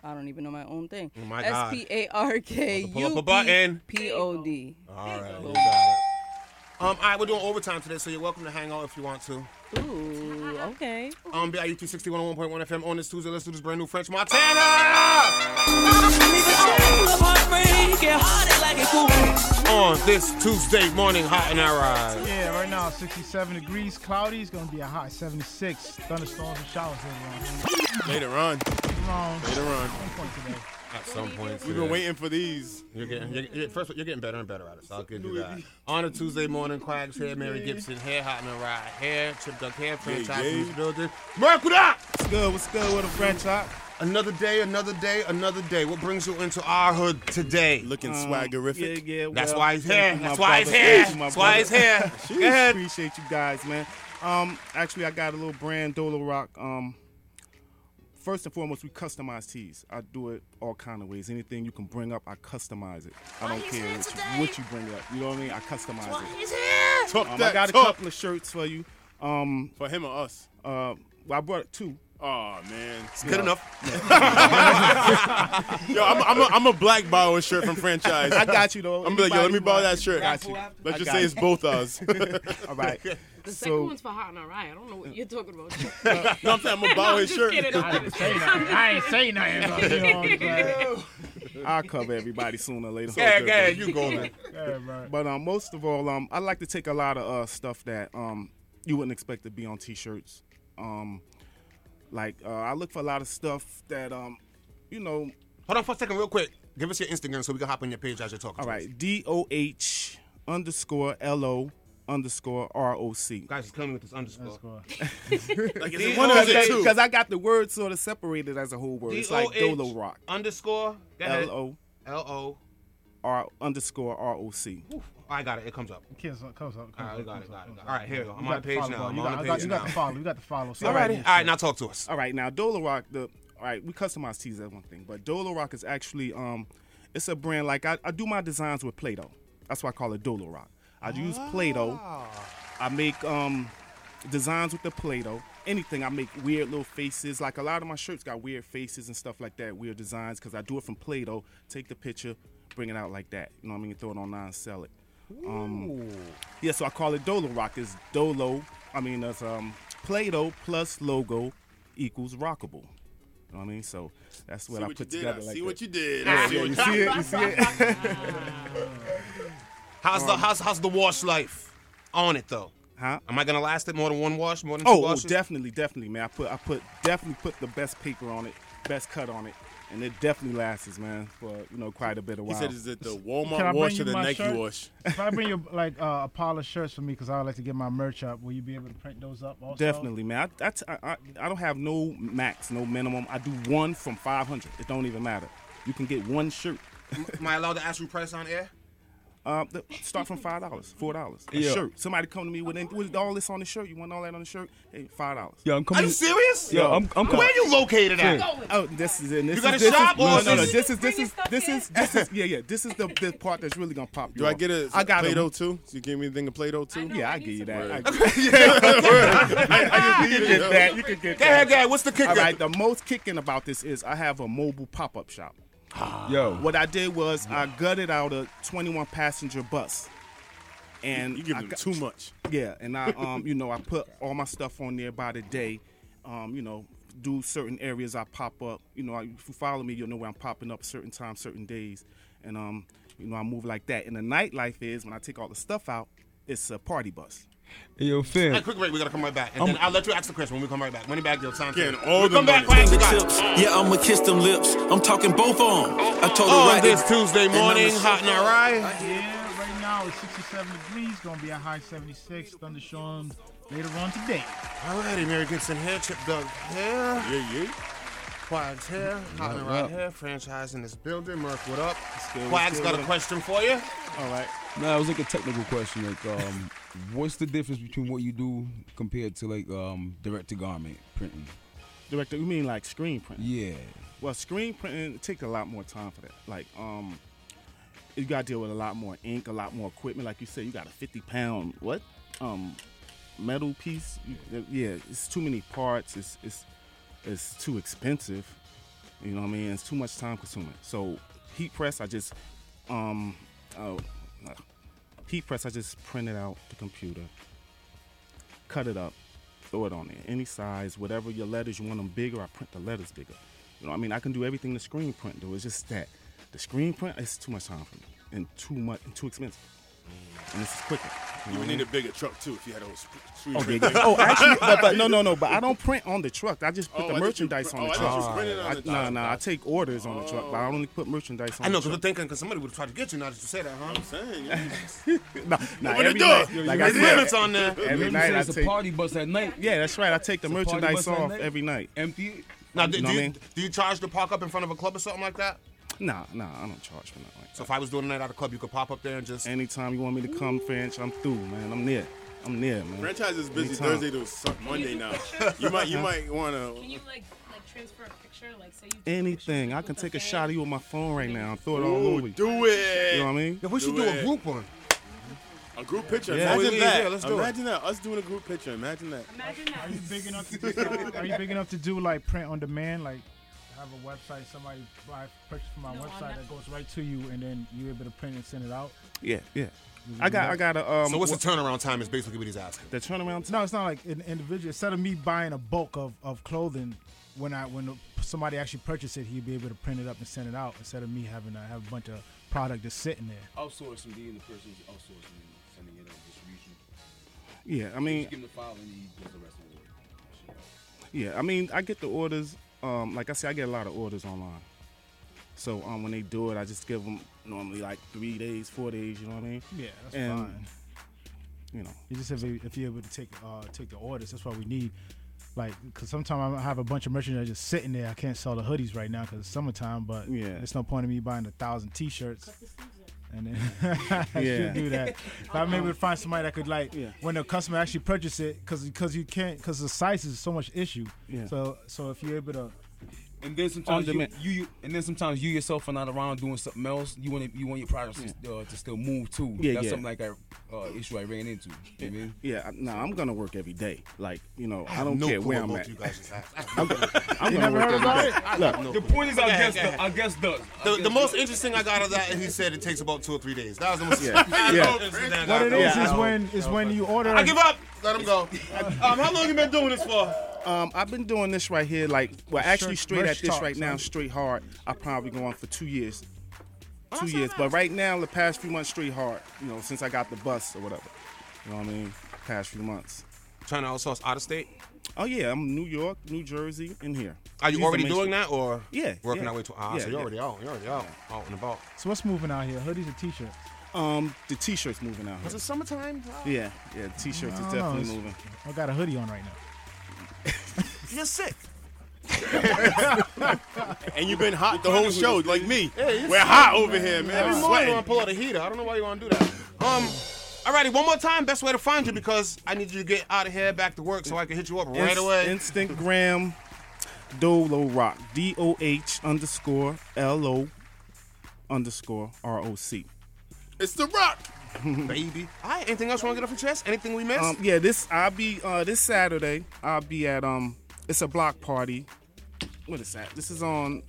[SPEAKER 16] I don't even know my own thing.
[SPEAKER 5] Oh, my
[SPEAKER 16] S
[SPEAKER 5] God.
[SPEAKER 16] P A R K
[SPEAKER 5] Pull up a
[SPEAKER 16] U
[SPEAKER 5] button.
[SPEAKER 16] P O D.
[SPEAKER 5] All right, you got it. Um, all right, we're doing overtime today, so you're welcome to hang out if you want to.
[SPEAKER 16] Ooh, okay.
[SPEAKER 5] Um, BIU 360 101.1 FM on this Tuesday. Let's do this brand new French
[SPEAKER 18] Oh,
[SPEAKER 5] Montana! On this Tuesday morning, hot in our eyes.
[SPEAKER 6] Yeah, right now 67 degrees, cloudy. It's gonna be a high 76. Thunderstorms and showers later
[SPEAKER 2] Later on.
[SPEAKER 6] on.
[SPEAKER 2] Later on.
[SPEAKER 5] At some point.
[SPEAKER 2] We've been waiting for these.
[SPEAKER 5] You're getting, you're, you're- first, of all, you're getting better and better at it, so I'll give you that. On a Tuesday morning, Quacks Hair, Mary Gibson Hair, Hot in the Ride Hair, Chip Duck Hair, Franchise
[SPEAKER 2] yeah.
[SPEAKER 5] Music Building. Mark, what up?
[SPEAKER 2] What's good? What's good with a French hot?
[SPEAKER 5] Another day, another day, another day. What brings you into our hood today?
[SPEAKER 2] Looking swaggerific.
[SPEAKER 17] Um, Yeah, yeah.
[SPEAKER 5] That's
[SPEAKER 17] well,
[SPEAKER 5] why he's
[SPEAKER 17] thank
[SPEAKER 5] here.
[SPEAKER 17] you, my
[SPEAKER 5] That's why he's
[SPEAKER 17] brother.
[SPEAKER 5] here.
[SPEAKER 17] Thank you, my
[SPEAKER 5] That's why he's
[SPEAKER 17] brother.
[SPEAKER 5] here. Go ahead.
[SPEAKER 17] Appreciate you guys, man. Um, actually, I got a little brand Dolo Rock. Um, first and foremost, we customize tees. I do it all kind of ways. Anything you can bring up, I customize it. I don't care what you, what you bring up. You know what I mean? I customize it.
[SPEAKER 2] Talk
[SPEAKER 17] Um, I
[SPEAKER 2] that
[SPEAKER 17] got a
[SPEAKER 2] talk.
[SPEAKER 17] couple of shirts for you. Um,
[SPEAKER 2] for him or us?
[SPEAKER 17] Uh, well, I brought two.
[SPEAKER 2] Oh man, it's
[SPEAKER 17] good
[SPEAKER 2] enough. yo, I'm I'm a, I'm a black borrow a shirt from franchise.
[SPEAKER 17] I got you, though.
[SPEAKER 2] I'm be like, yo, let me
[SPEAKER 17] Anybody
[SPEAKER 2] borrow
[SPEAKER 17] want
[SPEAKER 2] that
[SPEAKER 17] it.
[SPEAKER 2] shirt.
[SPEAKER 17] Got you.
[SPEAKER 2] Let's
[SPEAKER 17] I
[SPEAKER 2] just
[SPEAKER 17] got
[SPEAKER 2] say
[SPEAKER 17] it.
[SPEAKER 2] it's both us.
[SPEAKER 17] All right.
[SPEAKER 15] The
[SPEAKER 17] second So- one's
[SPEAKER 15] for Hot and Rye. I don't know what you're talking about.
[SPEAKER 2] no, I'm saying I'm gonna borrow his shirt.
[SPEAKER 6] I ain't say nothing about it, you know what I'm saying?
[SPEAKER 17] I'll cover everybody sooner or later.
[SPEAKER 5] Yeah, yeah, you go, man.
[SPEAKER 6] Yeah, right.
[SPEAKER 17] But um, most of all, um, I like to take a lot of uh, stuff that um, you wouldn't expect to be on T-shirts. Um, like uh, I look for a lot of stuff that um, you know.
[SPEAKER 5] Hold on for a second, real quick. Give us your Instagram so we can hop on your page as you're talking.
[SPEAKER 17] All
[SPEAKER 5] to us.
[SPEAKER 17] right, D O H underscore L O underscore R O C.
[SPEAKER 5] Guys, it's coming with this underscore.
[SPEAKER 2] like, is it one or is it two?
[SPEAKER 17] Because I got the word sort of separated as a whole word. It's like
[SPEAKER 5] D O H
[SPEAKER 17] Dolo Rock.
[SPEAKER 5] Underscore. Go ahead.
[SPEAKER 17] L O
[SPEAKER 5] L O.
[SPEAKER 17] R underscore R O C.
[SPEAKER 5] I got it. It comes up.
[SPEAKER 6] Kids, comes up.
[SPEAKER 5] All
[SPEAKER 6] Comes
[SPEAKER 5] right,
[SPEAKER 6] up,
[SPEAKER 5] we got
[SPEAKER 6] comes
[SPEAKER 5] it,
[SPEAKER 6] up,
[SPEAKER 5] got it,
[SPEAKER 6] comes
[SPEAKER 5] got
[SPEAKER 6] up.
[SPEAKER 5] it. All right, here we go.
[SPEAKER 6] You
[SPEAKER 5] I'm
[SPEAKER 6] got
[SPEAKER 5] on
[SPEAKER 6] the
[SPEAKER 5] the page
[SPEAKER 6] follow,
[SPEAKER 5] now. I'm
[SPEAKER 6] you
[SPEAKER 5] on
[SPEAKER 6] got-
[SPEAKER 5] the
[SPEAKER 6] I got-
[SPEAKER 5] page
[SPEAKER 6] You got
[SPEAKER 5] now.
[SPEAKER 6] the follow. You got the follow. So
[SPEAKER 17] All right.
[SPEAKER 5] All right, now talk to us.
[SPEAKER 17] All right, now Dolo Rock. The all right, we customize tees that one thing, but Dolo Rock is actually um, it's a brand like I, I do my designs with Play-Doh. That's why I call it Dolo Rock. I use Play-Doh. I make um, designs with the Play-Doh. Anything I make weird little faces. Like a lot of my shirts got weird faces and stuff like that. Weird designs because I do it from Play-Doh. Take the picture, bring it out like that. You know what I mean? Throw it online, and sell it. Um, yeah, so I call it Dolo Rock. It's Dolo. I mean, that's um, Play-Doh plus logo equals rockable. You know what I mean? So that's what
[SPEAKER 2] See
[SPEAKER 17] I
[SPEAKER 2] what you
[SPEAKER 17] put
[SPEAKER 2] did.
[SPEAKER 17] together.
[SPEAKER 2] I
[SPEAKER 17] like
[SPEAKER 2] see
[SPEAKER 17] that.
[SPEAKER 2] what you did. I
[SPEAKER 17] Yeah,
[SPEAKER 2] see
[SPEAKER 17] yeah,
[SPEAKER 2] what
[SPEAKER 17] you
[SPEAKER 2] you
[SPEAKER 17] see it.
[SPEAKER 2] did.
[SPEAKER 17] You see it. Um,
[SPEAKER 5] How's the how's how's the wash life? On it though.
[SPEAKER 17] Huh?
[SPEAKER 5] Am I gonna last it more than one wash? More than two
[SPEAKER 17] oh, oh,
[SPEAKER 5] washes?
[SPEAKER 17] definitely, definitely, man. I put, I put, definitely put the best paper on it, best cut on it, and it definitely lasts, man, for you know quite a bit of
[SPEAKER 2] He
[SPEAKER 17] while.
[SPEAKER 2] said, "Is it the
[SPEAKER 6] Can I
[SPEAKER 2] Walmart
[SPEAKER 6] bring
[SPEAKER 2] wash
[SPEAKER 6] you
[SPEAKER 2] or the
[SPEAKER 6] my
[SPEAKER 2] Nike
[SPEAKER 6] shirt?
[SPEAKER 2] wash?"
[SPEAKER 6] If I bring you like uh, a pile of shirts for me, because I would like to get my merch up, will you be able to print those up? Also?
[SPEAKER 17] Definitely, man. I, I, t- I, I- I don't have no max, no minimum. I do one from 500. It don't even matter. You can get one shirt.
[SPEAKER 5] Am I allowed to ask you price on air?
[SPEAKER 17] Uh, the, start from five dollars, four dollars. A
[SPEAKER 5] Yeah.
[SPEAKER 17] shirt. Somebody come to me with, with all this on the shirt. You want all that on the shirt? Hey, five dollars.
[SPEAKER 19] Yo, I'm coming.
[SPEAKER 5] Are you serious?
[SPEAKER 19] Yo, I'm, I'm
[SPEAKER 5] Where you located at?
[SPEAKER 17] Oh, this is it. This
[SPEAKER 5] You got
[SPEAKER 17] is,
[SPEAKER 5] a
[SPEAKER 17] this
[SPEAKER 5] shop
[SPEAKER 17] is,
[SPEAKER 5] or
[SPEAKER 17] no,
[SPEAKER 5] is
[SPEAKER 17] no, no.
[SPEAKER 5] this-
[SPEAKER 17] This is this is this is this is yeah, yeah. This is the, the part that's really gonna pop you.
[SPEAKER 2] Do I
[SPEAKER 17] off.
[SPEAKER 2] get a
[SPEAKER 17] I got 'em.
[SPEAKER 2] Play-Doh too? So you give me anything a Play-Doh too?
[SPEAKER 17] yeah, I give you that. I-
[SPEAKER 2] I-
[SPEAKER 17] you
[SPEAKER 2] I just
[SPEAKER 17] can
[SPEAKER 2] needed
[SPEAKER 17] get
[SPEAKER 2] it.
[SPEAKER 17] that. You can get
[SPEAKER 2] Go
[SPEAKER 17] that.
[SPEAKER 2] ahead, go ahead. What's the kicker?
[SPEAKER 17] All right, the most kicking about this is I have a mobile pop-up shop.
[SPEAKER 2] Ah.
[SPEAKER 19] Yo.
[SPEAKER 17] What I did was I gutted out a 21 passenger bus. And
[SPEAKER 2] You- you give
[SPEAKER 17] I
[SPEAKER 2] them
[SPEAKER 17] got-
[SPEAKER 2] too much.
[SPEAKER 17] Yeah, and I um, you know, I put all my stuff on there by the day. Um, you know, do certain areas I pop up. You know, I, if you follow me, you'll know where I'm popping up certain times, certain days. And um, you know, I move like that. And the nightlife is when I take all the stuff out, it's a party bus.
[SPEAKER 19] Hey, yo, fam.
[SPEAKER 5] Hey, quick break. We gotta come right back, and
[SPEAKER 19] I'm-
[SPEAKER 5] then I'll let you ask the question when we come right back. Money back, your time.
[SPEAKER 2] Getting
[SPEAKER 5] When
[SPEAKER 2] all
[SPEAKER 5] we
[SPEAKER 2] the
[SPEAKER 5] come back.
[SPEAKER 2] money.
[SPEAKER 5] Quacks, you got it.
[SPEAKER 19] Yeah, I'ma kiss them lips. I'm talking both on. I told
[SPEAKER 5] On
[SPEAKER 19] her right
[SPEAKER 5] this Oh, Tuesday
[SPEAKER 19] and I'ma
[SPEAKER 5] morning,
[SPEAKER 19] shoot
[SPEAKER 5] hot and all right.
[SPEAKER 6] Yeah, right now it's 67 degrees. Gonna be a high 76. Thunderstorms later on today.
[SPEAKER 5] Alrighty, Mary Gibson hair, Chip Doug hair.
[SPEAKER 2] Yeah, yeah.
[SPEAKER 5] Quags here, hopping
[SPEAKER 2] What
[SPEAKER 5] right
[SPEAKER 2] up?
[SPEAKER 5] here, franchise in this building. Murph, what up?
[SPEAKER 2] what's
[SPEAKER 5] Quags
[SPEAKER 2] good,
[SPEAKER 5] got
[SPEAKER 2] what
[SPEAKER 5] a
[SPEAKER 2] up?
[SPEAKER 5] question for you.
[SPEAKER 2] All right.
[SPEAKER 13] No, it was like a technical question. Like, um, what's the difference between what you do compared to like um, direct to garment printing?
[SPEAKER 17] Director, you mean like screen printing?
[SPEAKER 13] Yeah.
[SPEAKER 17] Well, screen printing it take a lot more time for that. Like, um, you got to deal with a lot more ink, a lot more equipment. Like you said, you got a fifty pound what, um, metal piece. You- Yeah, it's too many parts. It's it's it's too expensive. You know what I mean? It's too much time consuming. So heat press, I just um, oh, uh, heat press, I just print it out the computer, cut it up, throw it on there, any size, whatever your letters you want them bigger. I print the letters bigger. You know, what I mean, I can do everything the screen print do. It's just that the screen print is too much time for me and too much and too expensive. And this is quicker.
[SPEAKER 2] You would
[SPEAKER 17] know what I
[SPEAKER 2] need
[SPEAKER 17] mean?
[SPEAKER 2] a bigger truck too if you had a sp- screen
[SPEAKER 17] Oh,
[SPEAKER 2] print
[SPEAKER 17] yeah, yeah.
[SPEAKER 2] thing.
[SPEAKER 17] Oh, actually, but, but no, no, no. But I don't print on the truck. I just put
[SPEAKER 2] Oh, I
[SPEAKER 17] the
[SPEAKER 2] thought you
[SPEAKER 17] merchandise
[SPEAKER 2] print-
[SPEAKER 17] on the
[SPEAKER 2] oh, I
[SPEAKER 17] truck.
[SPEAKER 2] thought you printed on the
[SPEAKER 17] no,
[SPEAKER 2] truck.
[SPEAKER 17] no. I take orders on the truck, but I only put merchandise on.
[SPEAKER 5] I know,
[SPEAKER 17] the
[SPEAKER 5] because we're
[SPEAKER 17] truck.
[SPEAKER 5] thinking, because somebody would try to get you now that you say that, huh? I'm saying.
[SPEAKER 17] no, no,
[SPEAKER 5] Open the
[SPEAKER 17] every
[SPEAKER 5] door.
[SPEAKER 17] night,
[SPEAKER 5] There's
[SPEAKER 17] like I said,
[SPEAKER 5] limits on there.
[SPEAKER 17] Every
[SPEAKER 5] Remember,
[SPEAKER 17] night I
[SPEAKER 5] it's a
[SPEAKER 17] take
[SPEAKER 5] party
[SPEAKER 13] bus at night.
[SPEAKER 17] Yeah, that's right. I take the
[SPEAKER 5] It's a party
[SPEAKER 17] merchandise
[SPEAKER 5] bus at
[SPEAKER 17] off
[SPEAKER 5] night.
[SPEAKER 17] every night.
[SPEAKER 13] Empty it.
[SPEAKER 5] Now,
[SPEAKER 17] You know
[SPEAKER 5] do, do,
[SPEAKER 17] what I
[SPEAKER 5] you,
[SPEAKER 17] mean?
[SPEAKER 5] do you charge to park up in front of a club or something like that?
[SPEAKER 17] Nah, nah, I don't charge for nothing like that.
[SPEAKER 5] So if I was doing a night at a club, you could pop up there and just.
[SPEAKER 17] Anytime you want me to come, French, I'm through, man. I'm there. I'm there, man.
[SPEAKER 2] Franchise is busy
[SPEAKER 17] Anytime.
[SPEAKER 2] Thursday to Sun- Monday now. You might, you might want to.
[SPEAKER 20] Can you like like transfer a picture? Like say you.
[SPEAKER 17] Anything. I can take a shot of you with my phone right now and throw it all
[SPEAKER 2] Ooh,
[SPEAKER 17] over you.
[SPEAKER 2] do it.
[SPEAKER 17] You know what I mean?
[SPEAKER 2] Yeah, we should Do do a it. group
[SPEAKER 5] one.
[SPEAKER 2] A group picture.
[SPEAKER 17] Yeah.
[SPEAKER 2] Imagine
[SPEAKER 17] Yeah,
[SPEAKER 2] that.
[SPEAKER 17] yeah, let's do it.
[SPEAKER 2] Imagine that. Us doing a group picture. Imagine that.
[SPEAKER 20] Imagine that.
[SPEAKER 6] Are you big enough to do, Are you big enough to do like print on demand? Like have a website, somebody buy purchase from my
[SPEAKER 20] No, I'm
[SPEAKER 6] website
[SPEAKER 20] not-
[SPEAKER 6] that goes right to you, and then you're able to print and send it out.
[SPEAKER 17] Yeah, yeah. I got, I got a. Um,
[SPEAKER 5] so what's
[SPEAKER 17] wh-
[SPEAKER 5] the turnaround time? Is basically what he's asking.
[SPEAKER 17] The turnaround
[SPEAKER 6] No, it's not like an individual. Instead of me buying a bulk of, of clothing, when I when somebody actually purchased it, he'd be able to print it up and send it out instead of me having to have a bunch of product just sitting there.
[SPEAKER 13] Outsourcing, being the person's outsourcing, and sending it on distribution.
[SPEAKER 17] Yeah, I mean-
[SPEAKER 13] Just give him the file and he does the rest of the work.
[SPEAKER 17] Yeah, I mean, I get the orders. Um, like I said, I get a lot of orders online. So um, when they do it, I just give them normally like three days, four days. You know what I mean?
[SPEAKER 6] Yeah, that's
[SPEAKER 17] and,
[SPEAKER 6] fine.
[SPEAKER 17] You know,
[SPEAKER 6] You just have to- if you're able to take uh, take the orders. That's why we need like because sometimes I have a bunch of merchandise just sitting there. I can't sell the hoodies right now because it's summertime. But yeah, there's no point in me buying a thousand T-shirts. And then I
[SPEAKER 17] Yeah.
[SPEAKER 6] should do that. If I'm able to find somebody that could like when the customer actually purchase it because you can't because the size is so much issue.
[SPEAKER 13] Yeah.
[SPEAKER 6] So so if you're able to
[SPEAKER 13] And then sometimes
[SPEAKER 6] On
[SPEAKER 13] you,
[SPEAKER 6] demand.
[SPEAKER 13] you, you, and then sometimes you yourself are not around doing something else. You want to, you want your products to, uh, to still move too.
[SPEAKER 17] Yeah,
[SPEAKER 13] That's
[SPEAKER 17] yeah.
[SPEAKER 13] something like I uh, issue I ran into. You know what I mean?
[SPEAKER 17] yeah. I- Nah, I'm gonna work every day. Like you know,
[SPEAKER 13] I
[SPEAKER 17] I,
[SPEAKER 13] have
[SPEAKER 17] don't
[SPEAKER 13] no
[SPEAKER 17] care
[SPEAKER 13] clue what
[SPEAKER 17] where I'm
[SPEAKER 13] both
[SPEAKER 17] at.
[SPEAKER 13] you guys just asked.
[SPEAKER 17] I'm gonna, I'm
[SPEAKER 13] You
[SPEAKER 17] gonna
[SPEAKER 13] never
[SPEAKER 17] work
[SPEAKER 13] heard
[SPEAKER 17] every
[SPEAKER 13] about
[SPEAKER 17] day.
[SPEAKER 13] it?
[SPEAKER 17] Look,
[SPEAKER 13] The point is, I
[SPEAKER 5] Go ahead,
[SPEAKER 13] guess,
[SPEAKER 5] go ahead.
[SPEAKER 13] the, I guess the,
[SPEAKER 5] The, the most interesting I got of that, he said it takes about two or three days. That was the most.
[SPEAKER 17] Yeah. Yeah.
[SPEAKER 6] what it is is
[SPEAKER 5] I-
[SPEAKER 6] when is when you order.
[SPEAKER 5] I give up. Let him go. Um, how long you been doing this for?
[SPEAKER 17] Um, I've been doing this right here, like, well, actually,
[SPEAKER 6] Shirt-
[SPEAKER 17] straight at
[SPEAKER 6] merch
[SPEAKER 17] this
[SPEAKER 6] talk,
[SPEAKER 17] right now,
[SPEAKER 6] son.
[SPEAKER 17] straight hard. I probably go on for two years, two years. But right now, the past few months, straight hard. You know, since I got the bus or whatever. You know what I mean? Past few months.
[SPEAKER 5] Trying to outsource out of state.
[SPEAKER 17] Oh yeah, I'm New York, New Jersey, and here.
[SPEAKER 5] Are you
[SPEAKER 17] These
[SPEAKER 5] already
[SPEAKER 17] the main
[SPEAKER 5] doing
[SPEAKER 17] streets.
[SPEAKER 5] that or
[SPEAKER 17] Yeah,
[SPEAKER 5] working
[SPEAKER 17] yeah.
[SPEAKER 5] our way to? Ah,
[SPEAKER 17] Yeah,
[SPEAKER 5] so you
[SPEAKER 17] yeah.
[SPEAKER 5] already out. You already out. Out and about.
[SPEAKER 6] So what's moving out here? Hoodies or T-shirts?
[SPEAKER 17] Um, the T-shirts moving out.
[SPEAKER 5] Is it summertime?
[SPEAKER 17] Here. Yeah, yeah, the T-shirts
[SPEAKER 6] I
[SPEAKER 17] is
[SPEAKER 6] don't know,
[SPEAKER 17] definitely
[SPEAKER 6] Oh, it's-
[SPEAKER 17] moving.
[SPEAKER 6] I got a hoodie on right now.
[SPEAKER 5] You're sick.
[SPEAKER 2] and you've been hot the whole show, like me.
[SPEAKER 5] Yeah, you're
[SPEAKER 2] We're
[SPEAKER 5] sick,
[SPEAKER 2] hot over here, man.
[SPEAKER 5] Every
[SPEAKER 2] I'm
[SPEAKER 5] morning you
[SPEAKER 2] sweating.
[SPEAKER 5] want to pull out a heater. I don't know why you want to do that. Um, alrighty, one more time. Best way to find you because I need you to get out of here, back to work, so I can hit you up right
[SPEAKER 17] Inst-
[SPEAKER 5] away.
[SPEAKER 17] Instagram, Dolo Rock, D O H underscore L O underscore R O C.
[SPEAKER 2] It's the rock.
[SPEAKER 5] Baby. All right, anything else you want to get off your chest? Anything we missed?
[SPEAKER 17] Um, yeah, this I'll be uh, this Saturday. I'll be at um, it's a block party. What is that? This is on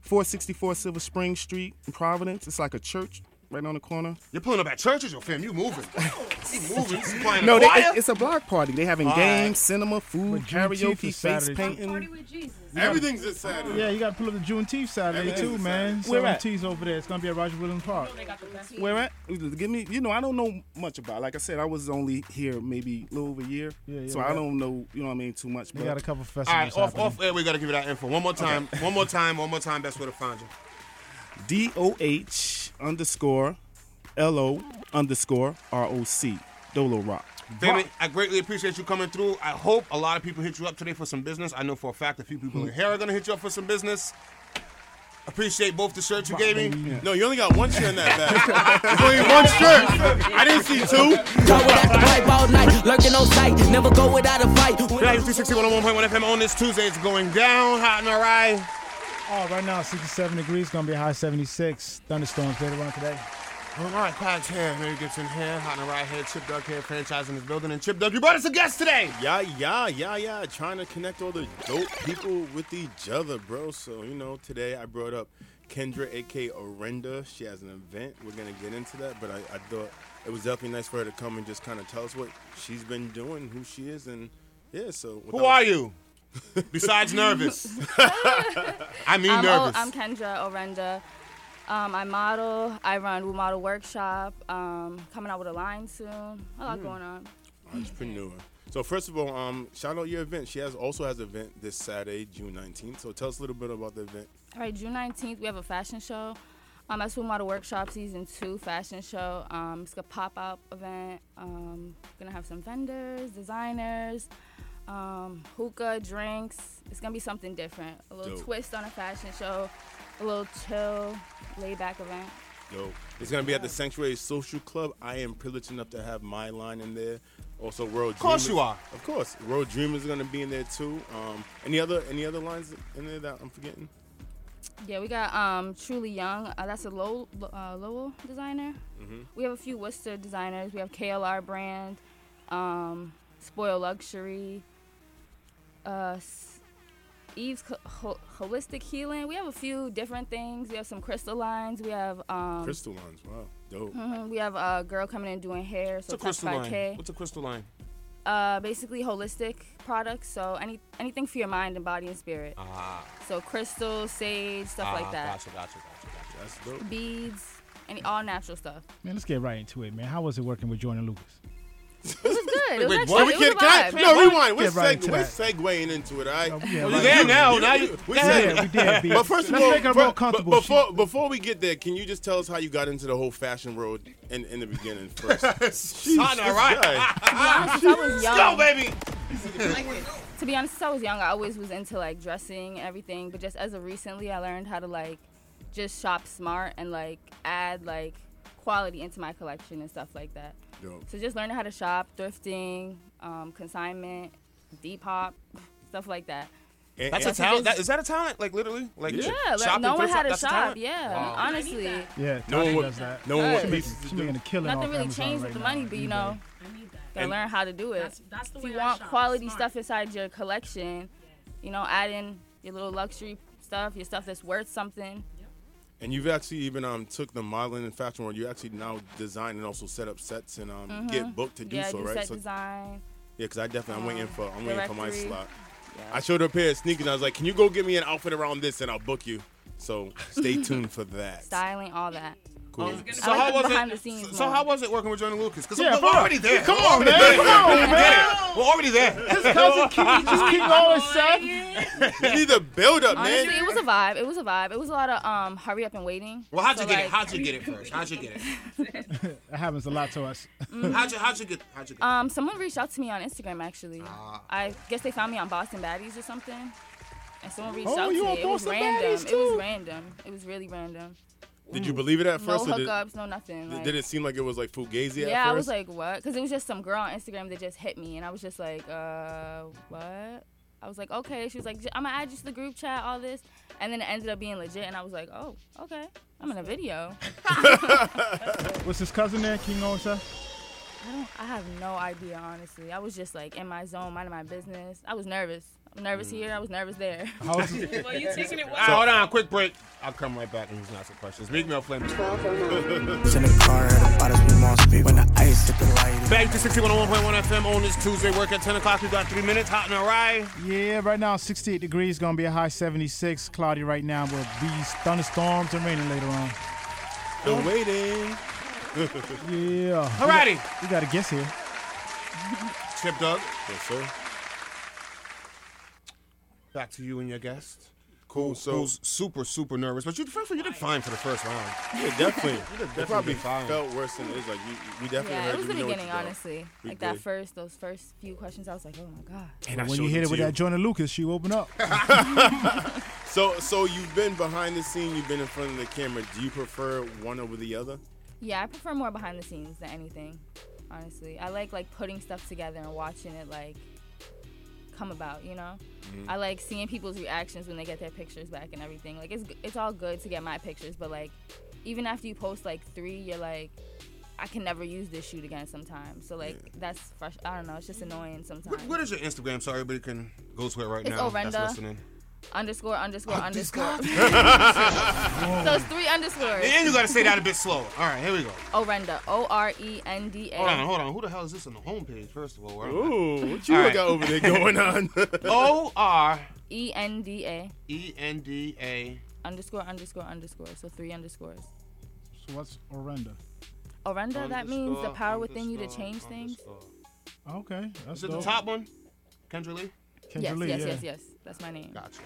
[SPEAKER 17] 464 Silver Spring Street in Providence. It's like a church right on the corner.
[SPEAKER 5] You're pulling up at churches, yo, fam. You moving? you moving? You playing
[SPEAKER 17] No,
[SPEAKER 5] the
[SPEAKER 17] they,
[SPEAKER 5] choir?
[SPEAKER 17] it- it's a block party. They having
[SPEAKER 5] All
[SPEAKER 17] games,
[SPEAKER 5] right.
[SPEAKER 17] cinema, food,
[SPEAKER 6] Juneteenth
[SPEAKER 17] karaoke,
[SPEAKER 6] is
[SPEAKER 17] face
[SPEAKER 6] Saturday.
[SPEAKER 17] painting.
[SPEAKER 2] Everything's this Saturday.
[SPEAKER 6] Yeah, you got to pull up the Juneteenth Saturday
[SPEAKER 17] Everything
[SPEAKER 6] too,
[SPEAKER 17] is
[SPEAKER 6] man.
[SPEAKER 17] Saturday. Where at?
[SPEAKER 6] Juneteenth's over there. It's gonna be at Roger Williams Park.
[SPEAKER 17] Where at? Give me. You know, I don't know much about. it. Like I said, I was only here maybe a little over a year,
[SPEAKER 6] Yeah, yeah,
[SPEAKER 17] so
[SPEAKER 6] we
[SPEAKER 17] I
[SPEAKER 6] got-
[SPEAKER 17] don't know. You know what I mean? Too much.
[SPEAKER 6] They
[SPEAKER 17] but-
[SPEAKER 6] got a couple
[SPEAKER 5] All right,
[SPEAKER 6] festivals.
[SPEAKER 5] off,
[SPEAKER 6] happening.
[SPEAKER 5] off air, we got to give you that info. One more time. One more time. One more time. Best way to find you.
[SPEAKER 17] D O H underscore L O underscore R O C. Dolo Rock.
[SPEAKER 5] Damon, I greatly appreciate you coming through. I hope a lot of people hit you up today for some business. I know for a fact a few people
[SPEAKER 21] Hmm.
[SPEAKER 5] in here are gonna hit you up for some business. Appreciate both the shirts you gave me. No, you only got one shirt in that bag. There's only one shirt. I didn't see two.
[SPEAKER 21] Lurking on sight, never go without a fight.
[SPEAKER 5] Dragon 360 101.1 FM on this Tuesday. It's going down, hot and alright.
[SPEAKER 6] Oh, right now 67 degrees, gonna be a high 76. Thunderstorms later on today.
[SPEAKER 5] All right, Pat's here. Mary Gibson here. Hot and right here. Chip Doug here. Franchise in this building. And Chip Doug, you brought us a guest today.
[SPEAKER 2] Yeah, yeah, yeah, yeah. Trying to connect all the dope people with each other, bro. So, you know, today I brought up Kendra, aka Orenda. She has an event. We're going to get into that. But I, I thought it was definitely nice for her to come and just kind of tell us what she's been doing, who she is, and yeah, so.
[SPEAKER 5] Who are you? Besides nervous. I mean
[SPEAKER 18] I'm,
[SPEAKER 5] nervous.
[SPEAKER 18] O- Um, oh, I'm Kendra Orenda. Um, I model. I run Woo Model Workshop. Um, coming out with a line soon. A lot
[SPEAKER 2] Mm.
[SPEAKER 18] going on.
[SPEAKER 2] Entrepreneur. So first of all, um, shout out your event. She has also has an event this Saturday, June 19th. So tell us a little bit about the event.
[SPEAKER 18] All right, June 19th, we have a fashion show. Um, that's Woo Model Workshop Season 2 fashion show. Um, it's a pop up event. Um, gonna have some vendors, designers, um, hookah, drinks. It's gonna be something different. A little
[SPEAKER 2] Dope.
[SPEAKER 18] twist on a fashion show, a little chill, laid back event.
[SPEAKER 2] Yo, it's gonna be at the Sanctuary Social Club. I am privileged enough to have my line in there. Also, World. Of
[SPEAKER 5] course you are.
[SPEAKER 2] Of course, World Dreamers is gonna be in there too. Um, any other any other lines in there that I'm forgetting?
[SPEAKER 18] Yeah, we got um, Truly Young. Uh, that's a Lowell, uh, Lowell designer.
[SPEAKER 2] Mhm.
[SPEAKER 5] Mm-hmm.
[SPEAKER 18] We have a few Worcester designers. We have KLR brand, um, Spoil Luxury, uh, S- Eve's Co- Ho- Holistic Healing. We have a few different things. We have some crystal lines. We have um,
[SPEAKER 2] Crystal lines. Wow, dope.
[SPEAKER 18] mhm, we have a girl coming in doing hair.
[SPEAKER 5] What's
[SPEAKER 18] So
[SPEAKER 5] a crystal
[SPEAKER 18] touched by
[SPEAKER 5] line?
[SPEAKER 18] K.
[SPEAKER 5] What's a crystal line?
[SPEAKER 18] Uh, basically holistic products. So any anything for your mind and body and spirit.
[SPEAKER 5] Ah.
[SPEAKER 18] So crystal, sage, stuff
[SPEAKER 5] Ah,
[SPEAKER 18] like that.
[SPEAKER 5] Gotcha, gotcha, gotcha, gotcha.
[SPEAKER 2] That's
[SPEAKER 18] beads, and all natural stuff.
[SPEAKER 6] Man, let's get right into it, man. How was it working with Jordan Lucas?
[SPEAKER 18] It was good. It was
[SPEAKER 2] Wait,
[SPEAKER 18] actually,
[SPEAKER 2] what?
[SPEAKER 18] it
[SPEAKER 2] We
[SPEAKER 18] was
[SPEAKER 2] can, can I,
[SPEAKER 18] a
[SPEAKER 2] no,
[SPEAKER 18] vibe.
[SPEAKER 2] rewind. We're,
[SPEAKER 6] Get right
[SPEAKER 2] seg-
[SPEAKER 6] into
[SPEAKER 2] we're
[SPEAKER 6] that.
[SPEAKER 2] segueling into it, all right?
[SPEAKER 6] yeah,
[SPEAKER 5] right. You- you- you-
[SPEAKER 2] we
[SPEAKER 5] we did,
[SPEAKER 2] segued.
[SPEAKER 5] we did, B.
[SPEAKER 2] But first of
[SPEAKER 5] Let's
[SPEAKER 2] all,
[SPEAKER 5] make her
[SPEAKER 2] fir-
[SPEAKER 5] more comfortable.
[SPEAKER 2] But before, before we get there, can you just tell us how you got into the whole fashion road in, in the beginning first? Jeez,
[SPEAKER 5] Son, all
[SPEAKER 2] this
[SPEAKER 5] right.
[SPEAKER 2] guy.
[SPEAKER 18] To be honest, since I was young.
[SPEAKER 5] Let's go, baby.
[SPEAKER 18] To be honest, since I was young, I always was into like dressing and everything. But just as of recently, I learned how to like just shop smart and like add like quality into my collection and stuff like that.
[SPEAKER 2] Dope.
[SPEAKER 18] So just learning how to shop, thrifting, um, consignment, deep hop, stuff like that.
[SPEAKER 5] And,
[SPEAKER 18] That's
[SPEAKER 5] that's
[SPEAKER 18] a
[SPEAKER 5] a talent.
[SPEAKER 18] business.
[SPEAKER 5] That, is that a talent? Like literally? Like
[SPEAKER 18] Yeah, like,
[SPEAKER 5] shop and
[SPEAKER 18] no one
[SPEAKER 5] thrift
[SPEAKER 18] had a
[SPEAKER 5] that's
[SPEAKER 18] shop.
[SPEAKER 5] talent?
[SPEAKER 18] Yeah,
[SPEAKER 5] Wow.
[SPEAKER 18] honestly.
[SPEAKER 6] Yeah,
[SPEAKER 2] No
[SPEAKER 6] Tati
[SPEAKER 2] one would-
[SPEAKER 6] does that.
[SPEAKER 2] Uh, no one would
[SPEAKER 6] She's
[SPEAKER 2] be-
[SPEAKER 6] making- She's making a killing off
[SPEAKER 18] Nothing really
[SPEAKER 6] Amazon
[SPEAKER 18] changed
[SPEAKER 6] right
[SPEAKER 18] with the
[SPEAKER 6] now.
[SPEAKER 18] money, but you know, gotta
[SPEAKER 6] And-
[SPEAKER 18] learn how to do it.
[SPEAKER 20] that's the
[SPEAKER 18] if
[SPEAKER 20] way
[SPEAKER 18] you
[SPEAKER 20] I
[SPEAKER 18] want
[SPEAKER 20] shop,
[SPEAKER 18] quality
[SPEAKER 20] smart.
[SPEAKER 18] stuff inside your collection, you know, add in your little luxury stuff, your stuff that's worth something.
[SPEAKER 2] And you've actually even um took the modeling and fashion world. You actually now design and also set up sets and um get
[SPEAKER 18] Mhm.
[SPEAKER 2] booked to do
[SPEAKER 18] yeah,
[SPEAKER 2] so,
[SPEAKER 18] do
[SPEAKER 2] right?
[SPEAKER 18] Set
[SPEAKER 2] so
[SPEAKER 18] design.
[SPEAKER 2] yeah, because I definitely I'm waiting for I'm waiting for my
[SPEAKER 18] directory.
[SPEAKER 2] slot.
[SPEAKER 18] Yeah.
[SPEAKER 2] I showed her a pair of sneakers. and I was like, "Can you go get me an outfit around this, and I'll book you." So stay tuned for that.
[SPEAKER 18] Styling, all that.
[SPEAKER 2] Cool.
[SPEAKER 5] So
[SPEAKER 18] I like
[SPEAKER 5] how
[SPEAKER 18] the
[SPEAKER 5] was
[SPEAKER 18] behind
[SPEAKER 5] it?
[SPEAKER 18] the scenes
[SPEAKER 5] so- So
[SPEAKER 18] more.
[SPEAKER 5] how was it working with Jordan Lucas? Because
[SPEAKER 18] Yeah,
[SPEAKER 5] we're
[SPEAKER 18] bro.
[SPEAKER 5] already there.
[SPEAKER 6] Come
[SPEAKER 5] We're
[SPEAKER 6] on,
[SPEAKER 5] already
[SPEAKER 6] man.
[SPEAKER 5] there.
[SPEAKER 6] Come on,
[SPEAKER 5] We're already
[SPEAKER 6] man.
[SPEAKER 5] there. We're already there.
[SPEAKER 6] His cousin keep, just keep going, son.
[SPEAKER 2] You need to build up,
[SPEAKER 18] Honestly,
[SPEAKER 2] man.
[SPEAKER 18] it was a vibe. It was a vibe. It was a lot of um, hurry up and waiting.
[SPEAKER 5] Well, how'd you
[SPEAKER 18] So,
[SPEAKER 5] get
[SPEAKER 18] like,
[SPEAKER 5] it? How'd you get it first? How'd you get it?
[SPEAKER 6] That happens a lot to us.
[SPEAKER 18] Mm.
[SPEAKER 5] How'd you how'd you get how'd you get?
[SPEAKER 18] Um, someone reached out to me on Instagram actually.
[SPEAKER 5] Ah.
[SPEAKER 18] I guess they found me on Boston Baddies or something. And someone reached
[SPEAKER 5] Oh,
[SPEAKER 18] out
[SPEAKER 5] you
[SPEAKER 18] to
[SPEAKER 5] on
[SPEAKER 18] me. It was
[SPEAKER 5] Boston
[SPEAKER 18] random.
[SPEAKER 5] Baddies,
[SPEAKER 18] It was
[SPEAKER 5] too?
[SPEAKER 18] random. It was really random.
[SPEAKER 2] Did you believe it at
[SPEAKER 18] Mm. No
[SPEAKER 2] first? or did,
[SPEAKER 18] hookups, no nothing.
[SPEAKER 2] did-
[SPEAKER 18] like-
[SPEAKER 2] did it seem like it was like fugazi at first?
[SPEAKER 18] yeah, I was like, what? Because it was just some girl on Instagram that just hit me, and I was just like, uh, what? I was like, okay. She was like, I'm gonna add you to the group chat, all this, and then it ended up being legit, and I was like, oh, okay, I'm in a video.
[SPEAKER 6] What's his cousin there? King Owen, sir?
[SPEAKER 18] I don't, I have no idea, honestly. I was just like in my zone, minding my business. I was nervous. I'm nervous
[SPEAKER 2] Mm.
[SPEAKER 18] here. I was nervous there.
[SPEAKER 5] How was it? Well, you taking it Ah, hold on, quick break. I'll come right back and you can ask the questions. Meet me on Flame.
[SPEAKER 22] In the car at the bottom, we must be when the ice hit the light.
[SPEAKER 5] Back to oh 61.1 FM on this Tuesday. Work at 10 o'clock. We got three minutes. Hot and awry.
[SPEAKER 6] Yeah, right now 68 degrees, gonna be a high 76. Cloudy right now with these thunderstorms and raining later on.
[SPEAKER 2] Been waiting.
[SPEAKER 6] Yeah.
[SPEAKER 5] Alrighty.
[SPEAKER 6] We got a guest here.
[SPEAKER 5] Chip Doug.
[SPEAKER 2] Yes, sir.
[SPEAKER 5] Back to you and your guest.
[SPEAKER 2] Cool. So
[SPEAKER 5] who's super super nervous, but you first of all, you did fine for the first round.
[SPEAKER 2] Yeah, definitely.
[SPEAKER 5] did
[SPEAKER 2] it probably
[SPEAKER 5] fine.
[SPEAKER 2] felt worse than it is. Like you, we definitely
[SPEAKER 18] yeah,
[SPEAKER 2] heard
[SPEAKER 18] it was
[SPEAKER 2] you.
[SPEAKER 18] the
[SPEAKER 2] We know what
[SPEAKER 18] beginning,
[SPEAKER 2] you done.
[SPEAKER 18] honestly.
[SPEAKER 2] We
[SPEAKER 18] like that
[SPEAKER 2] did.
[SPEAKER 18] first, those first few questions, I was like, oh my god.
[SPEAKER 6] But when you hit it with that Jordan Lucas, she open up.
[SPEAKER 2] So, so you've been behind the scene. You've been in front of the camera. Do you prefer one over the other?
[SPEAKER 18] Yeah, I prefer more behind the scenes than anything. Honestly, I like like putting stuff together and watching it like come about. You know,
[SPEAKER 5] Mm-hmm.
[SPEAKER 8] Mhm.
[SPEAKER 18] I like seeing people's reactions when they get their pictures back and everything. Like it's it's all good to get my pictures, but like even after you post like three, you're like. I can never use this shoot again sometimes. So like that's fresh I don't know, it's just annoying sometimes.
[SPEAKER 5] What is your Instagram? So everybody can go to it right
[SPEAKER 18] It's
[SPEAKER 5] now.
[SPEAKER 18] Orenda.
[SPEAKER 5] That's listening. Oh,
[SPEAKER 18] Underscore underscore underscore.
[SPEAKER 5] guy.
[SPEAKER 18] so it's three underscores.
[SPEAKER 5] And you gotta say that a bit slower. All right, here we go.
[SPEAKER 18] Orenda. O R E N D A.
[SPEAKER 5] Hold on, hold on. Who the hell is this on the homepage? First of all, Where am I?
[SPEAKER 2] Ooh, what you got over there going on?
[SPEAKER 5] O R
[SPEAKER 18] E N D A.
[SPEAKER 5] E N D A.
[SPEAKER 18] Underscore underscore underscore. So three underscores.
[SPEAKER 6] So what's Orenda?
[SPEAKER 18] Orenda, that means the
[SPEAKER 5] Underscore,
[SPEAKER 18] power within you to
[SPEAKER 5] underscore,
[SPEAKER 18] change things.
[SPEAKER 6] Okay, that's
[SPEAKER 5] Is it
[SPEAKER 6] dope.
[SPEAKER 5] the top one? Kendra Lee.
[SPEAKER 6] Kendra
[SPEAKER 18] yes,
[SPEAKER 6] Lee,
[SPEAKER 18] yes,
[SPEAKER 6] yeah.
[SPEAKER 18] yes, yes. That's my name.
[SPEAKER 5] Gotcha.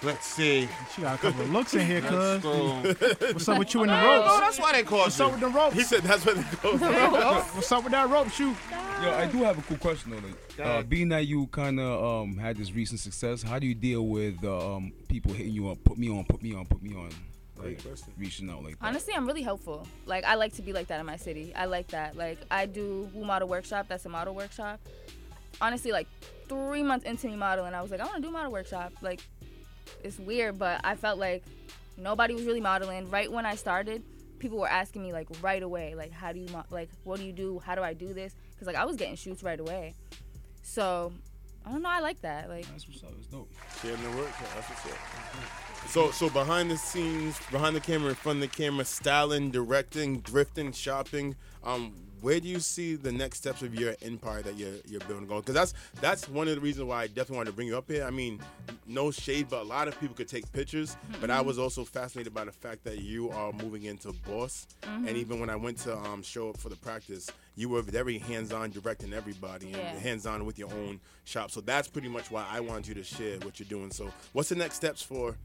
[SPEAKER 5] Let's see.
[SPEAKER 6] She got a couple of looks in here,
[SPEAKER 5] Let's
[SPEAKER 6] cuz.
[SPEAKER 5] go.
[SPEAKER 6] What's up with you and the
[SPEAKER 5] No,
[SPEAKER 6] ropes?
[SPEAKER 5] no, that's why they called
[SPEAKER 6] What's up
[SPEAKER 5] you.
[SPEAKER 6] with the ropes?
[SPEAKER 2] He said that's what they called
[SPEAKER 6] What's up with that rope shoot?
[SPEAKER 13] Yo, I do have a cool question on it. Uh,
[SPEAKER 6] ahead.
[SPEAKER 13] being that you kind of um, had this recent success, how do you deal with uh, um, people hitting you up, put me on, put me on, put me on? Like, reaching out like that.
[SPEAKER 18] Honestly, I'm really helpful. Like I like to be like that in my city. I like that. Like I do Woo Model Workshop. That's a model workshop. Honestly, like three months into me modeling, I was like, I want to do model workshop. Like it's weird, but I felt like nobody was really modeling. Right when I started, people were asking me like right away, like how do you mo- like what do you do? How do I do this? Because like I was getting shoots right away. So I don't know. I like that. Like
[SPEAKER 2] Sharing the work. yeah, That's what's up. So, so behind the scenes, behind the camera, in front of the camera, styling, directing, drifting, shopping. Um, where do you see the next steps of your empire that you're you're building on? Because that's that's one of the reasons why I definitely wanted to bring you up here. I mean, no shade, but a lot of people could take pictures. But I
[SPEAKER 9] Mhm.
[SPEAKER 2] was also fascinated by the fact that you are moving into boss.
[SPEAKER 9] Mhm.
[SPEAKER 2] And even when I went to um, show up for the practice, you were very hands-on directing everybody and
[SPEAKER 9] Yeah.
[SPEAKER 2] hands-on with your own shop. So that's pretty much why I wanted you to share what you're doing. So what's the next steps for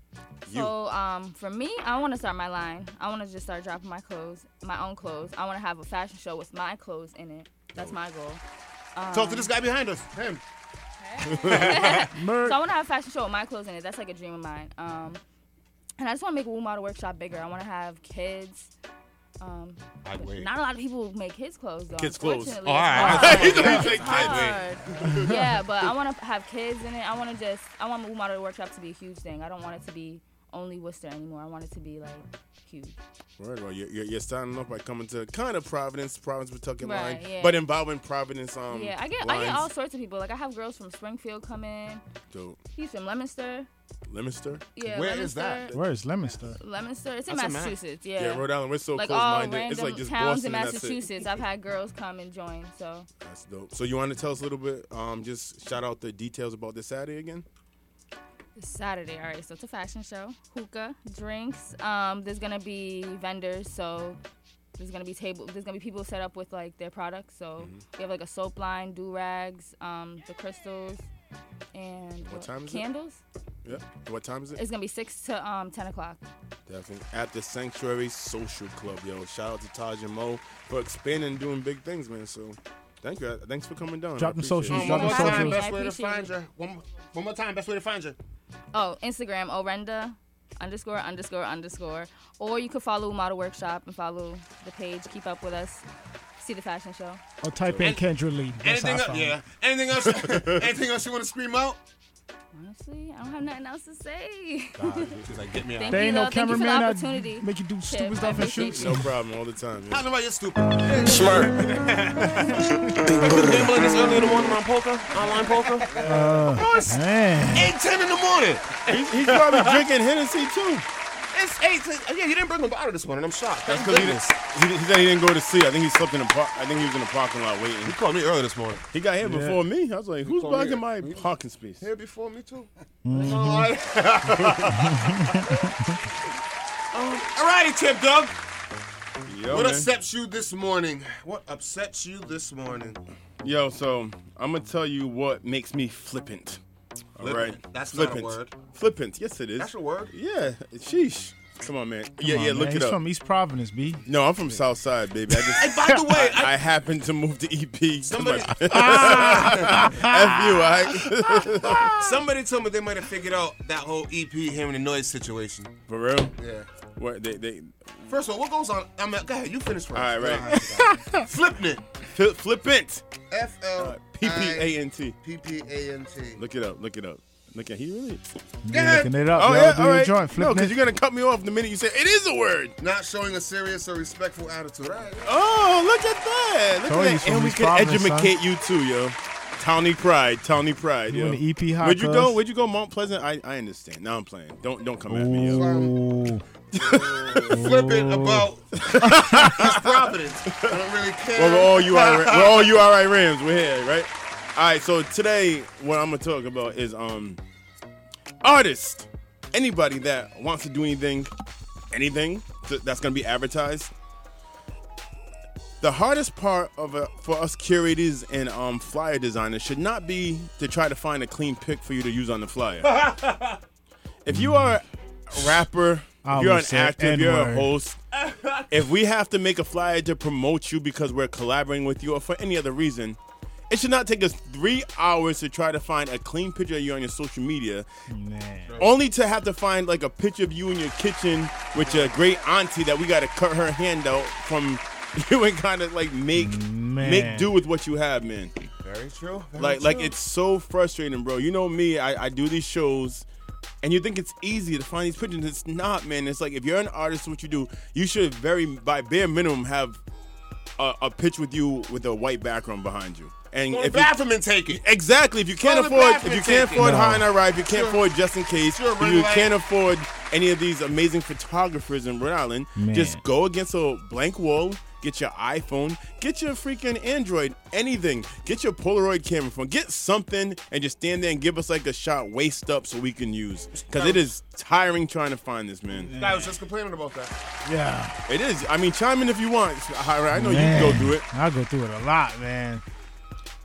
[SPEAKER 2] you?
[SPEAKER 18] So um, for me, I want to start my line. I want to just start dropping my clothes, my own clothes. I want to have a fashion show with my clothes in it. That's my goal. Um,
[SPEAKER 5] Talk to this guy behind us. Him.
[SPEAKER 18] so I want to have a fashion show with my clothes in it. That's like a dream of mine. Um, and I just want to make Woo Model Workshop bigger. I want to have kids. Um,
[SPEAKER 5] I wait.
[SPEAKER 18] not a lot of people make kids clothes though.
[SPEAKER 5] Kids clothes. Oh,
[SPEAKER 18] unfortunately.
[SPEAKER 5] All
[SPEAKER 18] It's hard.
[SPEAKER 5] right. He thought he
[SPEAKER 18] It's
[SPEAKER 5] said kids.
[SPEAKER 18] hard.
[SPEAKER 5] Wait.
[SPEAKER 18] yeah, but I want to have kids in it. I want to just I want Woo Model Workshop to be a huge thing. I don't want it to be only Worcester anymore. I want it to be like huge.
[SPEAKER 2] Right, well, you're, you're, you're starting off by coming to kind of Providence, Providence, Pawtucket
[SPEAKER 18] Right,
[SPEAKER 2] line,
[SPEAKER 18] yeah.
[SPEAKER 2] but involving Providence. Um,
[SPEAKER 18] yeah, I get I get
[SPEAKER 2] lines.
[SPEAKER 18] all sorts of people. Like I have girls from Springfield come in.
[SPEAKER 2] Dope.
[SPEAKER 18] He's from Leominster.
[SPEAKER 2] Leominster.
[SPEAKER 18] Yeah, Where is that? Leominster.
[SPEAKER 6] Where is Leominster?
[SPEAKER 18] Leominster. It's in
[SPEAKER 6] That's in Mass.
[SPEAKER 18] Massachusetts.
[SPEAKER 2] Yeah,
[SPEAKER 18] Yeah.
[SPEAKER 2] Rhode Island, we're so
[SPEAKER 18] like all
[SPEAKER 2] close-minded.
[SPEAKER 18] random
[SPEAKER 2] It's like just
[SPEAKER 18] towns in
[SPEAKER 2] Boston and that's it.
[SPEAKER 18] Massachusetts. I've had girls come and join. So
[SPEAKER 2] That's dope. So you want to tell us a little bit? Um, just shout out the details about this Saturday again.
[SPEAKER 18] It's Saturday, all right. So it's a fashion show. Hookah, drinks. Um, there's gonna be vendors. So there's gonna be table. There's gonna be people set up with like their products. So
[SPEAKER 2] Mm-hmm.
[SPEAKER 18] we have like a soap line, do rags, um, the crystals, and
[SPEAKER 2] What time is it?
[SPEAKER 18] candles.
[SPEAKER 2] Yeah. What time is it?
[SPEAKER 18] It's gonna be six to um, ten o'clock.
[SPEAKER 2] Definitely. At the Sanctuary Social Club, yo. Shout out to Taj and Mo for expanding and doing big things, man. So thank you. Thanks for coming down. I
[SPEAKER 6] Drop them
[SPEAKER 2] appreciate
[SPEAKER 6] socials,
[SPEAKER 2] it.
[SPEAKER 6] drop them
[SPEAKER 5] One more time,
[SPEAKER 6] socials.
[SPEAKER 5] best
[SPEAKER 18] I
[SPEAKER 5] way to
[SPEAKER 18] appreciate it.
[SPEAKER 5] find you. One, more- one more time, best way to find you.
[SPEAKER 18] Oh, Instagram, Orenda underscore underscore underscore. Or you could follow Model Workshop and follow the page. Keep up with us. See the fashion show.
[SPEAKER 6] Or Oh, type in Kendra Lee. That's how I
[SPEAKER 5] Anything else?
[SPEAKER 6] found
[SPEAKER 5] Yeah.
[SPEAKER 6] it.
[SPEAKER 5] Anything else? anything else you want to scream out?
[SPEAKER 18] Honestly, I don't have nothing else to say.
[SPEAKER 5] She's like, get me out.
[SPEAKER 18] Thank
[SPEAKER 6] There
[SPEAKER 18] you,
[SPEAKER 6] ain't no
[SPEAKER 18] though. Thank you for the
[SPEAKER 6] cameraman that
[SPEAKER 18] opportunity.
[SPEAKER 6] make you do
[SPEAKER 18] Chip.
[SPEAKER 6] stupid
[SPEAKER 18] I
[SPEAKER 6] stuff and
[SPEAKER 18] appreciate
[SPEAKER 6] shoot.
[SPEAKER 2] No problem, all the time.
[SPEAKER 5] How
[SPEAKER 2] Yeah.
[SPEAKER 5] about you, stupid? Smart. Gambling this early in the morning on poker, online poker.
[SPEAKER 6] Uh, man.
[SPEAKER 5] Eight ten in the morning.
[SPEAKER 2] He's, he's probably drinking Hennessy too.
[SPEAKER 5] It's eight. Ten. oh, Yeah, he didn't bring a bottle this morning. I'm shocked.
[SPEAKER 2] That's
[SPEAKER 5] Thank
[SPEAKER 2] because he,
[SPEAKER 5] goodness.
[SPEAKER 2] didn't- he, he said he didn't go to see. I think he slept in the park. I think he was in the parking lot waiting. He
[SPEAKER 5] called me early this morning.
[SPEAKER 2] He got here
[SPEAKER 5] Yeah.
[SPEAKER 2] before me. I was like,
[SPEAKER 5] He
[SPEAKER 2] who's
[SPEAKER 5] called me
[SPEAKER 2] blocking my
[SPEAKER 5] early. He-
[SPEAKER 2] parking space?
[SPEAKER 5] Here before me too.
[SPEAKER 2] Mhm. Mm-hmm.
[SPEAKER 5] Um, alrighty, Tip Dog.
[SPEAKER 2] Yo,
[SPEAKER 5] what
[SPEAKER 2] man.
[SPEAKER 5] upsets you this morning? What upsets you this morning?
[SPEAKER 2] Yo, so I'm gonna tell you what makes me flippant. All All right.
[SPEAKER 5] That's not a
[SPEAKER 2] Flippant.
[SPEAKER 5] word.
[SPEAKER 2] Flippant. Yes, it is.
[SPEAKER 5] That's a word?
[SPEAKER 2] Yeah. Sheesh. Come on, man.
[SPEAKER 6] Come
[SPEAKER 2] yeah,
[SPEAKER 6] on,
[SPEAKER 2] yeah.
[SPEAKER 6] man.
[SPEAKER 2] Look
[SPEAKER 6] He's
[SPEAKER 2] it up.
[SPEAKER 6] from East Providence, B.
[SPEAKER 2] No, I'm from South Side, baby. I just, by the way, I, I happened to move E to EP. Somebody, F you, all right?
[SPEAKER 5] Somebody told me they might have figured out that whole EP him and the noise situation.
[SPEAKER 2] For real?
[SPEAKER 5] Yeah.
[SPEAKER 2] What they they?
[SPEAKER 5] First of all, what goes on? I mean, go ahead, you finish first.
[SPEAKER 2] All right, right.
[SPEAKER 5] Flipping
[SPEAKER 2] Fli- Flippant. Uh,
[SPEAKER 8] F L
[SPEAKER 2] P P A N T.
[SPEAKER 8] P P A N T.
[SPEAKER 2] Look it up. Look it up. Look at he really.
[SPEAKER 8] Yeah.
[SPEAKER 6] looking it up,
[SPEAKER 2] Oh
[SPEAKER 6] yo.
[SPEAKER 2] yeah,
[SPEAKER 6] Do
[SPEAKER 2] all
[SPEAKER 6] your
[SPEAKER 2] right.
[SPEAKER 6] joint,
[SPEAKER 2] no,
[SPEAKER 6] Flippant.
[SPEAKER 2] because you're gonna cut me off the minute you say it is a word.
[SPEAKER 8] Not showing a serious or respectful attitude. All right.
[SPEAKER 2] Oh, look at that. Look
[SPEAKER 6] Told you
[SPEAKER 2] at
[SPEAKER 6] he's
[SPEAKER 2] that.
[SPEAKER 6] from
[SPEAKER 2] And we
[SPEAKER 6] East
[SPEAKER 2] can
[SPEAKER 6] Providence,
[SPEAKER 2] educate you too, yo. Towny pride, Towny pride,
[SPEAKER 6] You
[SPEAKER 2] yo.
[SPEAKER 6] in the EP hot,
[SPEAKER 2] Where'd you go?
[SPEAKER 6] cuz?
[SPEAKER 2] Where'd you go? Mount Pleasant. I, I understand. Now I'm playing. Don't don't come at me, yo.
[SPEAKER 6] Ooh.
[SPEAKER 8] Flipping about East Providence. I don't really care.
[SPEAKER 2] Well, we're all you are. We're all you are. Rams. We're here, right? All right. So today, what I'm gonna talk about is um, artists. Anybody that wants to do anything, anything th- that's gonna be advertised. The hardest part of a, for us curators and um, flyer designers should not be to try to find a clean pick for you to use on the flyer. if you are a rapper,
[SPEAKER 6] I
[SPEAKER 2] if you're an
[SPEAKER 6] almost said
[SPEAKER 2] actor, if you're a
[SPEAKER 6] N-word.
[SPEAKER 2] host, if we have to make a flyer to promote you because we're collaborating with you or for any other reason, it should not take us three hours to try to find a clean picture of you on your social media, only to have to find like a picture of you in your kitchen with your great auntie that we got to cut her hand out from you and kind of like make make do with what you have, man.
[SPEAKER 5] Very true. Very
[SPEAKER 2] Like, like
[SPEAKER 5] true.
[SPEAKER 2] it's so frustrating, bro. You know me. I, I do these shows, and you think it's easy to find these pictures. It's not, man. It's like if you're an artist, what you do, you should very, by bare minimum, have a, a pitch with you with a white background behind you. And
[SPEAKER 5] Go to
[SPEAKER 2] if
[SPEAKER 5] the bathroom and take it.
[SPEAKER 2] Exactly. If you can't
[SPEAKER 5] Go to the
[SPEAKER 2] afford,
[SPEAKER 5] bathroom
[SPEAKER 2] if you
[SPEAKER 5] and
[SPEAKER 2] can't
[SPEAKER 5] take it.
[SPEAKER 2] afford
[SPEAKER 5] No.
[SPEAKER 2] high and right, if you can't
[SPEAKER 5] Sure.
[SPEAKER 2] afford just in case,
[SPEAKER 5] Sure,
[SPEAKER 2] if
[SPEAKER 5] red
[SPEAKER 2] you
[SPEAKER 5] light.
[SPEAKER 2] can't afford any of these amazing photographers in Rhode Island,
[SPEAKER 5] Man.
[SPEAKER 2] just go against a blank wall. Get your iPhone, get your freaking Android, anything. Get your Polaroid camera phone, get something, and just stand there and give us like a shot waist up so we can use. Because it is tiring trying to find this, man.
[SPEAKER 5] I was just complaining about that.
[SPEAKER 6] Yeah.
[SPEAKER 2] It is. I mean, chime in if you want. Hira. I know you
[SPEAKER 6] Man,
[SPEAKER 2] can go do it.
[SPEAKER 6] I go through it a lot, man.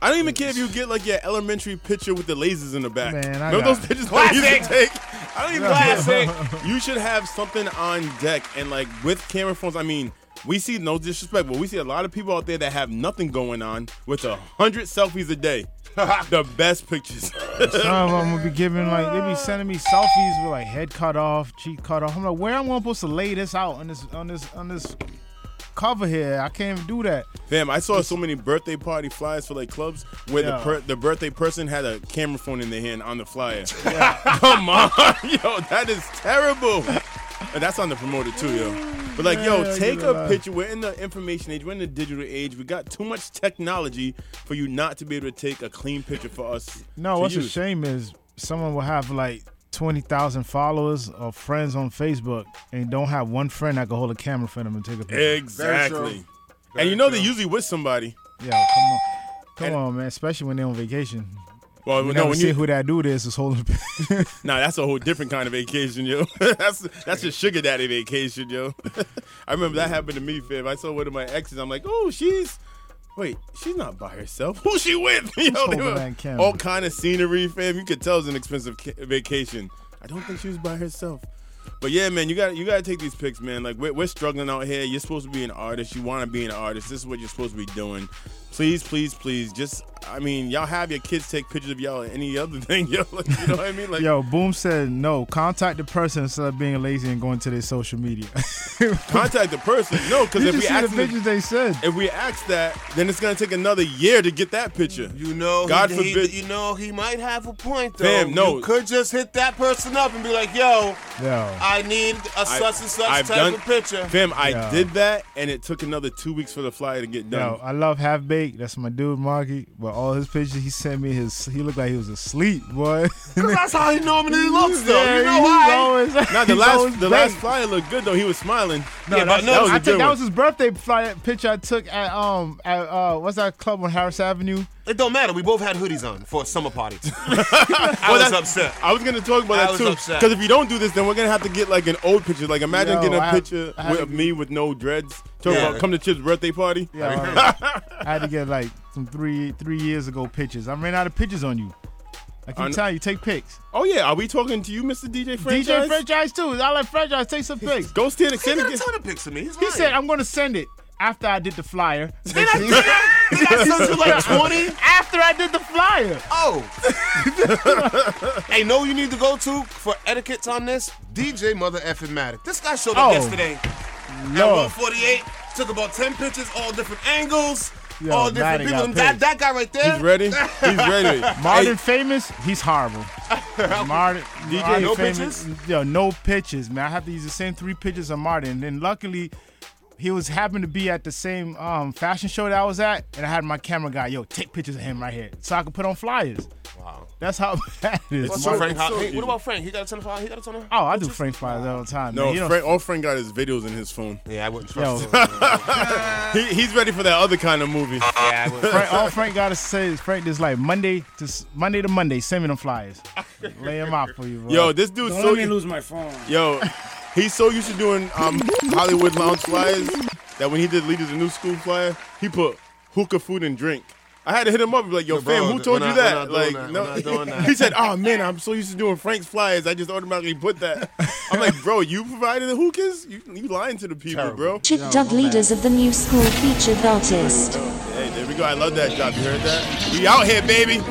[SPEAKER 2] I don't even care if you get like your elementary picture with the lasers in the back.
[SPEAKER 6] Man, I
[SPEAKER 2] Remember
[SPEAKER 6] got-
[SPEAKER 2] those pictures that you used to
[SPEAKER 5] Classic.
[SPEAKER 2] take? I don't even
[SPEAKER 5] Classic.
[SPEAKER 2] care. You should have something on deck and like with camera phones. I mean, we see no disrespect, but we see a lot of people out there that have nothing going on with a hundred selfies a day. the best pictures.
[SPEAKER 6] Some of them will be giving like they be sending me selfies with like head cut off, cheek cut off. I'm like, where am I supposed to lay this out on this on this on this cover here? I can't even do that.
[SPEAKER 2] Fam, I saw so many birthday party flyers for like clubs where
[SPEAKER 6] Yeah.
[SPEAKER 2] the per- the birthday person had a camera phone in their hand on the flyer. Come on, yo, that is terrible. And that's on the promoter too, yo. But like,
[SPEAKER 5] Yeah,
[SPEAKER 2] yo, take
[SPEAKER 5] you
[SPEAKER 2] a
[SPEAKER 5] lie.
[SPEAKER 2] picture. We're in the information age. We're in the digital age. We got too much technology for you not to be able to take a clean picture for us.
[SPEAKER 6] No,
[SPEAKER 2] to
[SPEAKER 6] what's a
[SPEAKER 2] use.
[SPEAKER 6] shame is someone will have like twenty thousand followers or friends on Facebook and don't have one friend that can hold a camera for them and take a picture.
[SPEAKER 2] Exactly. And you know they're usually with somebody.
[SPEAKER 6] Yeah, come on, come on, man. Especially when they're on vacation.
[SPEAKER 2] Well,
[SPEAKER 6] you
[SPEAKER 2] no,
[SPEAKER 6] never
[SPEAKER 2] when
[SPEAKER 6] see
[SPEAKER 2] you-
[SPEAKER 6] who that dude is is holding.
[SPEAKER 2] Nah, that's a whole different kind of vacation, yo. that's that's your sugar daddy vacation, yo. I remember that happened to me, fam. I saw one of my exes. I'm like, oh, she's wait, she's not by herself. Who she with?
[SPEAKER 6] Who's
[SPEAKER 2] You know,
[SPEAKER 6] holding that camera?
[SPEAKER 2] all kind of scenery, fam. You could tell it's an expensive ca- vacation. I don't think she was by herself. But yeah, man, you got to you gotta take these pics, man. Like we're, we're struggling out here. You're supposed to be an artist. You want to be an artist. This is what you're supposed to be doing. Please, please, please. Just, I mean, y'all have your kids take pictures of y'all and any other thing, yo. Like, you know what I mean? Like,
[SPEAKER 6] Yo, Boom said no. Contact the person instead of being lazy and going to their social media.
[SPEAKER 2] contact the person. No, because
[SPEAKER 6] You just
[SPEAKER 2] if we
[SPEAKER 6] see the
[SPEAKER 2] ask
[SPEAKER 6] pictures they said,
[SPEAKER 2] if we ask that, then it's gonna take another year to get that picture.
[SPEAKER 5] You know,
[SPEAKER 2] God
[SPEAKER 5] Oh, he,
[SPEAKER 2] forbid.
[SPEAKER 5] He, you know, he might have a point though.
[SPEAKER 2] Fam, no.
[SPEAKER 5] you could just hit that person up and be like, "Yo,
[SPEAKER 6] Yo.
[SPEAKER 5] I need a such and such
[SPEAKER 2] Oh. I've
[SPEAKER 5] type of picture."
[SPEAKER 2] Fam, I
[SPEAKER 6] Yeah.
[SPEAKER 2] did that, and it took another two weeks for the flyer to get done.
[SPEAKER 6] Yo, I love half baked. That's my dude, Marky. But all his pictures he sent me, his he looked like he was asleep, boy.
[SPEAKER 5] Because that's how he normally looks, though.
[SPEAKER 6] Yeah,
[SPEAKER 5] you know
[SPEAKER 6] he's
[SPEAKER 5] why?
[SPEAKER 6] always-
[SPEAKER 2] Now the
[SPEAKER 6] he's always
[SPEAKER 2] last the last
[SPEAKER 6] baked.
[SPEAKER 2] flyer looked good though. He was smiling.
[SPEAKER 6] No,
[SPEAKER 2] Yeah,
[SPEAKER 6] that's,
[SPEAKER 2] but that was a
[SPEAKER 6] I
[SPEAKER 2] good
[SPEAKER 6] think that
[SPEAKER 2] one.
[SPEAKER 6] was his birthday fly, picture I took at um at uh what's that club on Harris Avenue?
[SPEAKER 5] It don't matter. We both had hoodies on for a summer party. I was upset.
[SPEAKER 2] I was gonna talk about
[SPEAKER 5] I
[SPEAKER 2] that
[SPEAKER 5] was
[SPEAKER 2] too.
[SPEAKER 5] upset.
[SPEAKER 2] Because if you don't do this, then we're gonna have to get like an old picture. Like imagine
[SPEAKER 6] Yo,
[SPEAKER 2] getting a
[SPEAKER 6] I have-
[SPEAKER 2] picture
[SPEAKER 6] I have
[SPEAKER 2] with
[SPEAKER 6] to-
[SPEAKER 2] me with no dreads. Talking
[SPEAKER 6] Yeah.
[SPEAKER 2] about come to Chip's birthday party.
[SPEAKER 6] Yeah, I had to get like some three three years ago pictures. I ran out of pictures on you. I keep telling you, take pics.
[SPEAKER 2] Oh yeah, are we talking to you, Mr. DJ Franchise?
[SPEAKER 6] DJ franchise too. I let franchise take some pics.
[SPEAKER 2] Go stand and send
[SPEAKER 6] it.
[SPEAKER 2] a ton of pics of me.
[SPEAKER 6] He said, "I'm going to send it after I did the flyer." Then I did
[SPEAKER 5] I send you like 20?
[SPEAKER 6] After I did the flyer.
[SPEAKER 5] Oh. hey, know who you need to go to for etiquettes on this? DJ Mother Effing Matic. This guy showed up
[SPEAKER 6] Oh,
[SPEAKER 5] yesterday
[SPEAKER 6] Lord.
[SPEAKER 5] at 148. Took about 10 pictures, all different angles,
[SPEAKER 6] Yo,
[SPEAKER 5] all different
[SPEAKER 6] Matic
[SPEAKER 5] people.
[SPEAKER 6] got
[SPEAKER 5] Them- That,
[SPEAKER 6] picked.
[SPEAKER 5] that guy right there.
[SPEAKER 2] He's ready. He's ready.
[SPEAKER 6] Martin famous, he's horrible. Martin,
[SPEAKER 2] DJ,
[SPEAKER 6] Martin
[SPEAKER 2] no
[SPEAKER 6] famous, Yo, no pitches, man. I have to use the same three pitches of Martin. And then luckily, he was happened to be at the same um, fashion show that I was at, and I had my camera guy, yo, take pictures of him right here, so I could put on flyers.
[SPEAKER 5] Wow.
[SPEAKER 6] That's how bad it is.
[SPEAKER 5] What's up,
[SPEAKER 6] Martin-
[SPEAKER 5] Frank? How- hey, what about Frank? He got a ton of. He got a ton of.
[SPEAKER 6] Oh, I do Frank flyers all the time.
[SPEAKER 2] No,
[SPEAKER 6] man. You don't-
[SPEAKER 2] Frank, all Frank got his videos in his phone.
[SPEAKER 5] Yeah, I wouldn't
[SPEAKER 6] trust
[SPEAKER 2] he, he's ready for that other kind of movie.
[SPEAKER 5] Yeah, I
[SPEAKER 6] Frank, all Frank gotta say is Frank just like Monday to s- Monday to Monday, send me them flyers. Lay them out for you, bro.
[SPEAKER 2] Yo, this dude's
[SPEAKER 6] Don't
[SPEAKER 2] so
[SPEAKER 6] let me
[SPEAKER 17] lose my phone.
[SPEAKER 2] Yo, he's so used to doing um, Hollywood lounge flyers that when he did Leaders of New School flyer, he put hookah, food, and drink. I had to hit him up and be like, "Yo,
[SPEAKER 5] Yo,
[SPEAKER 2] fam,
[SPEAKER 5] bro,
[SPEAKER 2] who told
[SPEAKER 5] we're
[SPEAKER 2] you
[SPEAKER 5] not- we're
[SPEAKER 2] that?"
[SPEAKER 5] not
[SPEAKER 2] Like,
[SPEAKER 5] doing that.
[SPEAKER 2] no,
[SPEAKER 5] We're not doing that.
[SPEAKER 2] he said, "Oh man, I'm so used to doing Frank's flyers, I just automatically put that." I'm like, "Bro, you provided the hookahs? You, you lying to the people, bro?"
[SPEAKER 9] Chip Dog Leaders of the New School featured artist.
[SPEAKER 2] Hey, there we go. I love that job. You heard that? We out here, baby.